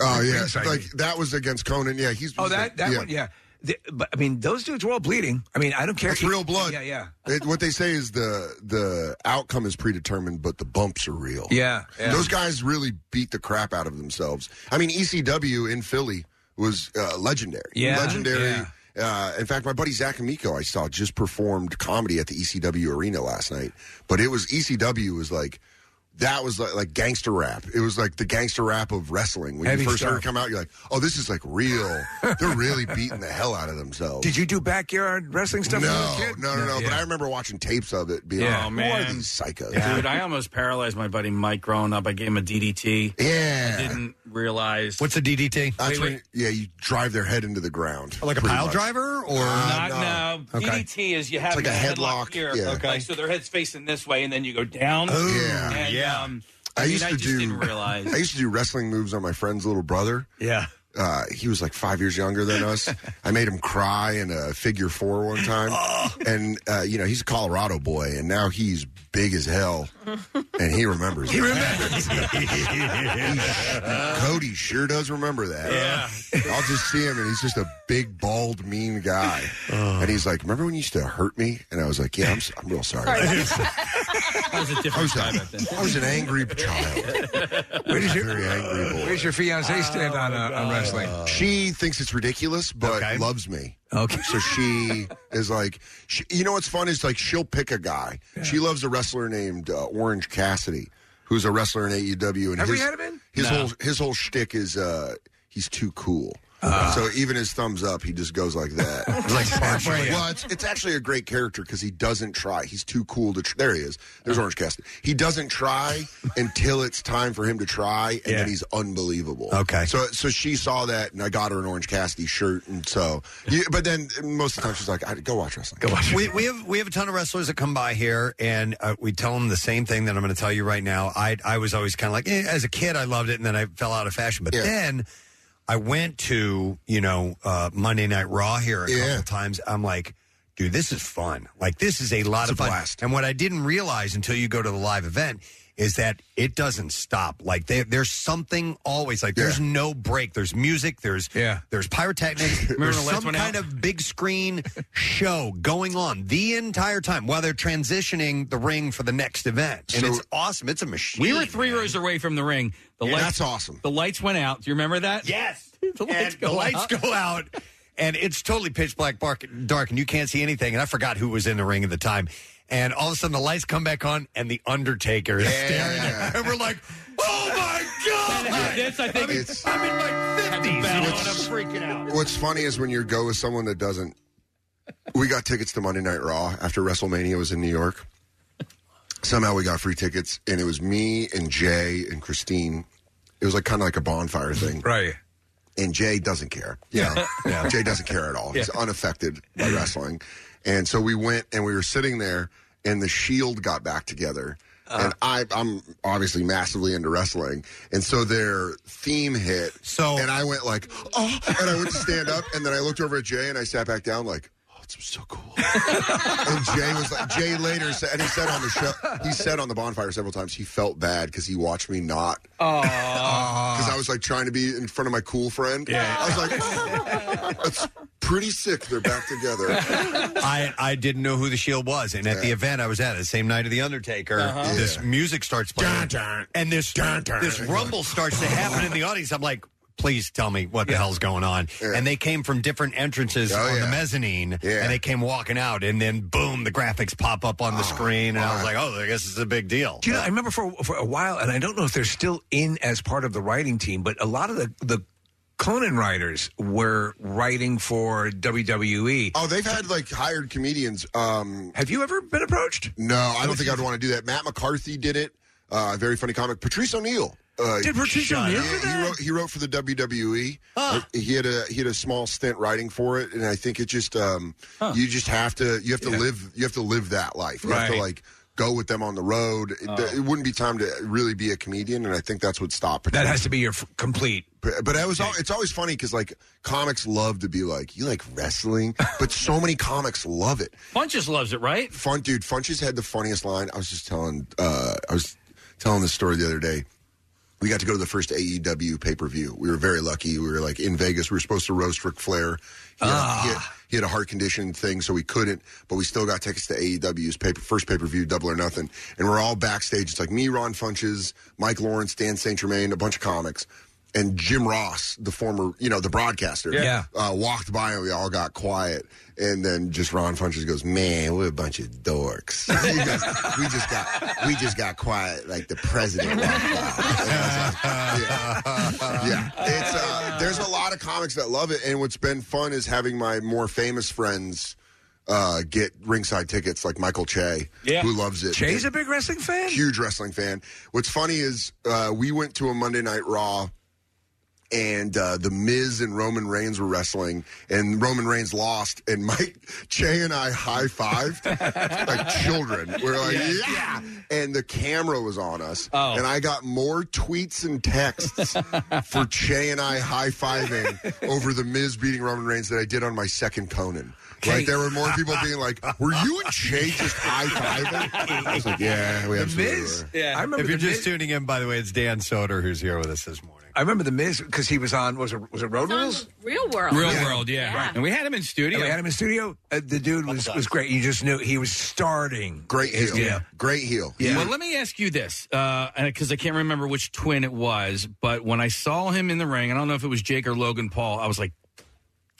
L: "Oh yeah,
C: ringside.
L: like that was against Conan." Yeah, he's.
C: oh, that that one, yeah. The- but I mean, those dudes were all bleeding. I mean, I don't care.
L: That's real blood.
C: Yeah, yeah.
L: It, what they say is the the outcome is predetermined, but the bumps are real.
C: Yeah, yeah.
L: those guys really beat the crap out of themselves. I mean, ECW in Philly was uh, legendary.
E: Yeah,
L: legendary.
E: yeah.
L: Uh, in fact, my buddy Zach Amico, I saw just performed comedy at the ECW arena last night. But it was ECW was like that was like, like gangster rap. It was like the gangster rap of wrestling. When
C: Heavy
L: you first heard
C: stuff.
L: it come out, you're like, oh, this is like real. They're really beating the hell out of themselves.
C: Did you do backyard wrestling stuff? when you were a
L: No,
C: kid?
L: no, no, no. But
D: Yeah.
L: I remember watching tapes of it. Being
D: Yeah, Oh,
L: like,
D: man.
L: Who are these psychos?
D: Dude, I almost paralyzed my buddy Mike growing up. I gave him a DDT.
L: Yeah.
D: I didn't realize.
L: What's a
A: DDT?
D: Wait,
L: That's when,
D: wait.
L: yeah, you drive their head into the ground,
D: Like a
L: pretty
D: pile
L: much.
D: driver,
A: or-
D: Not no. E DDT is you have
L: like
D: your
L: a
D: headlock,
L: headlock,
D: here.
L: yeah.
D: Okay. Like, so their head's facing this way, and then you go down.
L: Oh, yeah.
D: And,
L: Yeah.
D: Um,
L: I,
D: I, mean,
L: used
D: I
L: to
D: just
L: do.
D: didn't realize.
L: I used to do wrestling moves on my friend's little brother.
A: Yeah.
L: Uh, he was like five years younger than us. I made him cry in a figure four one time,
D: Oh.
L: and uh, you know he's a Colorado boy, and now he's big as hell, and he remembers.
E: He
L: it.
E: remembers.
L: Cody sure does remember that. Yeah. I'll just see him, and he's just a big, bald, mean guy. And he's like, Remember when you used to hurt me? And I was like, Yeah, I'm, s- I'm real sorry.
D: I was a
L: I,
D: different
L: was
D: time
L: a-
D: back then.
L: I was an angry child.
C: Where does your-
L: very angry boy.
C: Where's your fiance stand on, uh, on wrestling?
L: She thinks it's ridiculous, but loves me.
C: Okay.
L: So she is like, she, you know what's fun is like she'll pick a guy. She loves a wrestler named uh, Orange Cassidy, who's a wrestler in AEW. And
C: Have we
L: his,
C: had him in?
L: His
C: No.
L: whole his whole shtick is uh, he's too cool. so even his thumbs up, he just goes like that. well, it's, it's actually a great character because he doesn't try. He's too cool to. Tr- there he is. There's Orange Cassidy. He doesn't try until it's time for him to try, and then he's unbelievable.
A: Okay.
L: So so she saw that, and I got her an Orange Cassidy shirt, and so. You, but then most of the time she's like, I, "Go watch wrestling." Go
A: watch. We, we have we have a ton of wrestlers that come by here, and uh, we tell them the same thing that I'm going to tell you right now. I I was always kind of like, eh, as a kid, I loved it, and then I fell out of fashion. But then I went to you know uh, Monday Night Raw here a couple times. I'm like. Dude, this is fun. Like this is a lot of fun. And what I didn't realize until you go to the live event is that it doesn't stop. Like there, there's something always. Like there's no break. There's music. There's yeah. There's pyrotechnics.
D: when
A: there's
D: the lights
A: some
D: went
A: kind
D: out?
A: of big screen show going on the entire time while they're transitioning the ring for the next event, and
D: So-
A: it's awesome. It's a machine.
D: We were three rows away from the ring. The
A: Yeah,
D: lights,
A: that's awesome.
D: The lights went out. Do you remember that?
A: Yes.
D: the lights,
A: and
D: go,
A: the lights
D: out.
A: go out, and it's totally pitch black, bark, dark, and you can't see anything. And I forgot who was in the ring at the time. And all of a sudden, the lights come back on, and the Undertaker is staring. at And we're like, "Oh my god!"
D: That's I think
A: I'm in my fifties,
D: and I'm
A: freaking out.
L: What's funny is when you go with someone that doesn't. We got tickets to Monday Night Raw after WrestleMania was in New York. Somehow we got free tickets, and it was me and Jay and Christine. It was like kind of like a bonfire thing,
C: right?
L: And Jay doesn't care. Yeah,
E: Yeah.
L: Jay doesn't care at all. He's
E: Yeah.
L: unaffected by wrestling. And so we went, and we were sitting there, and the Shield got back together.
E: Uh.
L: and I, I'm obviously massively into wrestling, and so their theme hit. So and I went like, oh, and I went to stand up, and then I looked over at Jay, and I sat back down like. oh, it's so cool. and Jay was like, Jay later said, and he said on the show, he said on the bonfire several times, he felt bad because he watched me not. Because I was like trying to be in front of my cool friend. Yeah. I was like, it's pretty sick they're back together.
A: I, I didn't know who the Shield was, and at the event I was at, the same night of the Undertaker,
E: Uh-huh.
A: this music starts playing, and this this rumble starts to happen in the audience. I'm like, please tell me what the hell's going on. And they came from different entrances
E: Oh,
A: on the
E: yeah.
A: mezzanine,
E: Yeah.
A: and they came walking out, and then boom, the graphics pop up on the screen, and I was like, oh, I guess it's a big deal.
C: Do you know, I remember for for a while, and I don't know if they're still in as part of the writing team, but a lot of the the Conan writers were writing for E. WWE.
L: Oh, they've had like hired comedians. Um,
C: Have you ever been approached?
L: No, I don't think I'd want to do that. Matt McCarthy did it. Uh, very funny comic. Patrice O'Neill Uh,
C: Did Bertuccio
L: shut
C: kneel
L: up.
C: for
L: He wrote, he wrote for the WWE. Uh, He had a he had a small stint writing for it, and I think it just um, you just have to you have to live you have to live that life. You have to
E: Right.
L: like go with them on the road. It,
C: Oh.
L: it wouldn't be time to really be a comedian, and I think that's what stopped.
C: That has to be your f- complete.
L: But, but I was al- it's always funny because like comics love to be like you like wrestling, but so many comics love it.
N: Funches loves it, right?
L: Fun dude, Funches had the funniest line. I was just telling uh, I was telling this story the other day. We got to go to the first AEW pay per view. We were very lucky. We were like in Vegas. We were supposed to roast Ric Flair. He had, he
C: Ah.
L: had- he had a heart condition thing, so we couldn't. But we still got tickets to AEW's paper, first pay per view, Double or Nothing. And we're all backstage. It's like me, Ron Funches, Mike Lawrence, Dan St. Germain, a bunch of comics. And Jim Ross, the former, you know, the broadcaster,
C: Yeah.
L: uh, walked by and we all got quiet. And then just Ron Funches goes, "Man, we're a bunch of dorks. He goes, we just got we just got quiet like the president." walked by." yeah, it's uh, there's a lot of comics that love it, and what's been fun is having my more famous friends uh, get ringside tickets, like Michael Che, who loves it.
C: Jay's a big wrestling fan.
L: Huge wrestling fan. What's funny is uh, we went to a Monday Night Raw. And uh, the Miz and Roman Reigns were wrestling, and Roman Reigns lost. And Mike Che and I high fived like children. We're like,
E: Yes.
L: yeah. And the camera was on us, and I got more tweets and texts for Che and I high fiving over the Miz beating Roman Reigns than I did on my second Conan. Like there were more people being like, "Were you and Che just high fiving?" I was like, "Yeah, we
C: The
L: absolutely."
C: Miz?
L: were."
C: Yeah. I remember
A: If you're
C: the
A: just tuning in, by the way, it's Dan Soder who's here with us this morning.
C: I remember the Miz because he was on was it was it Road Rules?
G: Real world.
C: Real world,
D: yeah.
C: Right.
D: And we had him in studio.
C: And we had him in studio. Uh, the dude was, was great. You just knew he was starting.
L: Great
C: his
L: heel.
C: deal.
L: Great heel.
D: Well, let me ask you this, because I can't remember which twin it was, but when I saw him in the ring, I don't know if it was Jake or Logan Paul. I was like,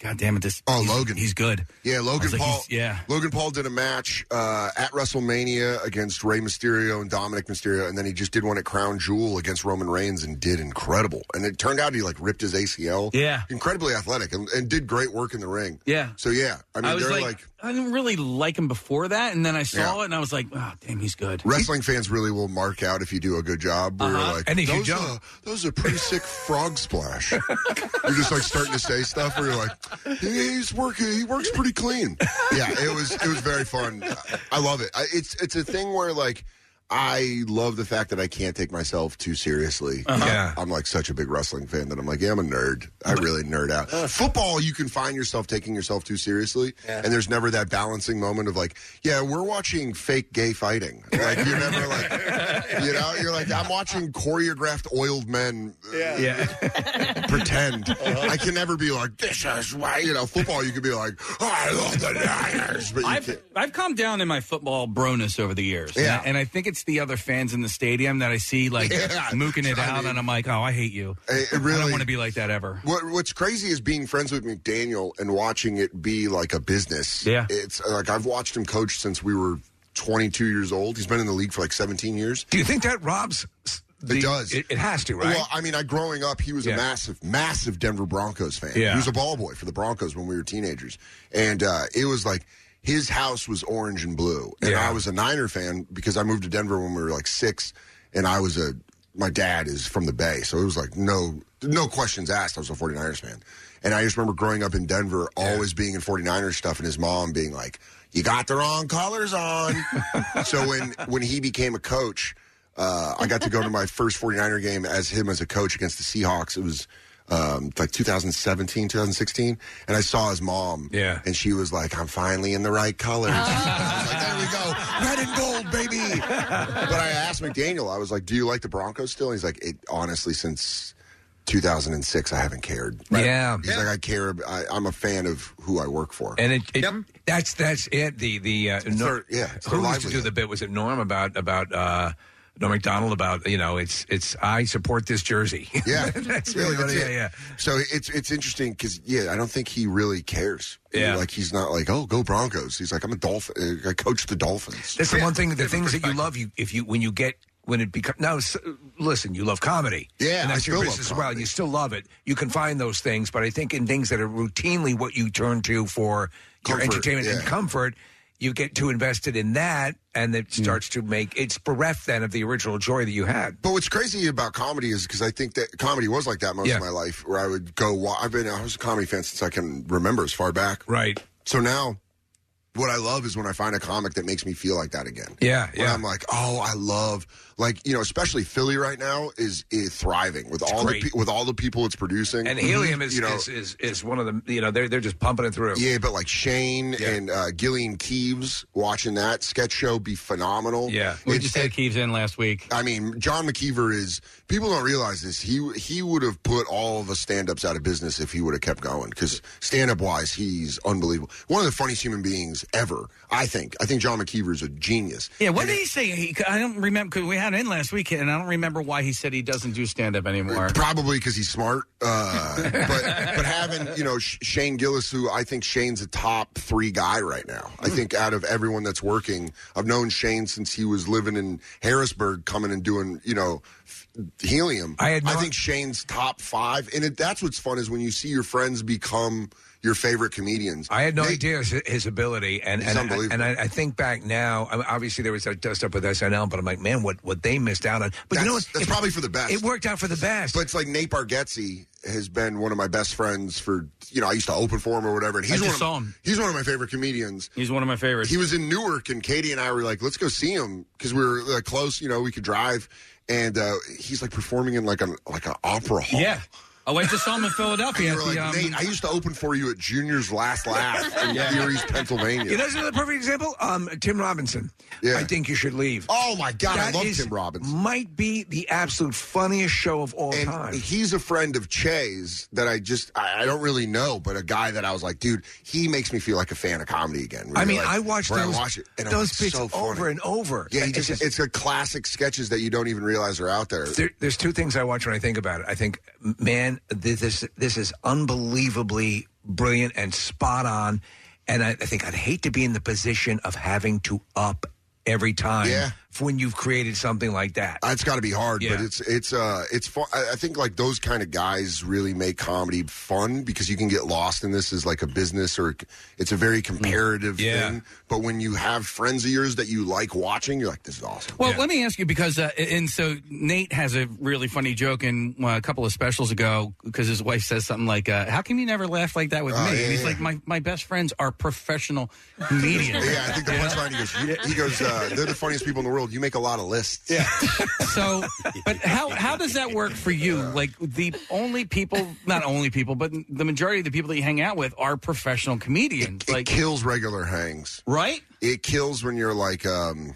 D: God damn it, this.
L: Oh,
D: he's-
L: Logan.
D: he's good.
L: Yeah,
D: I
L: Logan
D: was like,
L: Paul.
D: he's- yeah.
L: Logan Paul did a match uh, at WrestleMania against Rey Mysterio and Dominic Mysterio, and then he just did one at Crown Jewel against Roman Reigns and did incredible. And it turned out he like ripped his ACL.
D: Yeah.
L: incredibly athletic and, and did great work in the ring.
D: Yeah.
L: So yeah, I mean
D: was
L: they're
D: like,
L: like,
D: I didn't really like him before that, and then I saw
L: Yeah.
D: it, and I was like, oh, damn, he's good.
L: wrestling fans really will mark out if you do a good job. We're
D: Uh-huh.
L: like,
D: And if you
L: those,
D: don't-
L: uh, those are pretty sick frog splash. you're just like starting to say stuff where you're like, "He- he's working, he works pretty clean. Yeah, it was it was very fun. I love it. I, it's it's a thing where like. I love the fact that I can't take myself too seriously.
C: Yeah.
L: I'm like such a big wrestling fan that I'm like, yeah, I'm a nerd. I really nerd out. Football, you can find yourself taking yourself too seriously,
C: Yeah.
L: and there's never that balancing moment of like, yeah, we're watching fake gay fighting. Like you're never like, you know, you're like, I'm watching choreographed oiled men uh,
C: Yeah. Uh-huh. yeah.
L: pretend. I can never be like, this is why you know football. You could be like, oh, I love the Niners, but you
D: I've
L: can't.
D: I've come down in my football broness over the years,
L: Yeah.
D: and, I, and I think it's the other fans in the stadium that I see like
L: Yeah.
D: mooking it
L: I
D: out,
L: mean-
D: and I'm like, oh, I hate you.
L: It- it
D: I don't
L: really-
D: want to be like that ever.
L: What, what's crazy is being friends with McDaniel and watching it be like a business.
D: Yeah.
L: it's uh, like I've watched him coach since we were 22 years old. He's been in the league for like 17 years.
C: Do you think that robs? It
L: It does.
C: It, it has to, right?
L: Well, I mean, I growing up, he was
C: Yeah.
L: a massive, massive Denver Broncos fan.
C: Yeah.
L: He was a ball boy for the Broncos when we were teenagers, and uh, it was like his house was orange and blue, and
C: Yeah.
L: I was a Niner fan because I moved to Denver when we were like six, and I was a my dad is from the Bay, so it was like no no questions asked. I was a 49ers fan, and I just remember growing up in Denver, always being in 49ers stuff, and his mom being like, "You got the wrong colors on." so when when he became a coach uh, I got to go to my first 49er game as him as a coach against the Seahawks. It was um, like 2017, 2016. And I saw his mom. Yeah. And she was like, I'm finally in the right colors.
E: Uh.
L: Red and gold, baby. but I asked McDaniel, I was like, Do you like the Broncos still? And he's like, it, Honestly, since 2006, I haven't cared.
C: Yeah.
L: He's like, I care. I, I'm a fan of who I work for.
C: And it, it that's that's it. The the uh,
L: their- yeah, it's
C: who
L: their
C: used to do the bit was it Norm about about uh, Norm Macdonald about you know it's it's I support this jersey.
L: Yeah,
C: that's really
L: that's
C: what.
L: it.
C: Yeah, yeah.
L: So it's it's interesting because yeah, I don't think he really cares.
C: Yeah.
L: like he's not like oh go Broncos. He's like I'm a dolphin. uh, I coach the Dolphins.
C: That's the one thing. The things that you love, you if you when you get when it becomes now. s- Listen, you love comedy.
L: Yeah,
C: and
L: I
C: that's your
L: still
C: business
L: love
C: as well. You still love it. You can find those things, but I think in things that are routinely what you turn to for your
L: Comfort,
C: entertainment and
L: yeah.
C: comfort. you get too invested in that, and it
L: Mm.
C: starts to make it's bereft then of the original joy that you had.
L: But what's crazy about comedy is because I think that comedy was like that most
C: Yeah.
L: of my life, where I would go. wa- I've been I was a comedy fan since I can remember, as far back.
C: Right.
L: So now, what I love is when I find a comic that makes me feel like that again.
C: Yeah,
L: When I'm like, oh, I love like you know, especially Philly right now is is thriving with all
C: great.
L: the pe- with all the people it's producing. Mm-hmm.
C: And helium is,
L: you know.
C: is, is is one of the you know they're they're just pumping it through.
L: yeah, but like Shane and uh, Gillian Keeves, watching that sketch show be phenomenal.
D: Yeah. We just had Keeves in last week.
L: I mean, John McKeever is. People don't realize this. He he would have put all of us stand-ups out of business if he would have kept going. Because stand-up wise, he's unbelievable. One of the funniest human beings ever. I think. I think John McKeever is a genius.
D: Yeah, what did he say? He, I don't remember because we had him in last week, and I don't remember why he said he doesn't do stand up anymore.
L: Probably because he's smart. Uh, but but having you know Sh- Shane Gillis, who I think Shane's a top three guy right now. I think out of everyone that's working, I've known Shane since he was living in Harrisburg, coming and doing you know f- helium. I had I think Shane's top five, and it, that's what's fun is when you see your friends become your favorite comedians.
C: I had no idea his, his ability, and
L: He's
C: and,
L: unbelievable.
C: and I, I think back now. I mean, obviously, there was that dust up with SNL, but I'm like, man, what what they missed out on. But
L: that's,
C: you know what?
L: That's
C: It-
L: probably for the best.
C: It worked out for the best.
L: But it's like Nate Bargatze has been one of my best friends for you know I used to open for him or whatever. And
D: I
L: he's
D: just
L: one of,
D: saw him.
L: He's one of my favorite comedians.
D: He's one of my favorites.
L: He was in Newark, and Katie and I were like, "Let's go see him" because we were uh, close. You know, we could drive, and uh, he's like performing in like an like an opera hall.
D: Yeah. Oh, I just saw him in
L: And
D: Philadelphia.
L: you
D: at
L: were
D: the,
L: like,
D: um,
L: Nate, I used to open for you at Junior's Last Laugh in
C: Yeah.
L: Erie, Pennsylvania.
C: You know, that's another perfect example. Um, Tim Robinson. Yeah. I think you should leave.
L: Oh my God, I love Tim
C: Robinson. Might be the absolute funniest show of all time.
L: He's a friend of Che's that I just I, I don't really know, but a guy that I was like, dude, he makes me feel like a fan of comedy again.
C: I
L: Really,
C: mean,
L: like,
C: I watched
L: where
C: those,
L: I watch it, and I'm
C: those
L: like,
C: bits
L: so funny.
C: over and over.
L: Yeah, he
C: And it's
L: just, it's, a classic sketches that you don't even realize are out there.
C: There, there's two things I watch when I think about it. I think, man, this this, this is unbelievably brilliant and spot on. And I, I think I'd hate to be in the position of having to up every time
L: Yeah.
C: for when you've created something like that.
L: It's got to be hard,
C: Yeah.
L: but it's it's uh it's fun. I I think like those kind of guys really make comedy fun because you can get lost in this as like a business or it's a very comparative
D: Yeah.
L: thing. But when you have friends of yours that you like watching, you're like, this is awesome.
D: Well, let me ask you because, uh, and so Nate has a really funny joke in uh, a couple of specials ago because his wife says something like, uh, "How come you never laugh like that with
L: Oh,
D: me?"
L: yeah,
D: and he's
L: yeah.
D: like, "My my best friends are professional comedians."
L: Yeah, I think the punchline he goes, you, he goes, uh, they're the funniest people in the world. You make a lot of lists.
D: Yeah. so, but how how does that work for you? Like the only people, not only people, but the majority of the people that you hang out with are professional comedians.
L: It kills regular hangs.
D: Right?
L: It kills when you're like um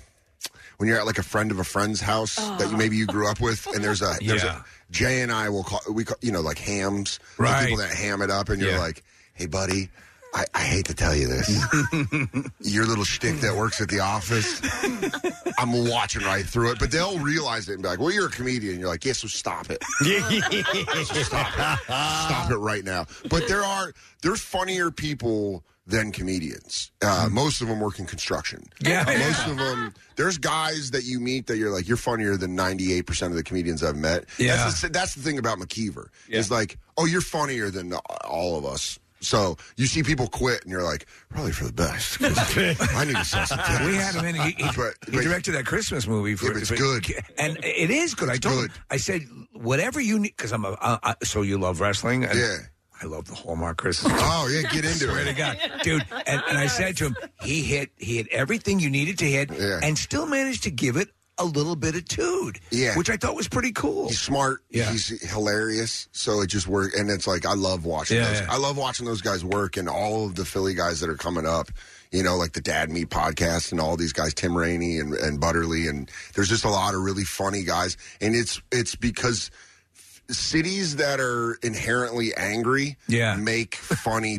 L: when you're at like a friend of a friend's house that you maybe you grew up with and there's a there's
C: Yeah.
L: a Jay and I will call we call, you know like hams, like
C: Right.
L: people that ham it up and you're
C: Yeah.
L: like, "Hey buddy, I, I hate to tell you this. Your little shtick that works at the office, I'm watching right through it. But they'll realize it and be like, well, you're a comedian. You're like, yeah, so stop it. So stop it. Stop it right now. But there are there's funnier people than comedians. Uh, most of them work in construction. Yeah. Most of them there's guys that you meet that you're like, you're funnier than 98% of the comedians I've met.
C: Yeah.
L: That's the, that's the thing about McKeever. Is like, oh, you're funnier than all of us. So you see people quit, and you're like, probably for the best. 'cause I need to sell some tickets.
C: We had him in. He, he,
L: But-
C: he directed that Christmas movie. For,
L: Yeah, but it's good.
C: and it is good. I told him. I said whatever you need because I'm a. I, I, so you love wrestling? And
L: Yeah.
C: I love the Hallmark Christmas.
L: Oh, yeah, get into
C: Swear
L: it.
C: to God, dude. And, and I said to him, he hit he hit everything you needed to hit, and still managed to give it a little bit of tude.
L: Yeah.
C: which I thought was pretty cool.
L: He's smart. He's hilarious. So it just worked. And it's like, I love watching
C: Yeah,
L: those.
C: yeah.
L: I love watching those guys work and all of the Philly guys that are coming up, you know, like the Dad Meat podcast and all these guys, Tim Rainey and, and Butterly. And there's just a lot of really funny guys. And it's, it's because cities that are inherently angry
C: Yeah.
L: make funny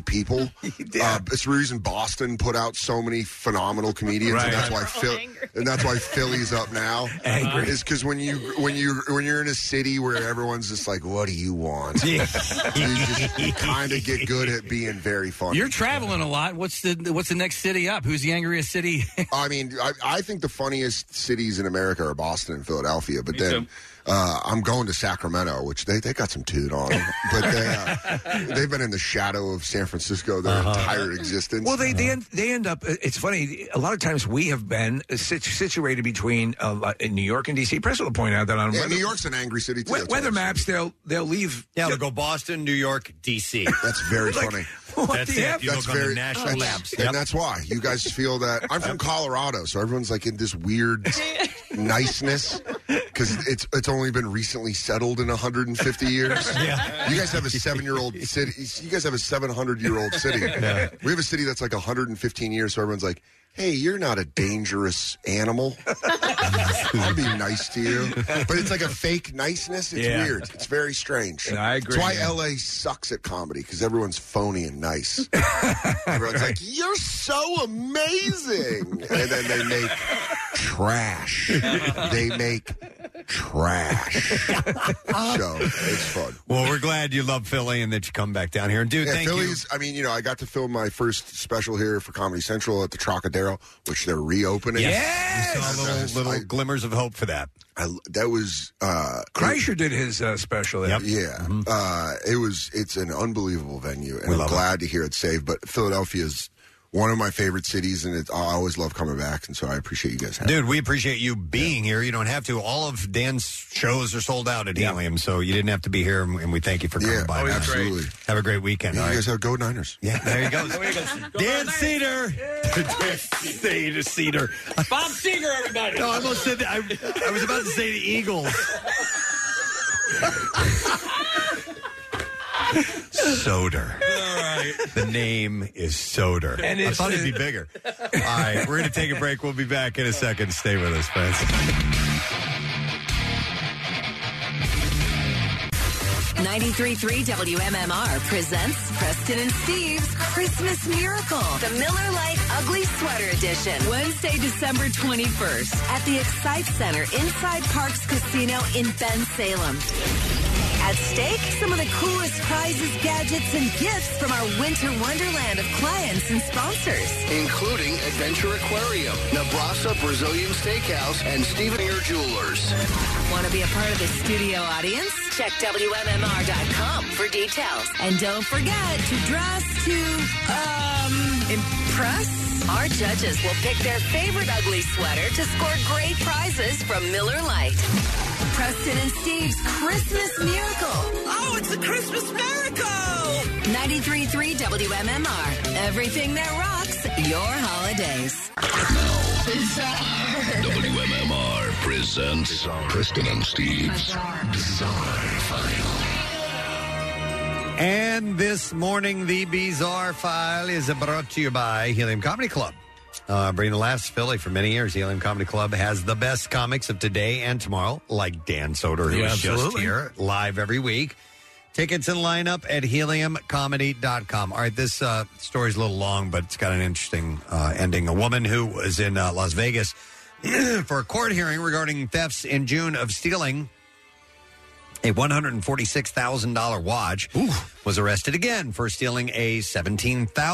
L: people. uh, it's the reason Boston put out so many phenomenal comedians,
C: Right.
L: and that's why Phil- and that's why Philly's up now.
C: Angry.
L: is because when you when you when you're in a city where everyone's just like, "What do you want?" you just kind of get good at being very funny.
D: You're traveling a lot. What's the what's the next city up? Who's the angriest city?
L: I mean, I, I think the funniest cities in America are Boston and Philadelphia, but then Uh, I'm going to Sacramento, which they, they got some toot on, 'em, but they uh, they've been in the shadow of San Francisco their
C: Uh-huh.
L: entire existence. Uh-huh.
C: Well, they they, end, they end up. uh, It's funny. A lot of times we have been sit- situated between uh, like, in New York and DC. Press will point out that on
L: Yeah,
C: weather-
L: New York's an angry city too.
C: we-
L: That's
C: weather maps, they'll they'll leave.
A: Yeah, they'll go Boston, New York, D.C.
L: That's very funny.
C: What the heck?
L: that's- and that's why you guys feel that. I'm from Colorado, so everyone's like in this weird niceness because it's it's only been recently settled in 150 years.
E: Yeah.
L: you guys have a seven year old city. You guys have a 700 year old city.
E: Yeah.
L: We have a city that's like 115 years, so everyone's like. Hey, you're not a dangerous animal. I'll be nice to you. But it's like a fake niceness. It's
C: Yeah.
L: weird. It's very strange.
C: Yeah, I agree,
L: That's why
C: yeah.
L: LA sucks at comedy because everyone's phony and nice. Everyone's like, You're so amazing. and then they make trash. they make trash. so it's fun.
A: Well, we're glad you love Philly and that you come back down here. And dude,
L: Yeah,
A: thank you.
L: Philly's, I mean, you know, I got to film my first special here for Comedy Central at the Trocadero, which they're reopening.
A: Yes! We saw little- little glimmers of hope for that.
L: I, that was uh,
C: Kreischer did his uh, special. there.
L: Yeah,
A: Mm-hmm.
L: uh, it was. It's an unbelievable venue, and I'm glad to hear it saved. But Philadelphia is one of my favorite cities, and it, I always love coming back. And so I appreciate you guys. having
A: Dude, we appreciate you being here. You don't have to. All of Dan's shows are sold out at Helium, so you didn't have to be here, and and we thank you for coming
L: Yeah,
A: by.
L: always
A: man.
L: absolutely. great.
A: Have a great weekend.
L: Yeah,
A: all
L: you
A: right?
L: guys have go Niners.
A: Yeah, there you go. Dan Cedar. Dan Cedar. Cedar.
K: Bob Seeger, everybody.
A: No, I almost said that. I, I was about to say the Eagles. Soder. The name is Soder.
C: And
A: I
C: it's-
A: thought it'd be bigger. All right, we're going to take a break. We'll be back in a second. Stay with us, friends.
O: 93.3 WMMR presents Preston and Steve's Christmas Miracle, the Miller Lite Ugly Sweater Edition, Wednesday, December 21st at the Excite Center inside Parks Casino in Ben Salem. At stake, some of the coolest prizes, gadgets, and gifts from our winter wonderland of clients and sponsors.
H: including Adventure Aquarium, Nebraska Brazilian Steakhouse, and Stephen Ear Jewelers.
O: Want to be a part of the studio audience? Check WMMR.com for details. And don't forget to dress to, um, impress. Our judges will pick their favorite ugly sweater to score great prizes from Miller Lite. Preston and Steve's Christmas Miracle. Oh, it's a Christmas miracle! 93.3 WMMR. Everything that rocks your holidays.
N: WMMR presents Kristen and Steve's Bizarre, File.
A: And this morning, the Bizarre File is brought to you by Helium Comedy Club. Uh, Brina laughs Philly for many years. Helium Comedy Club has the best comics of today and tomorrow, like Dan Soder, who
C: Yeah,
A: is just
C: absolutely.
A: here live every week. Tickets and lineup at heliumcomedy.com. All right, this uh, story's a little long, but it's got an interesting uh, ending. A woman who was in uh, Las Vegas for a court hearing regarding thefts in June of stealing a $146,000 watch, was arrested again for stealing a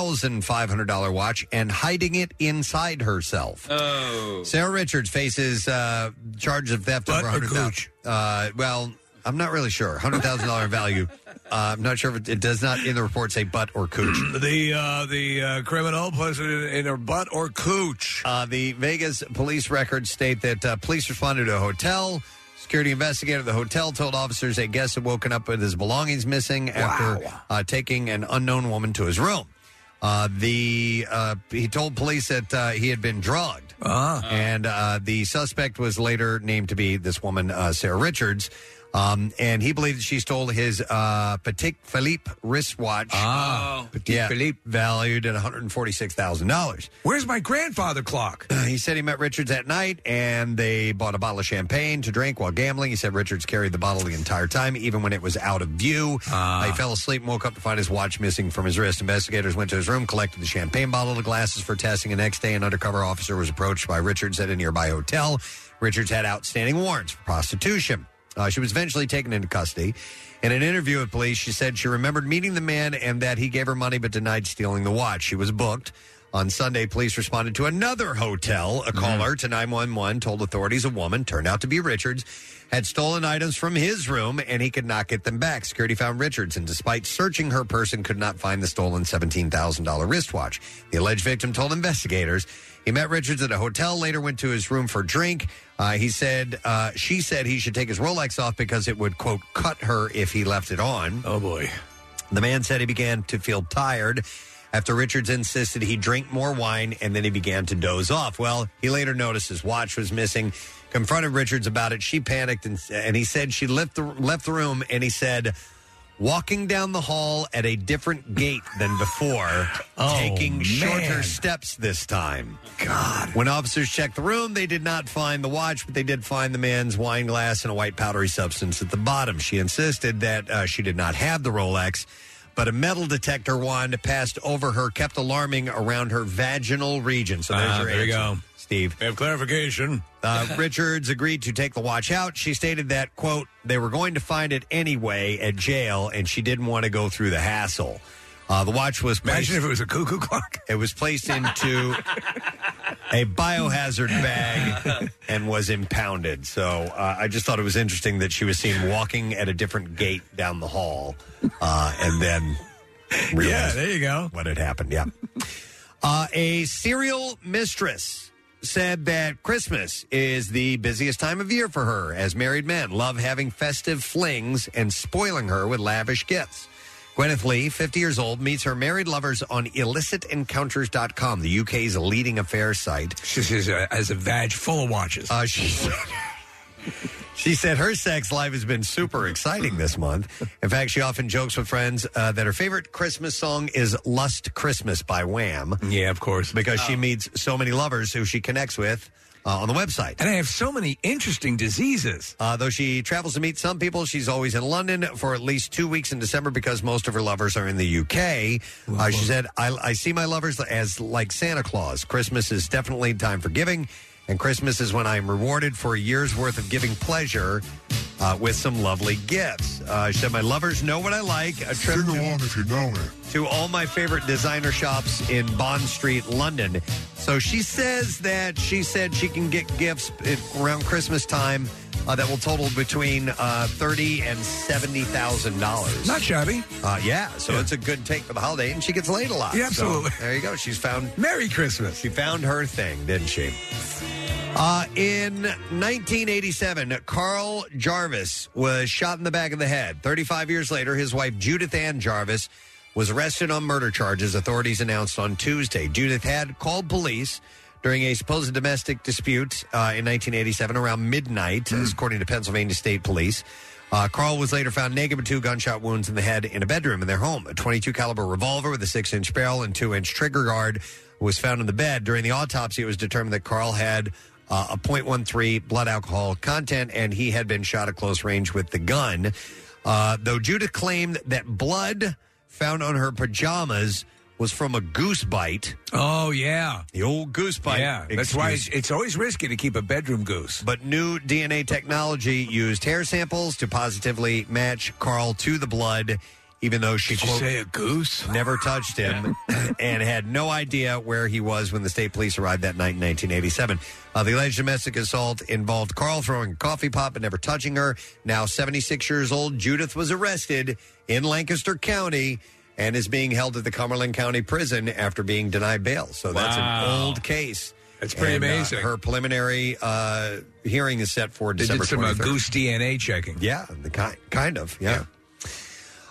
A: $17,500 watch and hiding it inside herself.
D: Oh.
A: Sarah Richards faces uh, charges of theft over hundred thousand. Uh, well, I'm not really sure. Hundred thousand dollar value. Uh, I'm not sure if it, it does not in the report say butt or cooch.
C: The uh, the uh, criminal puts it in, in her butt or cooch.
A: Uh, the Vegas police records state that uh, police responded to a hotel. Security investigator at the hotel told officers a guest had woken up with his belongings missing after uh, taking an unknown woman to his room. Uh, the uh, he told police that uh, he had been drugged,
C: Ah.
A: and uh, the suspect was later named to be this woman, uh, Sarah Richards. Um, and he believed that she stole his uh, Patek Philippe wristwatch.
C: Ah, Patek Philippe.
A: valued at one hundred forty-six thousand dollars.
C: Where's my grandfather clock?
A: Uh, He said he met Richards at night and they bought a bottle of champagne to drink while gambling. He said Richards carried the bottle the entire time, even when it was out of view. Uh, he fell asleep and woke up to find his watch missing from his wrist. Investigators went to his room, collected the champagne bottle, the glasses for testing. The next day, an undercover officer was approached by Richards at a nearby hotel. Richards had outstanding warrants for prostitution. Uh, she was eventually taken into custody. In an interview with police, she said she remembered meeting the man and that he gave her money but denied stealing the watch. She was booked. On Sunday, police responded to another hotel. A caller to 911 told authorities a woman, turned out to be Richards, had stolen items from his room and he could not get them back. Security found Richards and, despite searching her person, could not find the stolen $17,000 wristwatch. The alleged victim told investigators he met Richards at a hotel, later went to his room for a drink. Uh, he said, uh, she said he should take his Rolex off because it would, quote, cut her if he left it on. Oh, boy. The man said he began to feel tired after Richards insisted he drink more wine and then he began to doze off. Well, he later noticed his watch was missing, confronted Richards about it. She panicked and, and he said she left the, left the room and he said, walking down the hall at a different gait than before, taking shorter steps this time. God. When officers checked the room, they did not find the watch, but they did find the man's wine glass and a white powdery substance at the bottom. She insisted that uh, she did not have the Rolex but a metal detector wand passed over her, kept alarming around her vaginal region. So there's
C: Ah,
A: your
C: there you
A: answer,
C: go.
A: Steve.
C: We have clarification.
A: Uh, Richards agreed to take the watch out. She stated that, quote, they were going to find it anyway at jail, and she didn't want to go through the hassle. Uh, the watch was placed,
C: Imagine if it was a cuckoo clock.
A: It was placed into a biohazard bag and was impounded. So uh, I just thought it was interesting that she was seen walking at a different gate down the hall, uh, and then realized
C: there you go.
A: what had happened. Yeah. Uh, a serial mistress said that Christmas is the busiest time of year for her, as married men love having festive flings and spoiling her with lavish gifts. Gwyneth Lee, 50 years old, meets her married lovers on illicitencounters.com, the UK's leading affair site.
C: She says, uh, as a vag full of watches.
A: Uh, she She said her sex life has been super exciting this month. In fact, she often jokes with friends uh, that her favorite Christmas song is Lust Christmas by Wham.
C: Yeah, of course. Oh.
A: Because she meets so many lovers who she connects with uh, on the website.
C: And I have so many interesting diseases.
A: Uh, though she travels to meet some people, she's always in London for at least two weeks in December because most of her lovers are in the UK. Uh, she said, I, I see my lovers as like Santa Claus. Christmas is definitely time for giving, and Christmas is when I am rewarded for a year's worth of giving pleasure uh, with some lovely gifts. Uh, she said, My lovers know what I like. A trip to, if you know it. to all my favorite designer shops in Bond Street, London. So she says that she said she can get gifts at- around Christmas time uh, that will total between uh, thirty and seventy thousand dollars.
C: Not shabby.
A: Uh, yeah, so it's a good take for the holiday, and she gets laid a lot.
C: Yeah,
A: So
C: absolutely.
A: there you go. She's found
C: Merry Christmas.
A: She found her thing, didn't she? Uh, in 1987, Carl Jarvis was shot in the back of the head. 35 years later, his wife Judith Ann Jarvis was arrested on murder charges, authorities announced on Tuesday. Judith had called police during a supposed domestic dispute uh, in 1987 around midnight, according to Pennsylvania State Police. Uh, Carl was later found naked with two gunshot wounds in the head in a bedroom in their home. A 22 caliber revolver with a six inch barrel and two inch trigger guard was found in the bed. During the autopsy, it was determined that Carl had uh, a .13 blood alcohol content, and he had been shot at close range with the gun. Uh, though Judith claimed that blood found on her pajamas was from a goose bite.
C: Oh, yeah.
A: The old goose bite.
C: Yeah, that's why
A: Excuse-
C: it's, it's always risky to keep a bedroom goose.
A: But new DNA technology used hair samples to positively match Carl to the blood, even though she
C: Did you
A: quote,
C: say a goose
A: never touched him and had no idea where he was when the state police arrived that night in 1987. Uh, the alleged domestic assault involved Carl throwing a coffee pot but never touching her. Now 76 years old, Judith was arrested in Lancaster County. And is being held at the Cumberland County Prison after being denied bail. So that's an
C: Wow.
A: old case.
C: That's pretty
A: And, uh,
C: amazing.
A: her preliminary uh, hearing is set for
C: They
A: December
C: did some uh,
A: 23rd.
C: goose DNA checking.
A: Yeah, the kind, kind of. Yeah.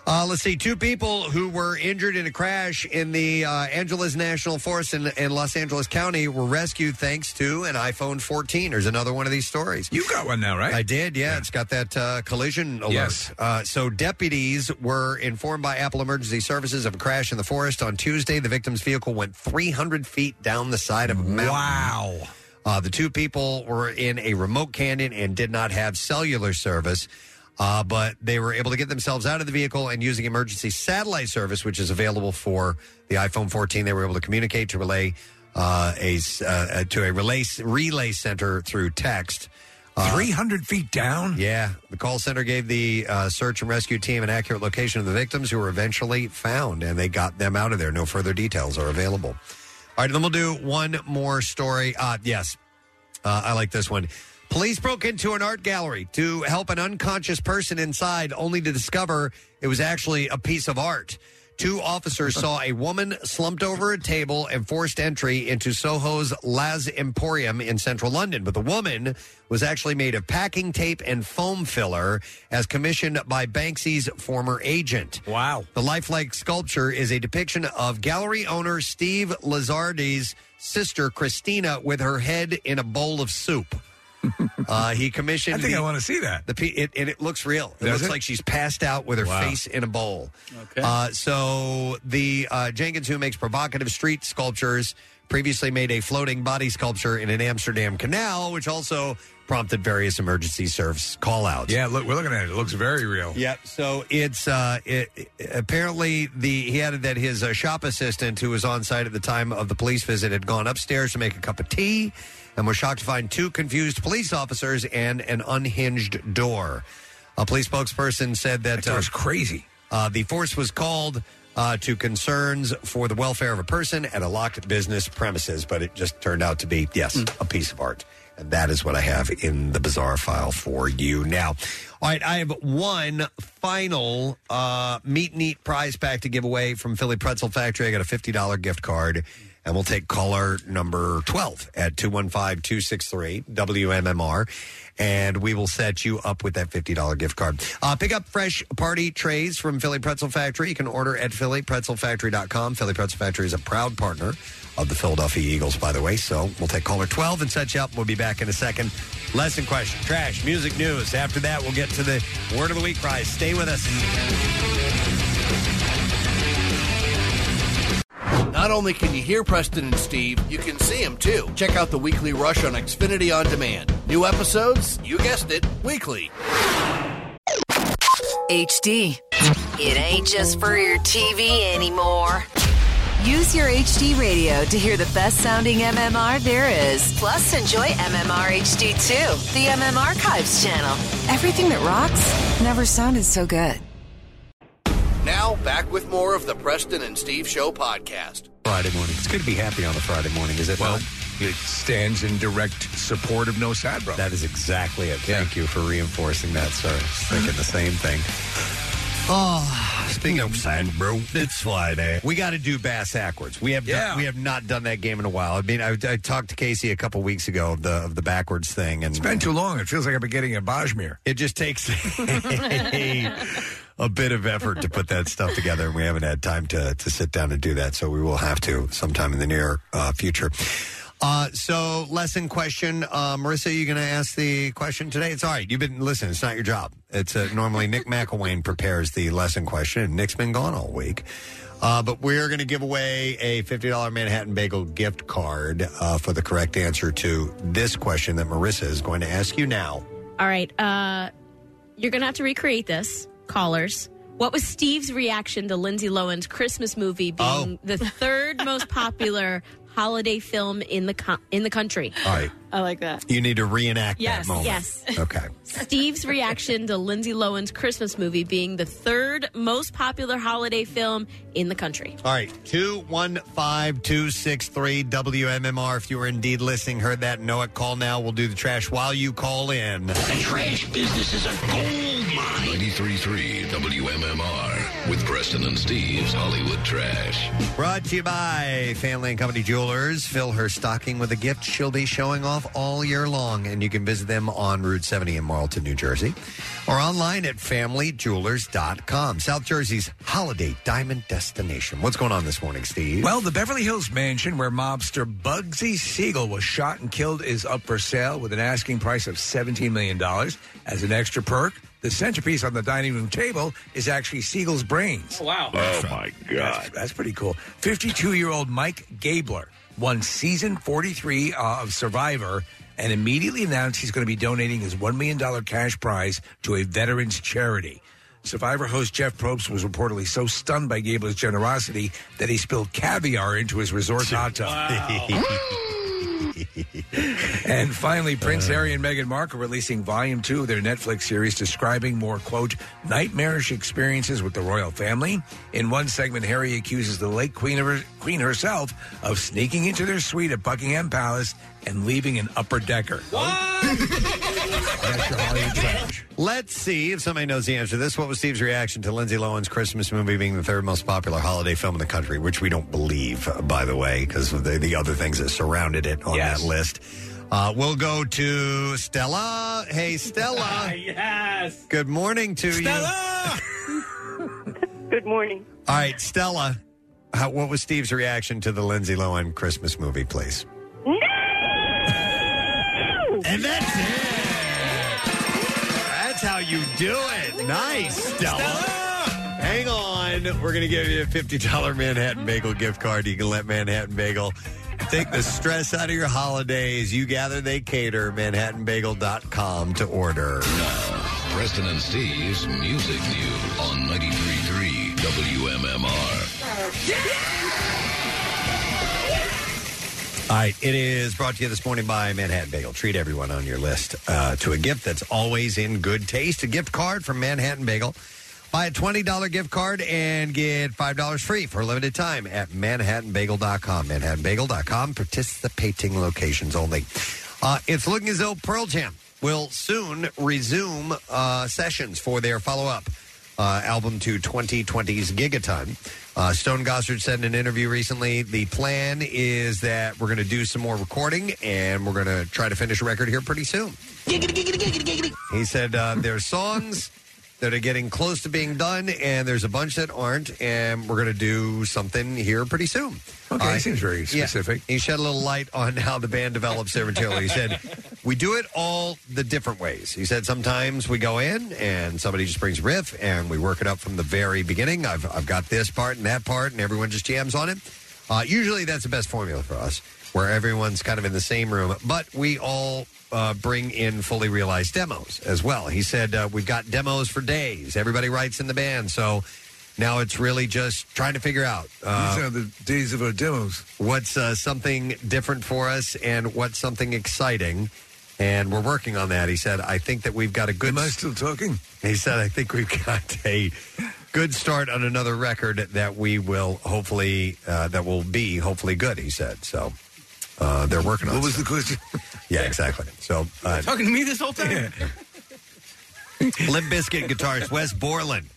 A: Uh, let's see. Two people who were injured in a crash in the uh, Angeles National Forest in, in Los Angeles County were rescued thanks to an iPhone 14. There's another one of these stories.
C: You got one now, right?
A: I did. Yeah, it's got that uh, collision alert.
C: Yes.
A: Uh, so deputies were informed by Apple Emergency Services of a crash in the forest on Tuesday. The victim's vehicle went 300 feet down the side of a mountain.
C: Wow.
A: Uh, the two people were in a remote canyon and did not have cellular service. Uh, but they were able to get themselves out of the vehicle and using emergency satellite service, which is available for the iPhone 14, they were able to communicate to relay uh, a s- uh, to a relay relay center through text.
C: Three hundred feet down.
A: Uh-huh. Yeah, the call center gave the uh, search and rescue team an accurate location of the victims, who were eventually found, and they got them out of there. No further details are available. All right, then we'll do one more story. Uh, yes, uh, I like this one. Police broke into an art gallery to help an unconscious person inside, only to discover it was actually a piece of art. Two officers saw a woman slumped over a table and forced entry into Soho's Laz Emporium in central London. But the woman was actually made of packing tape and foam filler as commissioned by Banksy's former agent. Wow. The lifelike sculpture is a depiction of gallery owner Steve Lazardi's sister, Christina, with her head in a bowl of soup. Uh, he commissioned.
C: I think
A: the-
C: I want to see that.
A: The pe- it, and it looks real. It
C: Does
A: looks
C: it?
A: like she's passed out with her
C: Wow.
A: face in a bowl. Uh, so the uh, Jenkins, who makes provocative street sculptures, previously made a floating body sculpture in an Amsterdam canal, which also prompted various emergency service callouts.
C: Yeah, look, we're looking at it. It looks very real.
A: Yep. So it's uh, it, it- apparently the he added that his uh, shop assistant, who was on site at the time of the police visit, had gone upstairs to make a cup of tea, and was shocked to find two confused police officers and an unhinged door. A police spokesperson said that, that was
C: crazy.
A: Uh, the force was called. Uh, to concerns for the welfare of a person at a locked business premises, but it just turned out to be, yes, a piece of art. And that is what I have in the bizarre file for you now. All right, I have one final uh, meet and eat prize pack to give away from Philly Pretzel Factory. I got a $50 gift card, and we'll take caller number 12 at 215 263 WMMR, and we will set you up with that $50 gift card. Uh, pick up fresh party trays from Philly Pretzel Factory. You can order at phillypretzelfactory.com. Philly Pretzel Factory is a proud partner of the Philadelphia Eagles, by the way. So we'll take caller 12 and set you up. We'll be back in a second. Lesson question, trash, music news. After that, we'll get to the word of the week prize. Stay with us.
H: Not only can you hear Preston and Steve, you can see them too. Check out the weekly rush on Xfinity On Demand. New episodes, you guessed it, weekly.
O: HD. It ain't just for your TV anymore. Use your HD radio to hear the best sounding MMR there is. Plus, enjoy MMR HD too, the MM Archives channel. Everything that rocks never sounded so good.
H: Now, back with more of the Preston and Steve Show podcast.
A: Friday morning. It's good to be happy on a Friday morning, is it? Well,
C: it stands in direct support of No Sad Bro.
A: That is exactly it. Thank you for reinforcing that, sir. I was thinking the same thing. Oh, speaking of sand, bro, it's Friday. We got to do Bass Ackwards. We have
C: Yeah.
A: not, we have not done that game in a while. I mean, I, I talked to Casey a couple weeks ago of the of the backwards thing, and it's
C: been too long. It feels like I've been getting a Bajmir.
A: It just takes a, a bit of effort to put that stuff together, and we haven't had time to to sit down and do that. So we will have to sometime in the near uh, future. Uh, so, lesson question, uh, Marissa. You going to ask the question today? It's all right. You've been listen. It's not your job. It's uh, normally Nick McElwain prepares the lesson question, and Nick's been gone all week. Uh, but we're going to give away a $50 Manhattan Bagel gift card uh, for the correct answer to this question that Marissa is going to ask you now.
G: All right. Uh, you're going to have to recreate this, callers. What was Steve's reaction to Lindsay Lohan's Christmas movie being
A: Oh.
G: the third most popular holiday film in the co- in the country?
A: All right.
G: I like that.
A: You need to reenact
G: Yes,
A: that moment.
G: yes.
A: Okay.
G: Steve's reaction to Lindsay Lohan's Christmas movie being the third most popular holiday film in the country.
A: All right. 215263 WMMR. If you are indeed listening, heard that, know it, call now. We'll do the trash while you call in.
N: Trash business is a gold mine. 93.3 WMMR with Preston and Steve's Hollywood Trash.
A: Brought to you by Family and Company Jewelers. Fill her stocking with a gift she'll be showing off all year long. And you can visit them on Route 70 in Marlton, New Jersey, or online at familyjewelers.com. South Jersey's holiday diamond destination. What's going on this morning, Steve?
C: Well, the Beverly Hills mansion where mobster Bugsy Siegel was shot and killed is up for sale with an asking price of $17 million. As an extra perk, the centerpiece on the dining room table is actually Siegel's brains.
K: wow.
C: Oh, my God. That's, that's pretty cool. 52 year old Mike Gabler won season 43 uh, of Survivor and immediately announced he's going to be donating his $1 million cash prize to a veterans charity. Survivor host Jeff Probst was reportedly so stunned by Gabler's generosity that he spilled caviar into his resort hot tub. And finally, Prince
A: Uh.
C: Harry and Meghan Markle releasing Volume 2 of their Netflix series describing more, quote, nightmarish experiences with the royal family. In one segment, Harry accuses the late Queen, of her, queen herself of sneaking into their suite at Buckingham Palace and leaving an upper decker.
A: Let's see if somebody knows the answer to this. What was Steve's reaction to Lindsay Lohan's Christmas movie being the third most popular holiday film in the country, which we don't believe, uh, by the way, because of the, the other things that surrounded it on that list? Uh, we'll go to Stella. Hey, Stella.
F: yes.
A: Good morning to
F: you. Good morning.
A: you. All right, Stella. How, what was Steve's reaction to the Lindsay Lohan Christmas movie, please?
F: And
A: that's it. That's how you do it. Nice, Stella. Hang on. We're going to give you a $50 Manhattan Bagel gift card. You can let Manhattan Bagel take the stress out of your holidays. You gather, they cater. ManhattanBagel.com to order.
N: Preston and Steve's Music News on 93.3 WMMR.
A: All right, it is brought to you this morning by Manhattan Bagel. Treat everyone on your list uh, to a gift that's always in good taste. A gift card from Manhattan Bagel. Buy a $20 gift card and get $5 free for a limited time at manhattanbagel.com. Manhattanbagel.com, participating locations only. Uh, it's looking as though Pearl Jam will soon resume uh, sessions for their follow up uh, album to 2020's Gigaton. Uh, Stone Gossard said in an interview recently, the plan is that we're going to do some more recording and we're going to try to finish a record here pretty soon. He said uh, there's songs that are getting close to being done, and there's a bunch that aren't, and we're going to do something here pretty soon.
C: Okay,
A: Uh,
C: seems very
A: yeah.
C: specific.
A: He shed a little light on how the band develops their material. He said, We do it all the different ways. He said, Sometimes we go in and somebody just brings a riff and we work it up from the very beginning. I've, I've got this part and that part, and everyone just jams on it. Uh, usually that's the best formula for us, where everyone's kind of in the same room, but we all uh, bring in fully realized demos as well. He said, uh, We've got demos for days. Everybody writes in the band. So. Now it's really just trying to figure out. uh,
C: These are the days of our demos.
A: What's uh, something different for us, and what's something exciting? And we're working on that. He said, "I think that we've got a good." Am I
C: still talking?
A: He said, "I think we've got a good start on another record that we will hopefully uh, that will be hopefully good." He said, "So uh, they're working on."
C: What was
A: stuff.
C: the question?
A: Yeah, exactly. So uh,
D: Talking to me this whole time?
A: Limp Bizkit guitarist Wes Borland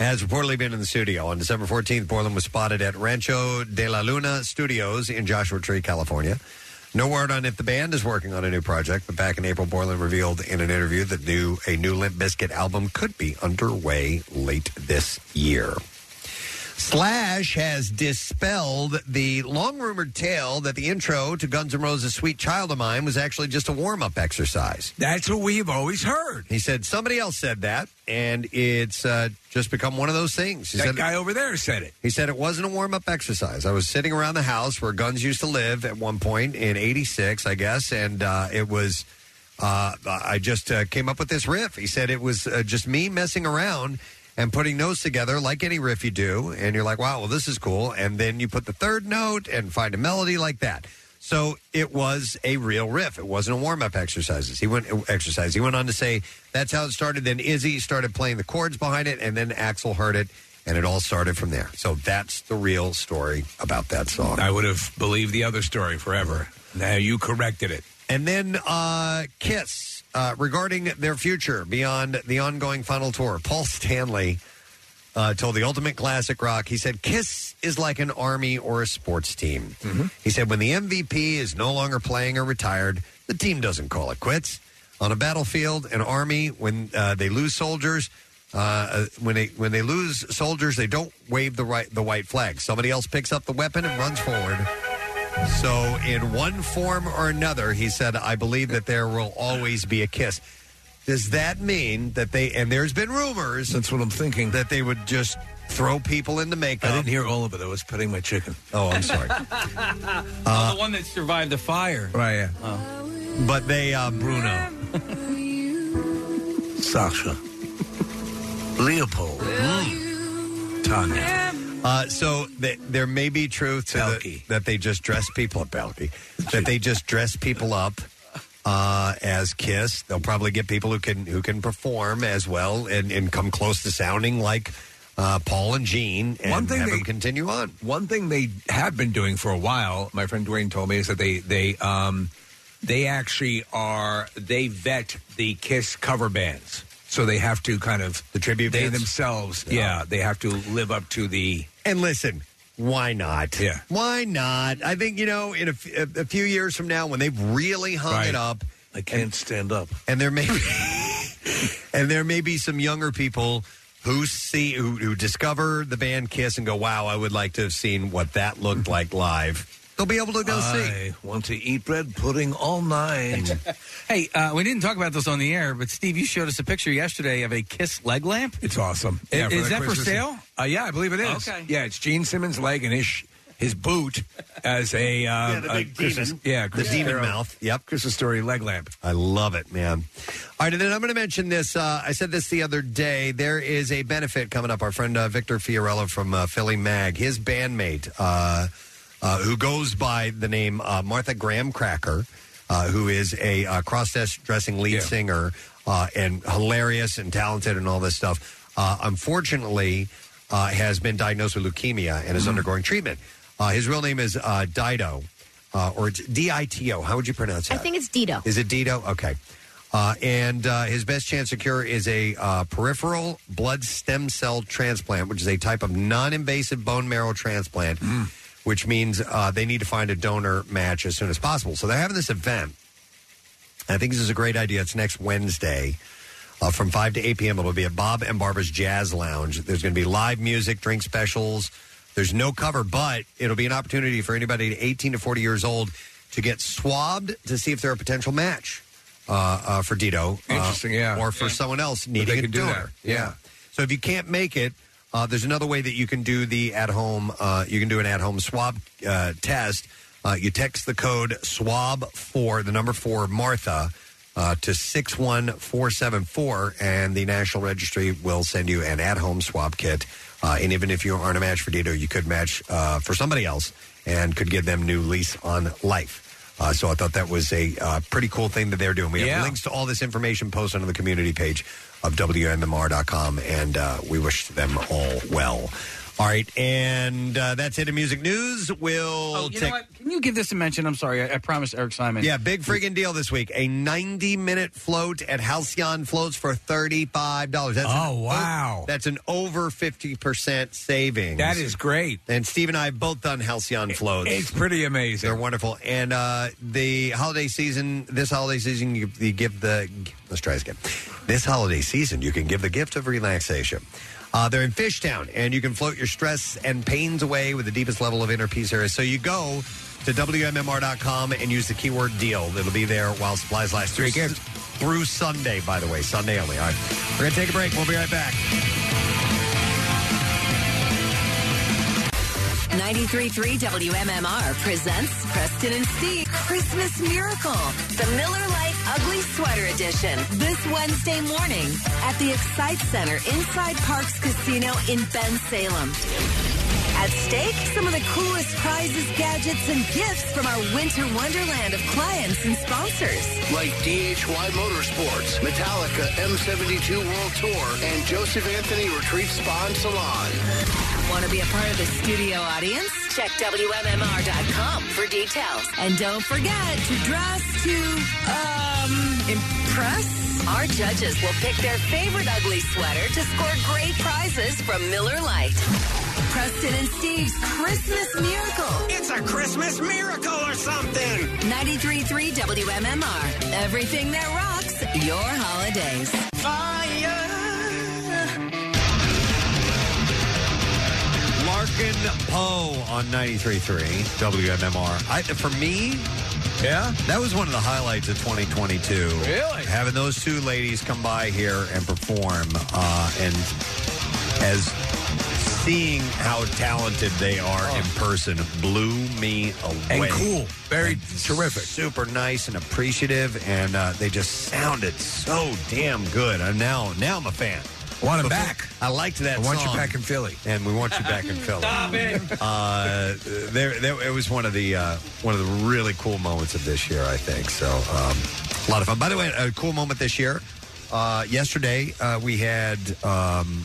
A: has reportedly been in the studio. On December 14th, Borland was spotted at Rancho de la Luna Studios in Joshua Tree, California. No word on if the band is working on a new project, but back in April, Borland revealed in an interview that new a new Limp Bizkit album could be underway late this year. Slash has dispelled the long rumored tale that the intro to Guns N' Roses' Sweet Child of Mine was actually just a warm up exercise.
C: That's what we've always heard.
A: He said somebody else said that, and it's uh, just become one of those things. He
C: That
A: said,
C: guy over there said it.
A: He said it wasn't a warm up exercise. I was sitting around the house where Guns used to live at one point in '86, I guess, and uh, it was. Uh, I just uh, came up with this riff. He said it was uh, just me messing around and putting those together like any riff you do, and you're like, wow, well, this is cool. And then you put the third note and find a melody like that. So it was a real riff. It wasn't a warm up exercises. He went exercise. He went on to say that's how it started. Then Izzy started playing the chords behind it, and then Axel heard it, and it all started from there. So that's the real story about that song.
C: I would have believed the other story forever. Now you corrected it.
A: And then uh, Kiss uh, regarding their future beyond the ongoing final tour. Paul Stanley uh, told the Ultimate Classic Rock, he said, Kiss is like an army or a sports team. He said, when the MVP is no longer playing or retired, the team doesn't call it quits. On a battlefield, an army, when uh, they lose soldiers, uh, uh, when they when they lose soldiers, they don't wave the right the white flag. Somebody else picks up the weapon and runs forward. So, in one form or another, he said, I believe that there will always be a kiss. Does that mean that they, and there's been rumors.
C: That's what I'm thinking.
A: That they would just throw people into makeup.
C: I didn't hear all of it. Oh, I was petting my chicken.
A: Oh, I'm sorry.
D: oh, the one that survived the fire.
C: Uh,
D: Oh.
C: Right, yeah.
A: But they, uh, Bruno.
C: Sasha. Leopold. Tanya.
A: Uh, so th- there may be truth to the, that they just dress people up, Belky. That they just dress people up uh, as Kiss. They'll probably get people who can who can perform as well and, and come close to sounding like uh, Paul and Gene. And
C: One thing
A: have
C: they-
A: them continue on.
C: One thing they have been doing for a while, my friend Dwayne told me, is that they they um they actually are they vet the Kiss cover bands, so they have to kind of the
A: tribute.
C: They
A: bands?
C: themselves,
A: Yeah.
C: yeah, they have to live up to the
A: And listen, why not? Yeah. Why not? I think, you know, in a, f- a- a few years from now, when they've really hung it
C: Right.
A: up.
C: I can't stand up.
A: And there may and there may be some younger people who see who, who discover the band Kiss and go, "Wow, I would like to have seen what that looked like live." They'll be able to go see.
C: I want to eat bread pudding all night.
D: Hey, uh, we didn't talk about this on the air, but Steve, you showed us a picture yesterday of a Kiss leg lamp.
C: It's awesome.
D: I-
C: Yeah,
D: is
C: the
D: that for
C: Christmas-
D: sale?
C: Uh, yeah, I believe it is.
D: Okay.
C: Yeah, it's Gene Simmons' leg and his sh- his boot as a uh,
A: Yeah, the
C: a
A: big
C: Christmas,
A: demon.
C: yeah,
A: The
C: Christmas
A: demon
C: Carol-
A: mouth. Yep,
C: Christmas story leg lamp.
A: I love it, man. All right, and then I'm going to mention this. Uh, I said this the other day. There is a benefit coming up. Our friend uh, Victor Fiorello from uh, Philly Mag, his bandmate, uh, uh, who goes by the name uh, Martha Graham Cracker, uh, who is a uh, cross dressing lead singer uh, and hilarious and talented and all this stuff, uh, unfortunately uh, has been diagnosed with leukemia and is
C: Mm-hmm.
A: undergoing treatment. Uh, his real name is uh, Dido, uh, or it's D I T O. How would you pronounce that?
G: I think it's Dito.
A: Is it Dito? Okay. Uh, and uh, his best chance of cure is a uh, peripheral blood stem cell transplant, which is a type of non invasive bone marrow transplant, which means uh, they need to find a donor match as soon as possible. So they're having this event. I think this is a great idea. It's next Wednesday uh, from 5 to 8 p.m. It'll be at Bob and Barbara's Jazz Lounge. There's going to be live music, drink specials. There's no cover, but it'll be an opportunity for anybody 18 to 40 years old to get swabbed to see if they're a potential match uh, uh, for Dito. uh,
C: Interesting, yeah.
A: Or for
C: Yeah.
A: someone else
C: But
A: needing
C: they
A: a
C: can do that,
A: donor.
C: yeah.
A: So if you can't make it, uh, there's another way that you can do the at home. Uh, you can do an at home swab uh, test. Uh, you text the code swab four, the number four, Martha. Uh, to 61474, and the National Registry will send you an at home swab kit. Uh, and even if you aren't a match for Dito, you could match uh, for somebody else and could give them new lease on life. Uh, so I thought that was a uh, pretty cool thing that they're doing. We have
C: Yeah.
A: links to all this information posted on the community page of WMMR.com, and uh, we wish them all well. All right, and uh, that's it in music news. We'll
D: Oh, you know
A: take.
D: what? Can you give this a mention? I'm sorry. I, I promised Eric Simon.
A: Yeah, big freaking deal this week. A 90 minute float at Halcyon Floats for $35. That's
C: Oh,
A: an-
C: wow.
A: That's an over 50% savings.
C: That is great.
A: And Steve and I have both done Halcyon Floats.
C: It's pretty amazing.
A: They're wonderful. And uh, the holiday season, this holiday season, you, you give the. Let's try this again. This holiday season, you can give the gift of relaxation. Uh, they're in Fishtown, and you can float your stress and pains away with the deepest level of inner peace area. So you go to WMMR.com and use the keyword deal. It'll be there while supplies last. Three gifts. Through Sunday, by the way. Sunday only. All right. We're going to take a break. We'll be right back.
O: 93.3 WMMR presents Preston and Steve Christmas Miracle, the Miller Lite Ugly Sweater Edition, this Wednesday morning at the Excite Center inside Parks Casino in Ben Salem. At stake, some of the coolest prizes, gadgets, and gifts from our winter wonderland of clients and sponsors.
H: Like DHY Motorsports, Metallica M72 World Tour, and Joseph Anthony Retreat Spa and Salon.
O: Want to be a part of the studio audience? Check WMMR.com for details. And don't forget to dress to, um, impress. Our judges will pick their favorite ugly sweater to score great prizes from Miller Lite. Preston and Steve's Christmas Miracle. It's a Christmas miracle or something. 93.3 WMMR. Everything that rocks your holidays.
A: Larkin Poe on 93.3 WMMR. I, for me, yeah, that was one of the highlights of 2022. Really? Having those two ladies come by here and perform uh, and as seeing how talented they are in person blew me
C: Oh. And
A: away.
C: cool. Very
A: terrific. Super nice and appreciative and uh, they just sounded so damn good. And now now I'm a fan.
C: I want him back.
A: I liked that.
C: I want you
A: song.
C: back in Philly,
A: and we want you back in Philly.
C: Stop it.
A: Uh, there, there, it was one of the uh, one of the really cool moments of this year, I think. So, um, a lot of fun. By the way, a cool moment this year. Uh, yesterday, uh, we had um,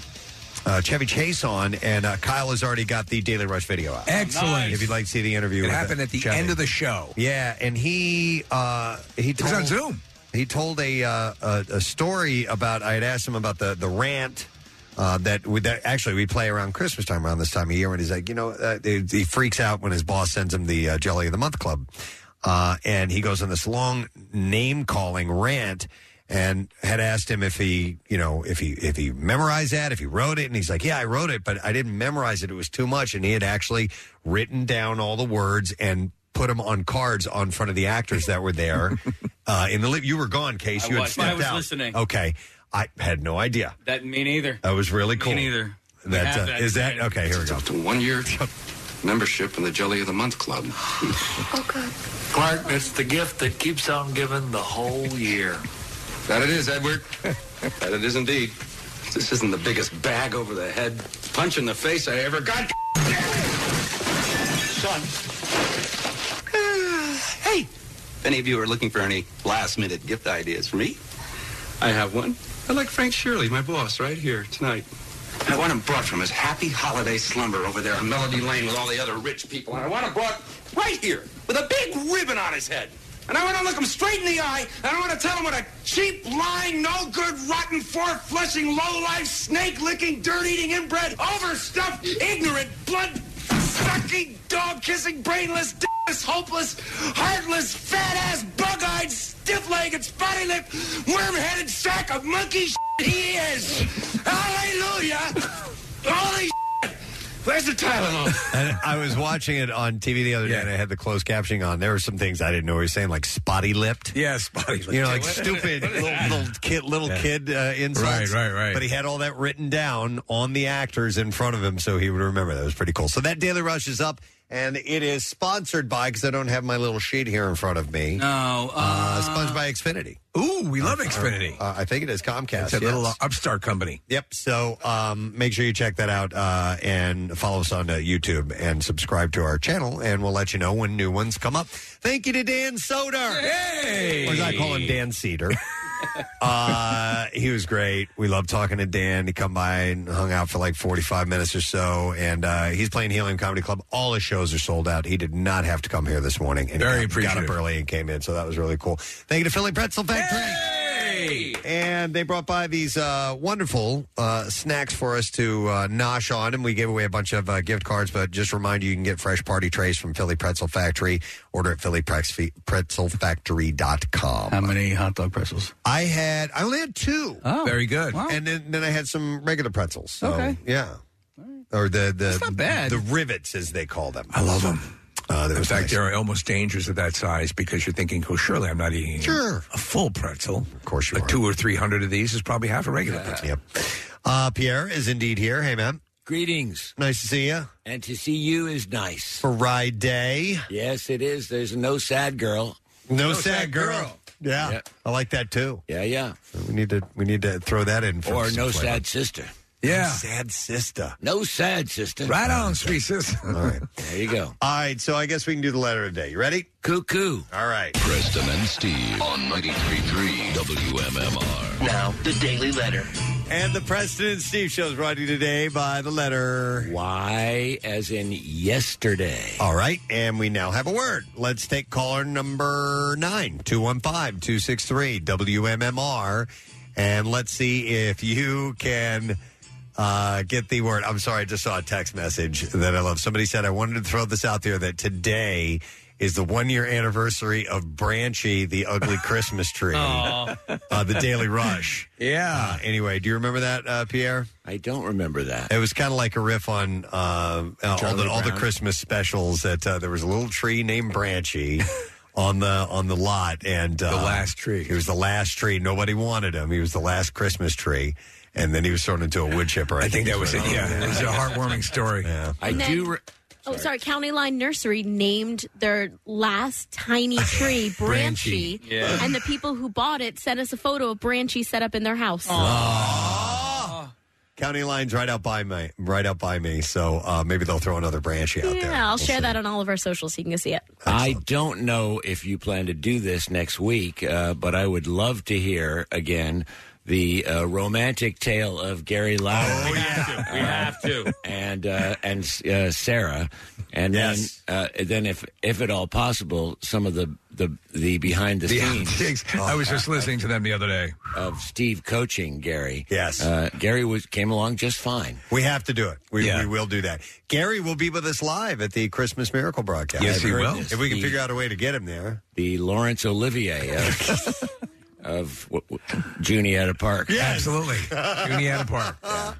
A: uh, Chevy Chase on, and uh, Kyle has already got the Daily Rush video out.
C: Excellent. Nice.
A: If you'd like to see the interview,
C: It
A: with
C: happened at the
A: Chevy.
C: end of the show.
A: Yeah, and he uh, he
C: was
A: told
C: on Zoom.
A: He told a, uh, a a story about I had asked him about the the rant. Uh, that we, that actually we play around Christmas time around this time of year, and he's like, you know, uh, he, he freaks out when his boss sends him the uh, Jelly of the Month Club, uh, and he goes on this long name calling rant, and had asked him if he, you know, if he if he memorized that, if he wrote it, and he's like, yeah, I wrote it, but I didn't memorize it; it was too much, and he had actually written down all the words and put them on cards on front of the actors that were there uh, in the li- you were gone case
D: I
A: you had
D: was, but I
A: stepped
D: was
A: out
D: listening.
A: okay i had no idea
D: That me neither.
A: that was really cool
D: Me neither. We
A: that,
D: have
A: uh, is that okay here we go
E: to one year membership in the Jelly of the Month Club.
Q: Oh, God. Clark, it's the gift that keeps on giving the whole year.
E: That it is, Edward. that it is indeed. This isn't the biggest bag over the head punch in the face I ever got. Son. Uh, hey, if any of you are looking for any last minute gift ideas for me, I have one. I like Frank Shirley, my boss, right here tonight. I want him brought from his happy holiday slumber over there on Melody Lane with all the other rich people. And I want him brought right here with a big ribbon on his head. And I want to look him straight in the eye, and I want to tell him what a cheap, lying, no good, rotten, four flushing, low life, snake licking, dirt eating, inbred, overstuffed, ignorant, blood sucking, dog kissing, brainless, dickless, hopeless, heartless, fat ass, bug eyed, stiff legged, spotty lipped, worm headed sack of monkey shit he is. Hallelujah! Holy shit! Where's the Tylenol?
A: and I was watching it on TV the other day, and I had the closed captioning on. There were some things I didn't know he was saying, like spotty lipped.
C: Yeah, spotty lipped.
A: You know, like
C: What-
A: stupid
C: what is
A: little,
C: that?
A: little kid, little
C: Yeah.
A: kid uh, insults.
C: Right, right, right.
A: But he had all that written down on the actors in front of him, so he would remember. That was pretty cool. So that Daily Rush is up, and it is sponsored by because I don't have my little sheet here in front of me.
D: No,
A: uh, sponsored by Xfinity.
C: Ooh, we love
A: Uh,
C: Xfinity.
A: Uh, I think it is Comcast.
C: It's a little uh,
A: yes.
C: upstart company.
A: Yep. So um, make sure you check that out uh, and follow us on uh, YouTube and subscribe to our channel, and we'll let you know when new ones come up. Thank you to Dan Soder.
C: Hey!
A: Or as I call him, Dan Cedar. uh, he was great. We loved talking to Dan. He come by and hung out for like 45 minutes or so, and uh, he's playing Helium Comedy Club. All his shows are sold out. He did not have to come here this morning. And
C: Very
A: he got- got,
C: appreciative.
A: up early and came in, so that was really cool. Thank you to Philly Pretzel Factory. And they brought by these uh, wonderful uh, snacks for us to uh, nosh on, and we gave away a bunch of uh, gift cards. But just remind you, you can get fresh party trays from Philly Pretzel Factory. Order at phillypretzelfactory.com.
D: How many hot dog pretzels?
A: I had I only had two.
D: Oh, Very good. wow.
A: And then, then I had some regular pretzels. So,
D: Okay.
A: Yeah. Or the the
C: not bad.
A: the rivets as they call them.
C: I love them.
A: Uh,
C: in
A: was
C: fact,
A: nice.
C: they're almost dangerous at that size because you're thinking, "Oh, surely I'm not eating
A: Sure.
C: a full pretzel." Of
A: course, you
C: are. Two or three hundred of these is probably half a regular pretzel.
A: Yep. Uh, Pierre is indeed here. Hey, man.
V: Greetings.
A: Nice to see you.
V: And to see you is nice.
A: For Ride Day.
V: Yes, it is. There's no sad girl.
A: No, sad, girl. Yeah. I like that too.
V: Yeah, yeah.
A: We need to we need to throw that in. For
V: Or
A: some
V: no
A: flavor.
V: sad sister.
A: Yeah. sad sister.
V: No sad sister.
A: Right on,
V: sweet
C: sister.
V: All
A: right.
V: There you go.
A: All right, so I guess we can do the letter of the day. You ready?
V: Cuckoo.
A: All right.
N: Preston and Steve on 93.3 WMMR.
A: Now,
V: the Daily Letter.
A: And the Preston and Steve show is brought to you today by the letter
V: Y, as in yesterday.
A: All right, and we now have a word. Let's take caller number nine, 215 263 WMMR, and let's see if you can uh, get the word. I'm sorry, I just saw a text message that I love. Somebody said, I wanted to throw this out there that today is the one year anniversary of Branchy, the ugly Christmas tree,
V: Aw.
A: uh, the Daily Rush.
V: Yeah.
A: Uh, anyway, do you remember that, uh, Pierre?
V: I don't remember that.
A: It was kind of like a riff on uh, uh, all
V: Charlie
A: the all the
V: Brown?
A: Christmas specials. That uh, there was a little tree named Branchy on the on the lot, and uh, the last
C: tree.
A: He was the last tree. Nobody wanted him. He was the last Christmas tree, and then he was thrown into a wood chipper. I,
C: think that was
A: is what
C: it. Yeah, it was a heartwarming story.
A: Yeah.
V: I
G: And then-
V: do. Re-
G: Oh, sorry. County Line Nursery named their last tiny tree Branchy,
V: Branchy. Yeah.
G: and the people who bought it sent us a photo of Branchy set up in their house.
A: County line's right out by me, right out by me. So uh, maybe they'll throw another branch out.
G: Yeah, I'll share that on all of our socials so you can go see it.
V: I don't know if you plan to do this next week, uh, but I would love to hear again the uh, romantic tale of Gary Lauer. Oh, we have to. We have to. And uh, and uh, Sarah, and then uh, then if if at all possible, some of the the the behind the,
C: The
V: scenes.
C: I
A: Oh,
C: was just listening to them the other day
V: of Steve coaching Gary.
A: Yes,
V: uh, Gary was came along just fine.
A: We have to do it. We, we will do that. Gary will be with us live at the Christmas Miracle broadcast.
V: Yes, he will.
A: If we can figure out a way to get him there.
V: The Lawrence Olivier of, of w- w- Juniata Park.
C: absolutely. Juniata Park.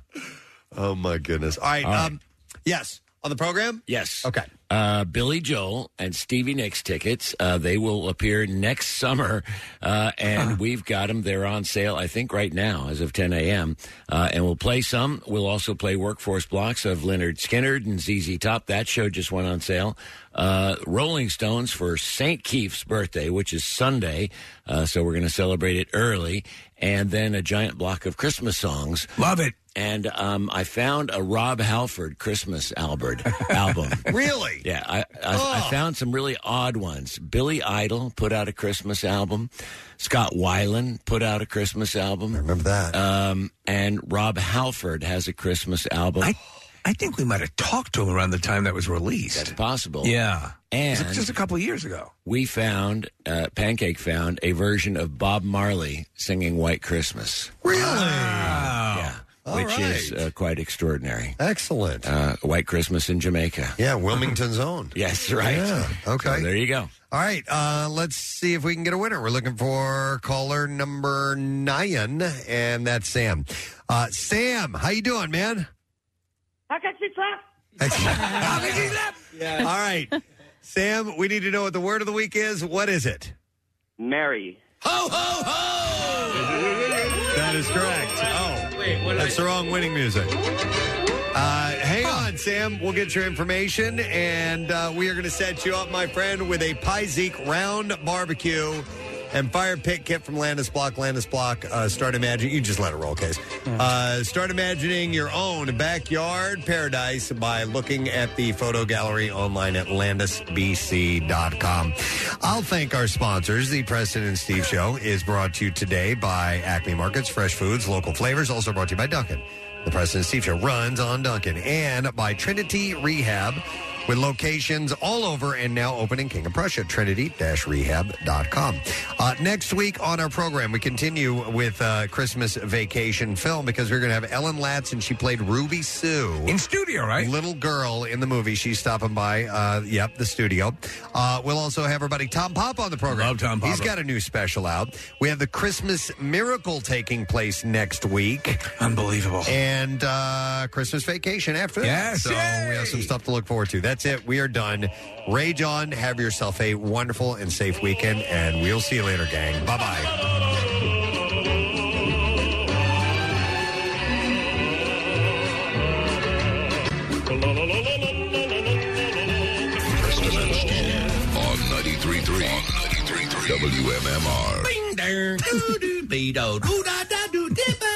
A: Oh my goodness! All right.
V: All right.
A: Um, yes, on the program.
V: Yes.
A: Okay.
V: Uh, Billy Joel and Stevie Nicks tickets. Uh, they will appear next summer, uh, and we've got them. They're on sale, I think, right now as of 10 a.m. Uh, and we'll play some. We'll also play workforce blocks of Leonard Skinner and ZZ Top. That show just went on sale. Uh, Rolling Stones for St. Keith's birthday, which is Sunday, uh, so we're going to celebrate it early. And then a giant block of Christmas songs.
C: Love it.
V: And um, I found a Rob Halford Christmas Albert album.
A: really?
V: Yeah, I, I, I found some really odd ones. Billy Idol put out a Christmas album. Scott Weiland put out a Christmas album. I
A: remember that.
V: Um, and Rob Halford has a Christmas album. I,
C: I think we might have talked to him around the time that was released.
V: That's possible.
C: Yeah.
V: And
C: Just- just a couple of years ago.
V: we found, uh, Pancake found, a version of Bob Marley singing White Christmas.
A: Really?
V: Yeah. Which is uh, quite extraordinary.
A: Excellent.
V: Uh, White Christmas in Jamaica.
A: Yeah, Wilmington's own.
V: yes, right.
A: Yeah, okay.
V: So there you go.
A: All right, uh, let's see if we can get a winner. We're looking for caller number nine, and that's Sam. Uh, Sam, how you doing, man?
I: How can you talk?
A: All right, Sam, we need to know what the word of the week is. What is it?
P: Mary.
A: Ho ho ho! That is correct. Oh, that's the wrong winning music. Uh, hang on, Sam. We'll get your information, and uh, we are going to set you up, my friend, with a Pizeek round barbecue and fire pit kit from Landis Block. Landis Block. Uh, start imagining. You just let it roll, case. Uh, start imagining your own backyard paradise by looking at the photo gallery online at landisbc.com. I'll thank our sponsors. The Preston and Steve Show is brought to you today by Acme Markets, fresh foods, local flavors. Also brought to you by Duncan. The President's Steve Show runs on Duncan and by Trinity Rehab with locations all over and now open in King of Prussia, trinity-rehab.com. Uh, next week on our program, we continue with uh, Christmas Vacation film because we're going to have Ellen Latz and she played Ruby Sue. In
C: studio, right?
A: Little girl in the movie. She's stopping by, uh, yep, the studio. Uh, we'll also have our buddy Tom Pop on the program.
C: Love Tom
A: He's
C: Papa.
A: got a new special out. We have the Christmas Miracle taking place next week.
C: Unbelievable.
A: And uh, Christmas vacation after that.
C: Yes,
A: So we have some stuff to look forward to. That's it. We are done. Rage on. Have yourself a wonderful and safe weekend, and we'll see you later, gang. Bye bye.
N: Preston and Steve on 93.3 on 93.3 WMMR.
V: Bing, there. Doo doo, be do. Doo da da doo dipper.